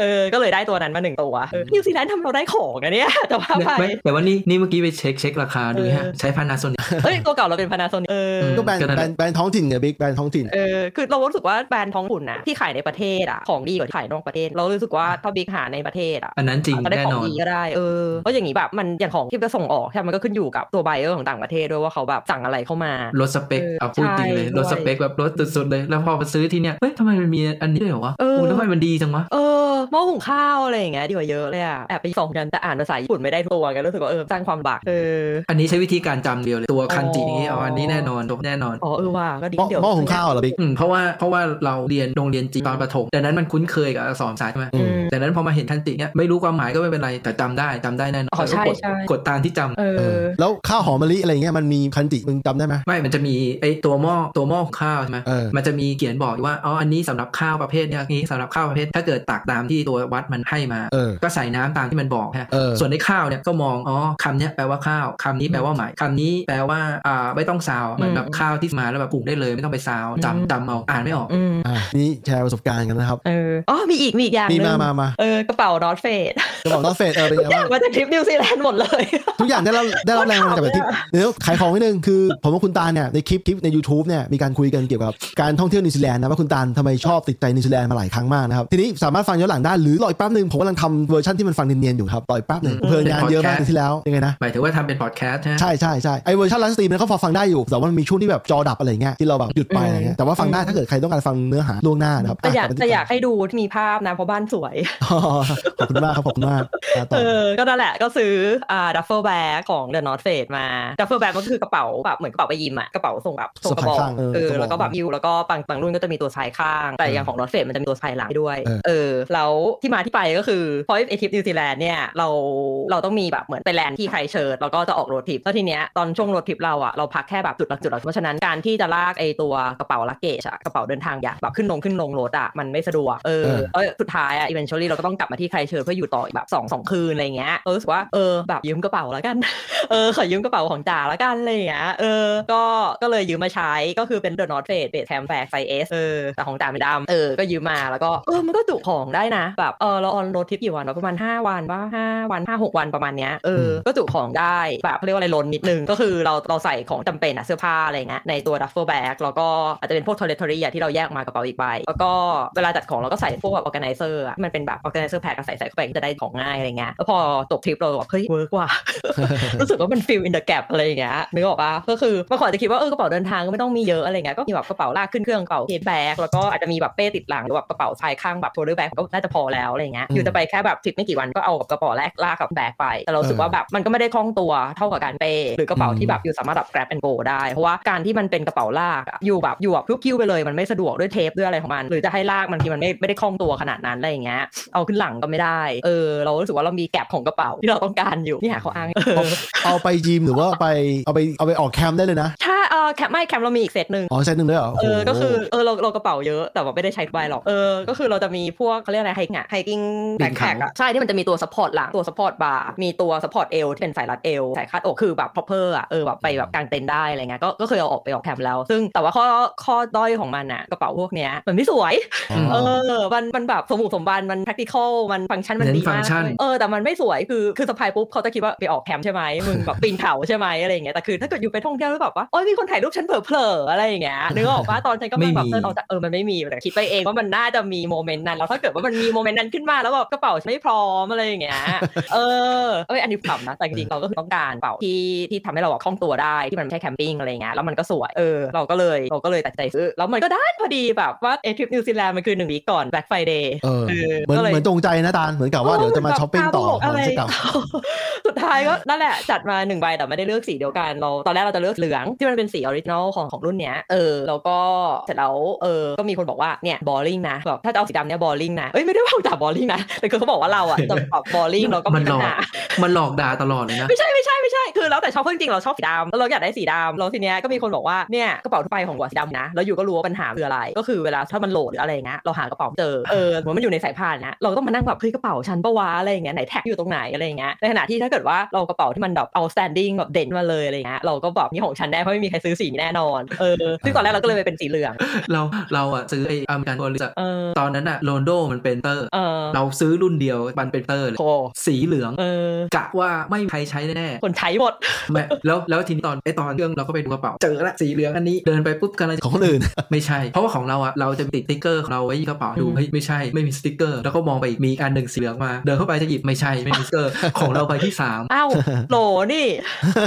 Speaker 3: เออ ก็เลยได้ตัวนั้นมาหนึ่งตัวเออนิวซีแลนด์ทำเราได้ของอะเนี่ย แต่ว่าไป
Speaker 4: ไม่ แต่ว่านี่นี่เมื่อกี้ไปเช็คเช็คราคาดูฮะใช้พานาโซนิ
Speaker 3: เอ้ยตัวเก่าเราเป็นพานาโซนิกเออ
Speaker 2: ก็แบรนด์
Speaker 4: ก็นั่น
Speaker 2: แบ
Speaker 4: แห
Speaker 2: ร
Speaker 4: ละ
Speaker 2: นด์แบรนด์ท้องถิ่นไงบิ๊กแบรนด์ท้องถิ่น
Speaker 3: เออ คือเรารู้สึกว่าแบรนด์ท้องถิ่นนะที่ขายในประเทศอะของดีกว่าที่ขายนอกประเทศ เรารู้สึกว่าถ้าบิ๊กหาในประเทศอะ
Speaker 4: อันนั้นจริง
Speaker 3: อาจจะได้
Speaker 4: แน่
Speaker 3: ของ
Speaker 4: นอน
Speaker 3: ดีก็ได้ เออ เพราะอย่างนี้แบบมันอย่างของที่จะส่งออกใช่ไหมมันก็ขึ้นอยู่กับตัวไบเออร์ของต่างประเทศด้วยว่าเขาแบบสั่งอะไรเข้ามา
Speaker 4: ลดสเปค
Speaker 3: เออ
Speaker 4: เอาพูดจริงเลย
Speaker 3: ใช่
Speaker 4: ลดสเปคแบบลดสุดๆเลย แล้วพอไปซื้อที่เนี่ยเฮ้ยทำไมมันมีอันนี้ด้วยเหรอวะ
Speaker 3: เออ
Speaker 4: อ้แล้วทำไมมันดีจังวะ
Speaker 3: เออหม้อหุงข้าวอะไรอย่างเงี้ยดีกว่าเยอะเลยอะแอบไปส่องกันแต่อ่านภาษาญี่ปุ่นไม่ได้ทั่วไงรู้สึกว่าเออสร้างความบากเออ
Speaker 4: อันนี้ใช้วิธีการจำเดียวเลย ตัวคันจิ
Speaker 3: อ๋อ
Speaker 4: นี้เอาอันนี้แน่นอนแน่นอน
Speaker 3: อ๋อเออว่าก็ดี
Speaker 2: หม้อ
Speaker 3: เดี๋ยว
Speaker 2: หม้อหุงข้าวเหรอบิ๊ก
Speaker 4: อืมเพราะว่าเพราะว่าเราเรียนโรงเรียนจีนตอนประถมดังนั้นมันคุ้นเคยกับอักษรภาษาใช่ไหม
Speaker 3: อืม
Speaker 4: ดังนั้นพอมาเห็นคันจิเนี้ยไม่รู้ความหมายก็ไม่เป็นไรแต่จำได้จำได้แน่นอน
Speaker 3: อ๋อใช่
Speaker 4: แล้วก็กด
Speaker 3: ใช่
Speaker 4: กดตามที่จำ
Speaker 3: เอ
Speaker 2: เอ
Speaker 3: อ
Speaker 2: อแล้วข้าวหอมมะลิอะไรเงี้ยมันมีคันติมึงจำได้ไหม
Speaker 4: ไม่มันจะมีไอตัวหม้อตัวหม้อของข้าวใช่ไหม
Speaker 2: เออ
Speaker 4: มันจะมีเขียนบอกว่าอ๋ออันนี้สำหรับข้าวประเภทเนี้ยนี้สำหรับข้าวประเภท ถ้าเกิดตักตามที่ตัววัดมันให้มา
Speaker 2: เออ
Speaker 4: ก็ใส่น้ำตามที่มันบอกฮะ
Speaker 2: เออ
Speaker 4: ส่วนในข้าวเนี่ยก็มอง อ๋อคำเนี้ยแปลว่าข้าว คำนี้แปลว่าหมาย คำนี้แปลว่า อ่า ไม่ต้องซาวเหมือนแบบข้าวที่มาแล้วแบบปลูกได้เลย ไม่ต้องไปซาว
Speaker 3: อืม
Speaker 4: จำจำเอา อ่านไม่ออก
Speaker 3: อืม
Speaker 2: อ่ะนี่แชร์ประสบการณ์กันนะครับ
Speaker 3: เอออ๋อมีอีกมีอีกอย่างห
Speaker 2: นี่
Speaker 3: นึ
Speaker 2: มาง มามา
Speaker 3: เออกระเป๋าดอทเฟด
Speaker 2: กระบอกต้อเฟดเออเป็นไง
Speaker 3: อยา
Speaker 2: บ้าก ง
Speaker 3: มาจากทริปนิวซีแลนด์หมดเลย
Speaker 2: ทุกอย่างได้รับได้รับแรงมาจากแบบที่เดี๋ยวขายของนิดนึงคือผมกับคุณตาลเนี่ยในคลิปคลิปใน YouTube เนี่ยมีการคุยกันเกี่ยวกับการท่องเที่ยวนิวซีแลนด์นะว่าคุณตาลทำไมชอบติดใจนิวซีแลนด์มาหลายครั้งมากนะครับทีนี้สามารถฟังย้อนหลังได้หรือรออีกแป๊บนึงผมกำลังทำเวอร์ชันที่มันฟังเนียนๆอยู่ครับรออีกแป๊บนึง
Speaker 4: อืม
Speaker 2: เพลินงานเยอะมากเดือนที่แล้วยังไงนะ
Speaker 4: หมายถึงว่าทำเป็นพอดแคสต์ใช่ไหม
Speaker 2: ใช่ใช่ใช่ไอเวอร์ชันไลฟ์สตรีมมันก็พอฟังได้อยู่ แต่ว่ามันมีช่วงที่แบบจอดับอะไรเงี้ยที่เราแบบหยุดไปอะไรเงี้ยแต่ว่าฟังได้ถ้าเกิดใครต้องการฟังเนื้อหาล่วงหน้านะครับ
Speaker 3: แต่อยาก
Speaker 2: ะลับม
Speaker 3: แต่
Speaker 2: ที่
Speaker 3: อยากให้ดูที่มีภาพนะเพราะบ้านสวย
Speaker 2: อ๋อขอบคุณมากครับขอบคุณมากอ่าต่อ
Speaker 3: เออ ก็นั่นแหละก็ซื้ออ่าดัฟเฟิลแบกของ The North Face มาดัฟเฟิลแบกก็คือกระเป๋าแบบเหมือนกระเป๋าไปยิมอะกระเป๋าส่งแบบส่งกระบอกเออแล้วก็แบบยิวแล้วก็บางบางรุ่นก็จะมีตัวชายข้าง แต่อย่างของ North Face มันจะมีตัวชายหลังด้วย เออ แล้วที่มาที่ไปก็คือพอไอทริปนิวซีแลนด์เนี่ยเราเราต้องมีแบบเหมือนไปแลนด์ที่ใครเชิญแล้วก็จะออกโรดทริปแล้วทีเนี้ยตอนช่วงโรดทริปเราอะเราพักแค่แบบจุดละจุดละเพราะฉะนั้นการที่จะลากไอตัวกระเป๋าลักเกจอะกระเป๋าเดินทางอย่างแบบขึ้นลงขึ้นลงรถอะมันไม่สะดวกเออ เออสุดท้ายอะ eventually เราก็ต้องกลับมาที่ใครเชิญเพื่ออยู่ต่ออีกแบบสองสองคืนอะไรเงี้ยเออรู้สึกว่าเออแบบยืมกระเป๋าแล้วกัน เออขอยืมกระเป๋าของจ่าแล้วกันอะไรเงี้ยเออก็ก็เลยยืมมาใช้ก็คือเป็น The North Face เบสแ a มแฟร์ไซเอสเออแต่ของจ่าเป็นดำเออก็ยืมมาแล้วก็เออมันก็จุของได้นะ แบบเออเราออนรถทริปกี่วันวะประมาณ 5 วันว่า5วัน5 6 วันประมาณเนี้ยเออก็จุของได้แบบเขาเรียกว่าอะไรล้นนิดนึงก็คือเราเราใส่ของจำเป็นอะเสื้อผ้าอะไรเงี้ยในตัวดัฟเฟิลแบกแล้วก็อาจจะเป็นพวก toiletries อะที่เราแยกมากระเป๋าอีกใบแล้วก็เวลาจัดของเราก็ใส่พวกแบบ organizer อะมันเป็นแบบ organizer pack ก็ใส่ใส่เข้าไปก็จะได้ของง่ายอะไรเงี้ยแล้วพอตกทริปเราแบบเฮ้ยเวิร์กว่ะ รู้สึกว่ามันฟิลอินเดอะแกปอะไรอย่างเงี้ยนึกออกปะก็คือบางคนอาจจะคิดว่าเออกระเป๋าเดินทางก็ไม่ต้องมีเยอะอะไรเงี้ยก็มีแบบกระเป๋าลากขึ้นเครื่องกระเป๋าเคสแบกแล้วก็อาจจะมีแบบเป้ติดหลังหรือแบบกระเป๋าชายข้างแบบโทรเดอร์แบกก็น่าจะพอแล้วอะไรเงี้ยอยู่จะไปแค่แบบทริปไม่กี่วันก็เอากับกระเป๋าแรกลากกับแบกไป แต่เรารู้สึกว่าแบบมันก็ไม่ได้คล่องตัวเท่ากับการเป้หรือกระเป๋าที่แบบอยู่สามารถแบบ grab and go ได้เพราะว่าการที่มันเป็นกระเป๋าลากอะอยู่แบบอยู่แบบทุกคิ้วไปเลยมันไม่สะดวกด้วยเทปด้วยอะไรของมัน หรือจะให้ลากบางทีมันไม่ไม่ได้คล่องตัวขนาดนั้นอะไรอย่างเงี้ยเอาขึ้นหลังก็ไม่ได้เออเรารู้สึกว่าเรามีแกปของกระเป๋าที่เราต้องการอยู่นี่หาข้ออ้าง
Speaker 2: เอาเอาไปยิมหรือว่าไปเอาไปเอาไปออกแคมป์ได้เลยนะ
Speaker 3: ถ้าเออแคปไม่แคปเรามีอีกเซตหนึ่ง
Speaker 2: อ๋อใช่หนึ่งด้วยเหรอ
Speaker 3: เอ
Speaker 2: โโห
Speaker 3: อก็คือเออเราเรากระเป๋าเยอะแต่ว่าไม่ได้ใช้ทุกใบหรอกเออก็คือเราจะมีพวกเขาเรียกอะไรไฮกิ้งอะไฮกิ้ง
Speaker 4: ปี
Speaker 3: แบ็
Speaker 4: น
Speaker 3: ค
Speaker 4: เขา
Speaker 3: แพ็คอะใช่ที่มันจะมีตัวสปอร์ตหลังตัวสปอร์ตบาร์มีตัวสปอร์ตเอลที่เป็นสายรัดเอลสายคาดอกคือแบบพอเพอร์อะเออแบบไปแบบกางเต็นท์ได้อะไรเงี้ยก็ก็เคยเอาออกไปออกแคมป์แล้ว ซึ่งแต่ว่าข้อข้อด้อยของมันอะกระเป๋าพวกเนี้ยมันไม่สวย
Speaker 4: อ๋
Speaker 3: เอ
Speaker 4: อ
Speaker 3: อ มัน มันแบบสมบูรณ์สมบัน มัน practical มันฟังก์ชัน มัน
Speaker 4: เน้น
Speaker 3: ดี
Speaker 4: ฟัง
Speaker 3: มา
Speaker 4: ก์
Speaker 3: ก
Speaker 4: ชัน
Speaker 3: เลยเออ แต่มันไม่สวย คือ คือสะพายปุ๊บเขาจะคิดว่าไปออกแคมป์ใช่ไหมมึงแบบปีนเขาใช่ไหมอะไรอย่างเงี้ย แต่คือถ้าเกิดอยู่ไปท่องเที่ยวแล้วแบบว่า โอ้ยมีคนถ่ายรูปฉันเผลอๆอะไรอย่างเงี้ย นึกออกปะตอนฉันก็
Speaker 4: ไม่
Speaker 3: มาแบ
Speaker 4: มี
Speaker 3: บเดินออกจากเออ มันไม่มีแต่คิดไปเองว่ามันน่าจะมีโมเมนต์นั้น แล้วถ้าเกิดว่ามันมีโมเมนต์นั้นขึ้นมาแล้วแบบกระเป๋าฉันไม่พร้อมอะไรอย่างเงี้ย เออเอ้ยอันนี้ขำนะ แต่จริงๆเราก็คือต้องการเป๋าที่ที่ทำให้เราอะคล่องตัวได้ที่มันไม่ใช่แคมปิ้งอะไรเงี้ยแล้วมันก็สวยเออเราก็เลยเราก็เลยตัดใจซื้อแล้วมันก็ได้พอดีแบบว่าเอทริปนิวซีแลนด์มันคือหนึ่งวีคก่อน Black Friday
Speaker 2: เออ เหมือน
Speaker 3: ก็เลย
Speaker 2: เหมือนจงใจนะตาลเหมือนกับว่าเดี๋ยวจะมาช้อปปิ้งต่อ
Speaker 3: อะ
Speaker 2: ห
Speaker 3: ไร
Speaker 2: ลังจากกลับ
Speaker 3: สุดท้ายก็นั่นแหละจัดมาหนึ่งใบแต่ไม่ได้เลือกสีเดียวกันเราตอนแรกเราจะเลือกเหลืองที่มันเป็นสีออริจินอลของของรุ่นเนี้ยเออแล้วก็เสร็จแล้วเออก็มีคนบอกว่าเนี่ยบอลลิงนะแบบถ้าจะเอาสีดำเนี่ยบอลลิงนะเอ้ยไม่ได้ว่าจ่าบอลลิงนะแต่คือเขาบอกว่าเราอ่ะจะแบบบอลลิงเราก็
Speaker 4: มัน
Speaker 3: มี
Speaker 4: ห
Speaker 3: ปัญ
Speaker 4: ลอก
Speaker 3: หา
Speaker 4: มันหลอกด่าตลอดเลยนะ
Speaker 3: ไม่ใช่ไม่ใช่ไม่ใช่คือแล้วแต่ชอบเพราะจริงๆเราชอบสีดำแล้วเราอยากได้สีดำแล้วทีเนี้ยก็มีคนบอกว่าเนี่ยกระเป๋าทั่วไปของหัวสีดำนะแล้วอยู่ก็รู้ว่าปัญหาคืออะไร ก็คือเวลาถ้ามันโหลดหรืออะไรอย่างเงี้ยเราหากระเป๋าไม่เจอเออเหมือนมันอยู่ในสายพานนะเราก็ต้องมานั่งแบบเฮ้ยกระเป๋าฉันปะวะอะไรอย่างเงี้ยไหนแท็กอยู่ตรงไหนอะไรอย่างเงี้ยในขณะที่ถ้าเกิดว่าเรากระเป๋าที่มันแบบ outstanding แบบเด่นมาเลยอะไรอย่างเงี้ยเราก็แบบนี่ของฉันได้เพราะไม่มีใครซื้อสีนี้แน่นอนเออซึ่งตอนแรกเราก็เลยไปเป็นสีเหลือง
Speaker 4: เราเราอ่ะซื้อไอ้อเมริกันโอลิ
Speaker 3: เออ
Speaker 4: ตอนนั้นอ่ะโรนโดมันเป็นเตอร์
Speaker 3: เออ
Speaker 4: เราซื้อรุ่นเดียวมันเป็นเตอร์เลย
Speaker 3: โค
Speaker 4: สีเหลือง
Speaker 3: เออก
Speaker 4: ะว่าไม่มีใครใช้แน่ๆ
Speaker 3: คนใช้หมด
Speaker 4: แม่แล้วแล้วทีนี้ตอนไอตอนเครื่องเราก็ไปดูกระเป๋า เจอละสีเหลืองอันนี้เดินไปปุ๊บกันเลย
Speaker 2: ของคนอื่น
Speaker 4: ไม่ใช่ เพราะว่าของเราอะเราจะติดสติ๊กเกอร์ของเราไว้ที่กระเป๋าดู
Speaker 3: อืม
Speaker 4: เฮ้ยไม่ใช่ไม่มีสติ๊กเกอร์ แล้วก็มองไปอีกมีอีกอันหนึ่งสีเหลืองมา เดินเข้าไปจะหยิบไม่ใช่ไม่มีสติ๊กเกอร์ ของเราไปที่สาม
Speaker 3: อ้าวโหลนี่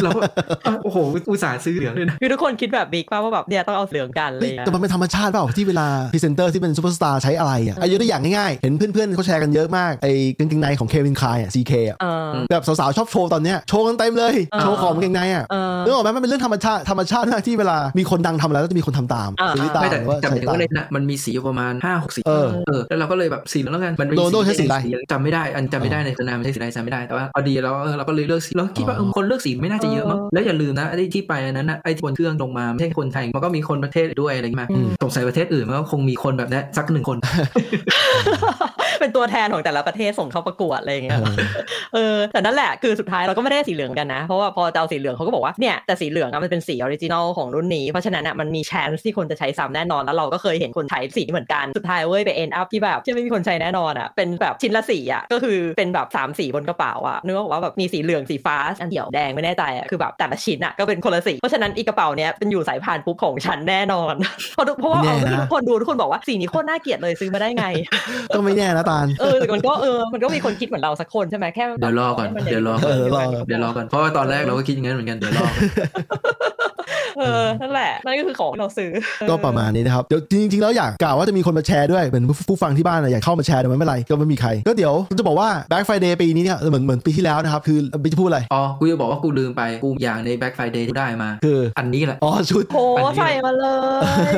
Speaker 4: เราก็เอ้าโอ้โหอุตส่าห์ซื้อเหลืองด้วยนะ
Speaker 3: คือทุก คนคิดแบบบิ๊กป่ะว่าแบบเนี่ยต้องเอาเหลืองกันเล
Speaker 2: เฮ้ย
Speaker 3: ยอะ
Speaker 2: แต่มันเป็นธรรมชาติเปล่าที่เวลาพรีเซนเตอร์ที่เป็นซูเปอร์สตาร์ใช้อะไรอ่ะอายุตัวอย่างง่ายๆ เห็นเพื่อนๆเขาแชร์กันเยอะมากไอ้กางเกงในของเควินคลายอ่ะซีเคอ่ะ
Speaker 3: เออ
Speaker 2: แบบสาวๆชอบโชว์ตอนเนี้ยโชว์กันเต็มเลย
Speaker 3: เออ
Speaker 2: โชว์ของกางเกงในอ่ะ
Speaker 3: เออ
Speaker 2: นึกออกไหมมันเป็นเรื่องธรรมชาติธรรมชาติมากที่เวลามีคนดังทำอะไรแล้วจะมีคนทำตาม
Speaker 3: อ่า
Speaker 2: ซื้อตาม
Speaker 4: ไม่แต่
Speaker 2: หรือว่า
Speaker 4: จำ
Speaker 2: ใช้
Speaker 4: ถึง
Speaker 2: ตาม
Speaker 4: ว่าในนั้นมันมีสีอยู่ประมาณห้าหกสี
Speaker 2: เออ
Speaker 4: เออแล้วเราก็เลยแบบสีแล้วกันมัน
Speaker 2: โดนโดนใช้สีอะไร
Speaker 4: จำไม่ได้อันจำไม่ได้ในสนามไม่ใช่สีอะไรจำไม่ได้แต่ว่าเอาดีแล้วเออเราก็เลยเลือกสีเราคิดว่าเออคนเลือกสีไม่น่าจะเยอะมั้งแล้วอย่าลืมนะไอ้ที่ไปอันนั้นนะไอ้ที่บนเครื่องลงมาไม่ใช่คนไทยมันก็มีคนประเทศด้วยอะไรอย่างงี้มา
Speaker 3: อืม
Speaker 4: สงสัยประเทศอื่นมันก็คงมีคนแบบนี้สักหนึ่งคน
Speaker 3: เป็นตัวแทนของแต่ละประเทศส่งเข้าประกวดอะไรอย่างเงี้ย
Speaker 2: เออ
Speaker 3: เออแต่นั่นแหละคือสุดท้ายเราก็ไม่ได้สีเหลืองกันนะ เพราะว่าพอจะเอาสีเหลืองเขาก็บอกว่าเนี่ยแต่สีเหลืองอะมันเป็นสีออริจินอลของรุ่นนี้ เพราะฉะนั้นอะมันมีแชนที่คนจะใช้ซ้ำแน่นอนแล้วเราก็เคยเห็นคนใช้สีเหมือนกันสุดท้ายเว้ยไปเอ็นอัพที่แบบที่ไม่มีคนใช้แน่นอนอะเป็นแบบชิ้นละสีอะก็คือเป็นแบบสามสีบนกระเป๋าอะนึกว่าแบบมีสีเหลืองสีฟ้าอันเขียวแดงไม่แน่ใจอะคือแบบแต่ละชิ้นอะก็เป็นคนละสีเพราะฉะนั้นอีกระเป๋าเนี้ยเป็นอยู่สายพานปุ๊บของฉันแน่นอน เพราะทุกเพราะว่าเอา
Speaker 2: แน่นะ
Speaker 3: ทุกคนดูทุกคนบอกว่าสีนี้โคตรน่าเกลียดเลยซื้อมาได้ไง
Speaker 2: ก็ไม่แน่นะตาล
Speaker 3: เออแต่มันก็เออ มันก็มีคนคิดเหมือนเราสักคนใช่ไหมแค่แบบ
Speaker 4: เดี๋ยวรอ ก่อน
Speaker 3: ให้มั
Speaker 4: เดี๋ยวรอก่อน
Speaker 2: เออรอ
Speaker 4: เดี๋ยวรอก่อนเพราะว่าตอนแรกเราก็คิดอย่างนั้นเหมือนกันเดี๋ ยวรอ
Speaker 3: เออ นั่นแหละ นั่นก็คือของเราซื้อ
Speaker 2: ก็ประมาณนี้นะครับ เดี๋ยวจริงๆ แล้วอยากกล่าวว่าจะมีคนมาแชร์ด้วย เหมือนผู้ผู้ฟังที่บ้านนะอยากเข้ามาแชร์แต่มันไม่เป็นไร ก็ไม่มีใคร ก็เดี๋ยวจะบอกว่า Black Friday ปีนี้เนี่ยเหมือนเหมือนปีที่แล้วนะครับ คือไม่จะพูดอะไร
Speaker 4: อ๋อ กูจะบอกว่ากูลืมไป กูอย่างใน Black Friday กูได้มา
Speaker 2: คือ
Speaker 4: อันนี้แหละ
Speaker 2: อ๋อ ชุด
Speaker 3: โหใส่มาเล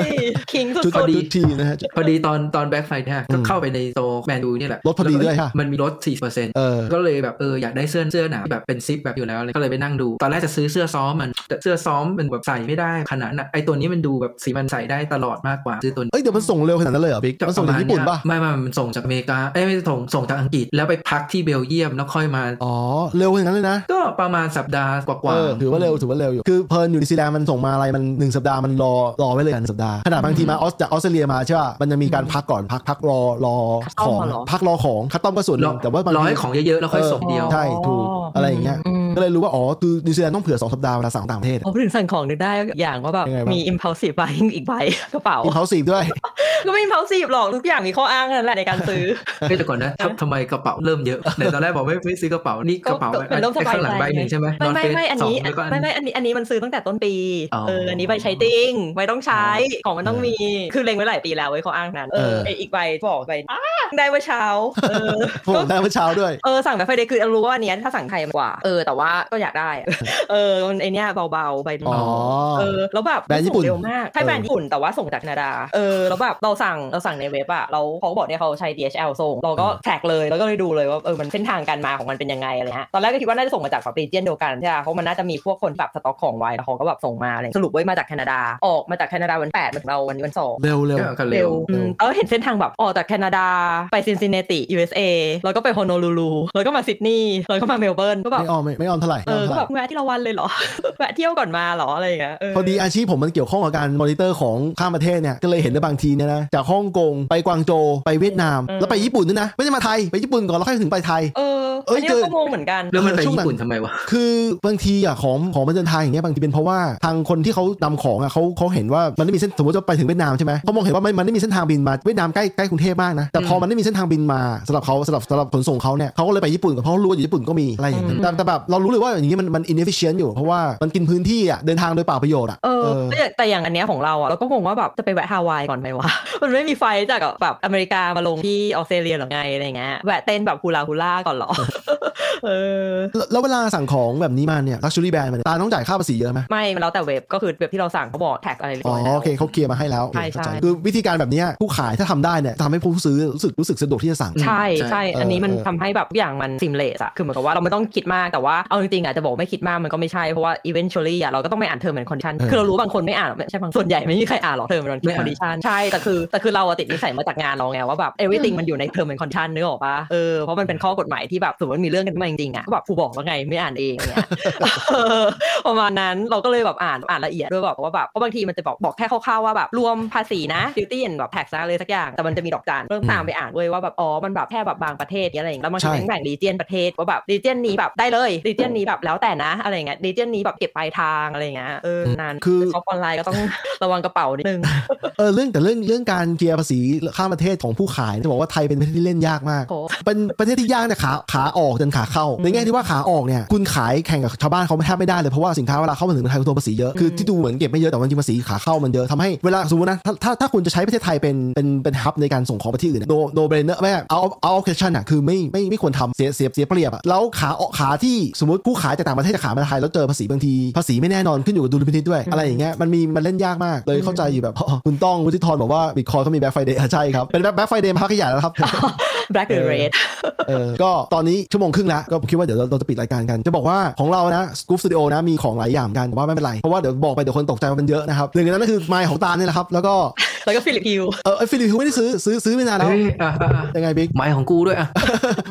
Speaker 3: ย คิง
Speaker 2: ชุ
Speaker 3: สุ
Speaker 2: ดชุ
Speaker 3: ด
Speaker 2: ดทีมนะฮะ
Speaker 4: พอดีตอนตอน Black Friday อะก็เข้าไปในโตแมนดูเนี่ยแหละ
Speaker 2: ลดพอดีด้วยค่ะ
Speaker 4: มันมีลด 4%
Speaker 2: เออ
Speaker 4: ก็เลยแบบเอออยากได้เสื้อเสื้อหนาแบบเป็นซิปแบบอยู่แล้วอะไรก็เลยไปนั่งดู ตอนแรกจะซื้อเสื้อซ้อมมันแต่เสื้อซ้อมมันแบบใส่ไม่ได้ขนาดน่ะไอตัวนี้มันดูแบบสีมันใส่ได้ตลอดมากกว่าซื้อตัวนี้
Speaker 2: เอ้ยเดี๋ยวมันส่งเร็วขนาดนั้นเลยเหรอบิ๊กมันส่งถึงญี่ปุ่นป่ะ
Speaker 4: ไม่ไม่มันส่งจากอเมริกาเอ้ยไม่ส่งส่งจากอังกฤษแล้วไปพักที่เบลเยียมแล้วค่อยมา
Speaker 2: อ๋อ เร็วขนาดนั้นเลยนะ
Speaker 4: ก็ประมาณสัปดาห์กว่า
Speaker 2: เออ
Speaker 4: ๆ
Speaker 2: ถือว่าเร็วถือว่าเร็วอยู่ คือเพลิร์นอยู่นิวซีแลนด์มันส่งมาอะไรมันหนึ่งสัปดาห์มันรอรอไว้เลยหนึ่งสัปดาห์ขนาดบางทีมาออสจากออสเตรเลียมาใช่ป่ะมันจะมีการพักก่อนพักพักรอรอของพักรอของคัตตอมก็ส่วนหนึ่งแต่ว่าบาง
Speaker 4: ร้อย
Speaker 2: ที
Speaker 4: ของเยอะๆ แล้วค่อยส่งเดียว
Speaker 2: ใช่ถูกอะไรอย่างเงี้ยก็เลยรู้ว่า อ๋อ คือนิวซีแลนด์ต้องเผื่อ 2 สัปดาห์เวลาสั่งต่างประเทศ
Speaker 3: ผมถึงสั่งของนึกได้อย่างว่าแบบ
Speaker 2: ยังไงบ้าง
Speaker 3: มี impulsive buying อีกใบ กระเป๋า
Speaker 2: อินเขาสีด้วย
Speaker 3: ก็ไม่ impulsive หรอกทุกอย่างมีข้ออ้างนั่นแหละในการซื้อ
Speaker 4: เฮ้ยแต่ก่อนนะทำทำไมกระเป๋าเริ่มเยอะไหนตอนแรกบอกไม่ไม่ซื้อกระเป๋า นี่กระเป๋า
Speaker 3: ก็เป็นเรื่องส
Speaker 4: ไอ้
Speaker 3: บาย
Speaker 4: ข้างหลัง
Speaker 3: ใจ
Speaker 4: ใบหนึ่งใช่ไหม
Speaker 3: ไม่ไม่ไม่อันนี้
Speaker 4: สงแล้วก็อัน
Speaker 3: ไม่ไม่อันนี้อันนี้มันซื้อตั้งแต่ต้นปี
Speaker 4: อ๋อ
Speaker 3: เอออันนี้ใบใช้ติงใบต้องใช้ของมันต้องมีคือเล็งไว้หลายปีแล้วไว้ยเขาอ้างนั้นเออ
Speaker 2: เออ
Speaker 3: ไอ้อีกใบบอกไปอ้าได้เมื่อเช้าเออ
Speaker 2: ผม
Speaker 3: ก็
Speaker 2: ได้เมื่อเช้าด้วย
Speaker 3: เออสั่งแบบไฟเดย์คือรู้ว่าอันเนี้ยถ้าสั่งไทยมันกว่า เออแต่ว่าก็อยากได้ เออมันไอเนี้ยเบาๆใบ
Speaker 2: อ๋อ
Speaker 3: เบาๆเออแล้วแบบ
Speaker 2: แบรนด์ญี่ปุ่น
Speaker 3: ส่งเร็วมากใช่
Speaker 2: เออ
Speaker 3: แบรนด์ญี่ปุ่นแต่ว่าส่งจากแคนาดาเออแล้วแบบเราสั่งเราสั่งในเว็บอะเราเขาก็บอกเนี่ยเขาใช้ DHL ส่งเราก็แทร็กเลยแล้วก็เลยดูเลยว่าเออมันเส้นทางการมาของมันเป็นยังไงอะไรฮะตอนแรกก็คิดว่าน่าจะส่งมาจากฝั่งปีเจียนเดียวกันใช่ปะเพราะมันน่าจะมีพวกคนแบบสต็อกของไว้แล้วเขาก็แบบส่งมาอะไรสรุปเว่ามาจากแคนาดาออกมาจากแคนาดาวันแปดมาถึงเราวันนี้วันสอง
Speaker 2: เร็วเร็ว
Speaker 4: ก็เร็ว
Speaker 3: อืมแล้วเห็นเส้นทางแบบออกจากแคนาดาไปซินซินเนติ USA แล้วก็ไปโฮโนลูลูแล้วก็มาซิดนีย์แล้วก็มาเมลเบิร์นก็แบบ
Speaker 2: ไม่ออมไม่ไม่ออมเท่าไหร่
Speaker 3: เอ
Speaker 2: ไม่อ
Speaker 3: อ
Speaker 2: อม
Speaker 3: ก็
Speaker 2: เท่าไหร่
Speaker 3: แบบแวะที่ละวันเลยเหรอ แวะเที่ยวก่อนมาเหรออะไรอย่างเงี้ยเออ
Speaker 2: พอดีอาชีพผมมันเกี่ยวข้องกับการมอนิเตอร์ของข้ามประเทศเนี่ย ก็เลยเห็นได้บางทีเนี่ยนะ จากฮ่องกงไปกวางโจวไปเวียดนาม แล้วไปญี่ปุ่นด้วยนะ ไม่ได้มาไทย ไปญี่ปุ่นก่อนแล้วค่อยถึงไปไทย
Speaker 3: เออ
Speaker 2: เอ้ย
Speaker 3: อันนี้เรา
Speaker 2: เจอ
Speaker 3: ก็งงเหมือนกัน
Speaker 4: แล้วมันไป
Speaker 2: ช่วงหลัง
Speaker 4: ญี่ปุ่นทำไมวะ
Speaker 2: คือบางทีอะของของมันเดินทางอย่างเงี้ยบางทีเป็นเพราะว่าทางคนที่เขานำของอะเขาเขาเห็นว่ามันไม่มีเส้นสมมติจะไปถึงเวียดนามใช่ไหมเขามองเห็นว่ามันมันไม่มีเส้นทางบินมาเวียดนามใกล้ใกล้กรุงเทพมากนะแต่พอมันไม่มีเส้นทางบินมาสำหรับเขาสำหรับสำหรับขนส่งเขาเนี่ยเขาก็เลยไปญี่ปุ่นกับเพราะรู้ว่าอยู่ญี่ปุ่นก็มีอะไรอย่างเงี้ยแต่แต่แบบเรารู้เลยว่าอย่างงี้มันมัน inefficient อยู่เพราะว่ามันกินพื้นที่อะเดินทางโดยเปล่าประโยชน์อะ
Speaker 3: เออ
Speaker 2: เออ
Speaker 3: แต่อย่างแต่อย่างอันเนี้ยของเราอ่ะเราก็งงว่าแบบจะไปแวะฮาวายก่อนไหมวะ มันไม่มีไฟล์จากแบบอเมริกามาลงที่ออสเตรเลียหรอไงอะไรเงี้ยแวะเต้นแบบฮูลาฮูล่าก่อนเหรอ เออ
Speaker 2: แล้วแล้วเวลาสั่งของแบบนี้มาเนี่ย luxury brand มันยตาต้องจ่ายค่าภาษีเยอะไหม
Speaker 3: ไม่มันแล้วแต่เว็บก็คือเว็บที่เราสั่งเขาบอกแท็กอะไรเรียบ
Speaker 2: อ๋อ
Speaker 3: ร้อยแล้ว
Speaker 2: โอเคเขาเคลียร์มาให้แล้ว
Speaker 3: ใช่ใช่
Speaker 2: เข้าจคือวิธีการแบบเนี้ยผู้ขายถ้าทำได้เนี่ยทำให้ผู้ซื้อรู้สึกรู้สึกสะดวกที่จะสั่ง
Speaker 3: ใช่
Speaker 4: ใช่
Speaker 3: ใช่ อันนี้มัน
Speaker 2: เออ
Speaker 3: ทำให้แบบทุกอย่างมันซิมเลสอะคือเหมือนกับว่าเราไม่ต้องคิดมาก แต่ว่าเอาจริงๆอะจะบอกไม่คิดมากมันก็ไม่ใช่ เพราะว่า eventually อะเราก็ต้องไปอ่าน term and condition คือเรารู้บางคนไม่อ่านหรอกไม่ใช่บางส่วนใหญ่ไม่มีใครอ่านหรอก term and
Speaker 4: ไม่อ่าน
Speaker 3: condition ใช่ แต่คือแต่คือเราอะติดนิสัยมาจากงานเราไงว่าแบบ everything มันอยู่ใน term and condition นึกออกปะเออ เพราะมันเป็นข้อกฎหมายที่แบบสมมติมีเรื่องกันขึ้นมาจริงๆอะก็แบบกูบอกว่าไงไม่อ่านเองเนี่ย เออประมาณนั้นเราก็เลยแบบอ่านอ่านละเอียดด้วยแบบว่าแบบเพราะบางทีมันจะบอกบอกแค่คร่าวๆว่าแบบรวมภาษีนะดิวตี้แบบแท็กซ์อะไรสักอย่างแต่มันจะมีดอกจันเริ่มตามไปอ่านเว้ยว่าแบบอ๋อมันแบบแค่แบบบางประเทศเนี้ยอะไรอย่างเงี้ยแล้วมัน
Speaker 2: ใช่
Speaker 3: แบ่งแบ่งรีเจียนประเทศว่าแบบรีเจียนนี้แบบได้เลยรีเจียนนี้แบบแล้วแต่นะอะไรอย่างเงี้ยรีเจียนนี้แบบเก็บปลายทางอะไรอย่างเงี้ยเออนาน
Speaker 2: คือ
Speaker 3: ช็อปออนไลน์ก็ต้อง ระวังกระเป๋านิดนึง
Speaker 2: เออเรื่องแต่เรื่องเรื่องการเคลียร์ภาษีข้ามประเทศของผู้ขายจะบอกว่าไทยเป็นประเทศที่เล่นยากมาก
Speaker 3: โอ้
Speaker 2: เป็นประเทศที่ยากเนี่ยขาขา ออกจนขาเข้า ในแง่ที่ว่าขาออกเนี่ยคุณขายแข่งกับชาวบ้านเขาไม่แทบไม่ได้เลยเพราะว่าสินค้าเวลาเข้ามาถึงเมืองไทยคุณโดนภาษีเยอะคือที่ดูเหมือนเก็บไม่เยอะแต่ว่าจริงๆภาษีขาเข้ามันเยอะทำให้เวลาสมมตินะถ้าถ้าถ้าคุณจะใช้ประเทศไทยเป็นเป็นเป็นฮับในการส่งของไปที่อื่นโนโนเบรเนอร์แม่เอาเอาออเคชั่นอ่ะคือไม่ไม่ไม่ควรทำเสียเสียเสียเปรียบอ่ะแล้วขาออกขาที่สมมติผู้ขายจากต่างประเทศจะขายมาไทยแล้วเจอภาษีบางทีภาษีไม่แน่นอนขึ้นอยู่กับดุลพินิจด้วยอะไรอย่างเงี้ยมันมีมันเล่นยากมากเลยเข้าใจอยู่แบบอ๋ อคุณต้องวุฒิธรบอกว่า Bitcoin เขามี Black Friday อ่ะใช่ครับเป็น Black Friday มาพักใหญ่แล้วครับ
Speaker 3: black หรือ red
Speaker 2: เออก็ตอนนี้ชั่วโมงครึ่งแล้ว ก็คิดว่าเดี๋ยวเราเราจะปิดรายการกัน จะบอกว่าของเรานะสกู๊ปสตูดิโอนะ มีของหลายอย่างกันแต่ว่าไม่เป็นไร เพราะว่าเดี๋ยวบอกไปเดี๋ยวคนตกใจว่ามันเยอะนะครับหนึ่งในนั้นก็คือไมล์ของตาลนี่แหละครับ แล้วก็
Speaker 3: แล้วก็ฟิลิปปิว
Speaker 2: เออไอ้ฟิลิปปินส์ไม่ได้ซื้อซื้อซื้อไม่นานแล้ว
Speaker 4: เอ้ยอ่ะอ่ะอ่ะ
Speaker 2: ยังไงบิ๊ก
Speaker 4: ไม้ของกูด้วยอ่ะ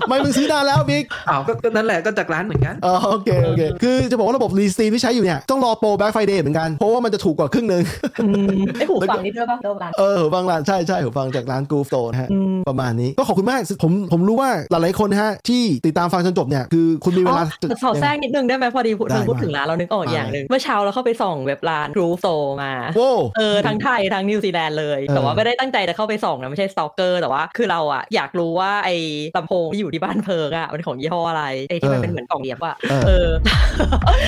Speaker 2: ไม่มึงซื้อนานแล้วบิ๊ก
Speaker 4: อ้าวก็ก็นั่นแหละก็จากร้านเหมือนกัน
Speaker 2: เออโอเคโอเค คือจะบอกว่าระบบรีสตรีมที่ใช้อยู่เนี่ยต้องรอโปรแบ็คไฟเดย์เหมือนกันเพราะว่ามันจะถูกกว่าครึ่งหนึ่ง
Speaker 3: อืมไอยหู
Speaker 2: แล้วก็
Speaker 3: ฟังนี่ด้วยป่ะโดมร้าน
Speaker 2: เออหูฟังร้านใช่ใช่หูฟังจากร้านกูฟโตนะฮะ
Speaker 3: อืม
Speaker 2: ประมาณนี้ก็ขอบคุณมากผมผมรู้ว่าหลายๆคนนะฮะที่ติดตามฟังจนจบเนี่ยคือคุณมีเวลา
Speaker 3: อ๋อขอแทรกนิดนึงได้ไหมพอดีพูด
Speaker 2: ได้
Speaker 3: พูด
Speaker 2: ได้
Speaker 3: ถึงร้านเรานึกออก
Speaker 2: ได้
Speaker 3: อย่างหนึ่งเมื่อเช้าเราเข้าไปส่องเว็บร้านรูฟโซมา
Speaker 2: โว้
Speaker 3: เออทั้งไทยทั้งนิวซีแลนด์เลย
Speaker 2: เออ
Speaker 3: แต่ว่าไม่ได้ตั้งใจจะเข้าไปส่องนะ ไม่ใช่สตอกเกอร์แต่ว่าคือเราอะอยากรู้ว่าไอ้ลำโพงที่อยู่ที่บ้านเพิงอะมันของยี่ห้ออะไรไอ้ที่มั
Speaker 2: เอ
Speaker 3: น
Speaker 2: อ
Speaker 3: เป็นเหมือนกล่องเหยียบอะ
Speaker 2: เออ
Speaker 3: เออ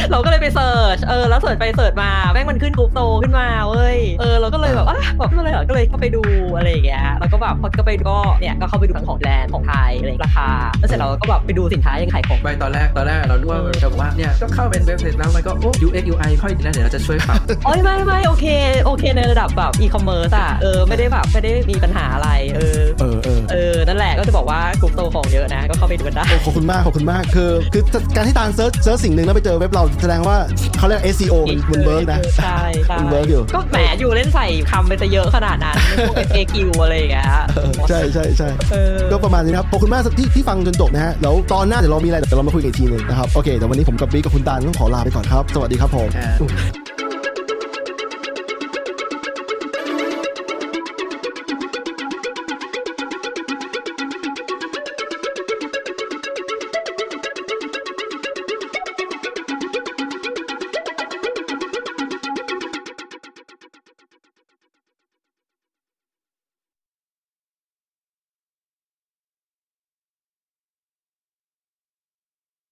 Speaker 3: เราก็เลยไปเสิร์ชเออแล้วเสิร์ชไปเสิร์ชมาแม่งมันขึ้นกรุ๊ปโตขึ้นมาเว้ยเออเราก็เลยแบบอ่ะแบบอะไรเหรอก็เลยเข้าไปดูอะไรอย่างเงี้ยแล้วก็แบบพอก็ไปก็เนี่ยก็เข้าไปดูทั้งของแบรนด์ของไทยอะไรราคาแล้วเสร็จเราก็แบบไปดูสินค้ายังขายของ
Speaker 4: ไปตอนแรกตอนแรกเราดูว่าจะบอกว่าเนี่ยก็เข้าเป็นเว็บเสร็จแล้วมันก็โอ้ UX UI ค่อยดีนะเดี๋ยวเราจะช่วยป รับ
Speaker 3: โอ้ยไม่ไม่โอเคโอเคในระดับแบบอีคอมเมิร์ซอะเออไม่ได้แบบไม่ได้มีปัญหาอะไรเออ
Speaker 2: เออเออ
Speaker 3: เออ นั่นแหละก็จะบอกว่ากลุ่มโตของเยอะนะ ก็เข้าไปดูกันได้
Speaker 2: โอ้ขอบคุณมาก ขอบคุณมาก คือ คือการที่ตาลเซิร์ชเซิร์ชสิ่งหนึ่งแล้วไปเจอเว็บเราแสดงว่าเขาเรียก SEO มันมันเวิร์กนะ
Speaker 3: ใช่ใช่
Speaker 2: มันเวิร์กอยู่
Speaker 3: ก็แหมอยู่เล่นใส่คำไปซะเยอะขนาดนั้นพวก AQ อะไรอย่างเงี้ย
Speaker 2: เออใช่ใช่ใช่
Speaker 3: เออ
Speaker 2: ก็ประมาณนี้นะครับ ขอบคุณมากที่ที่ฟังจนจบนะฮะ แล้วตอนหน้าเดี๋ยวเรามีอะไรเดี๋ยวเรามาคุยกันอีกทีหนึงนะครับ โอเค แต่วันนี้ผมกับบิ๊กกับคุณตาลต้องขอลาไปก่อนครับ สวัสดีครับผม
Speaker 4: อ่า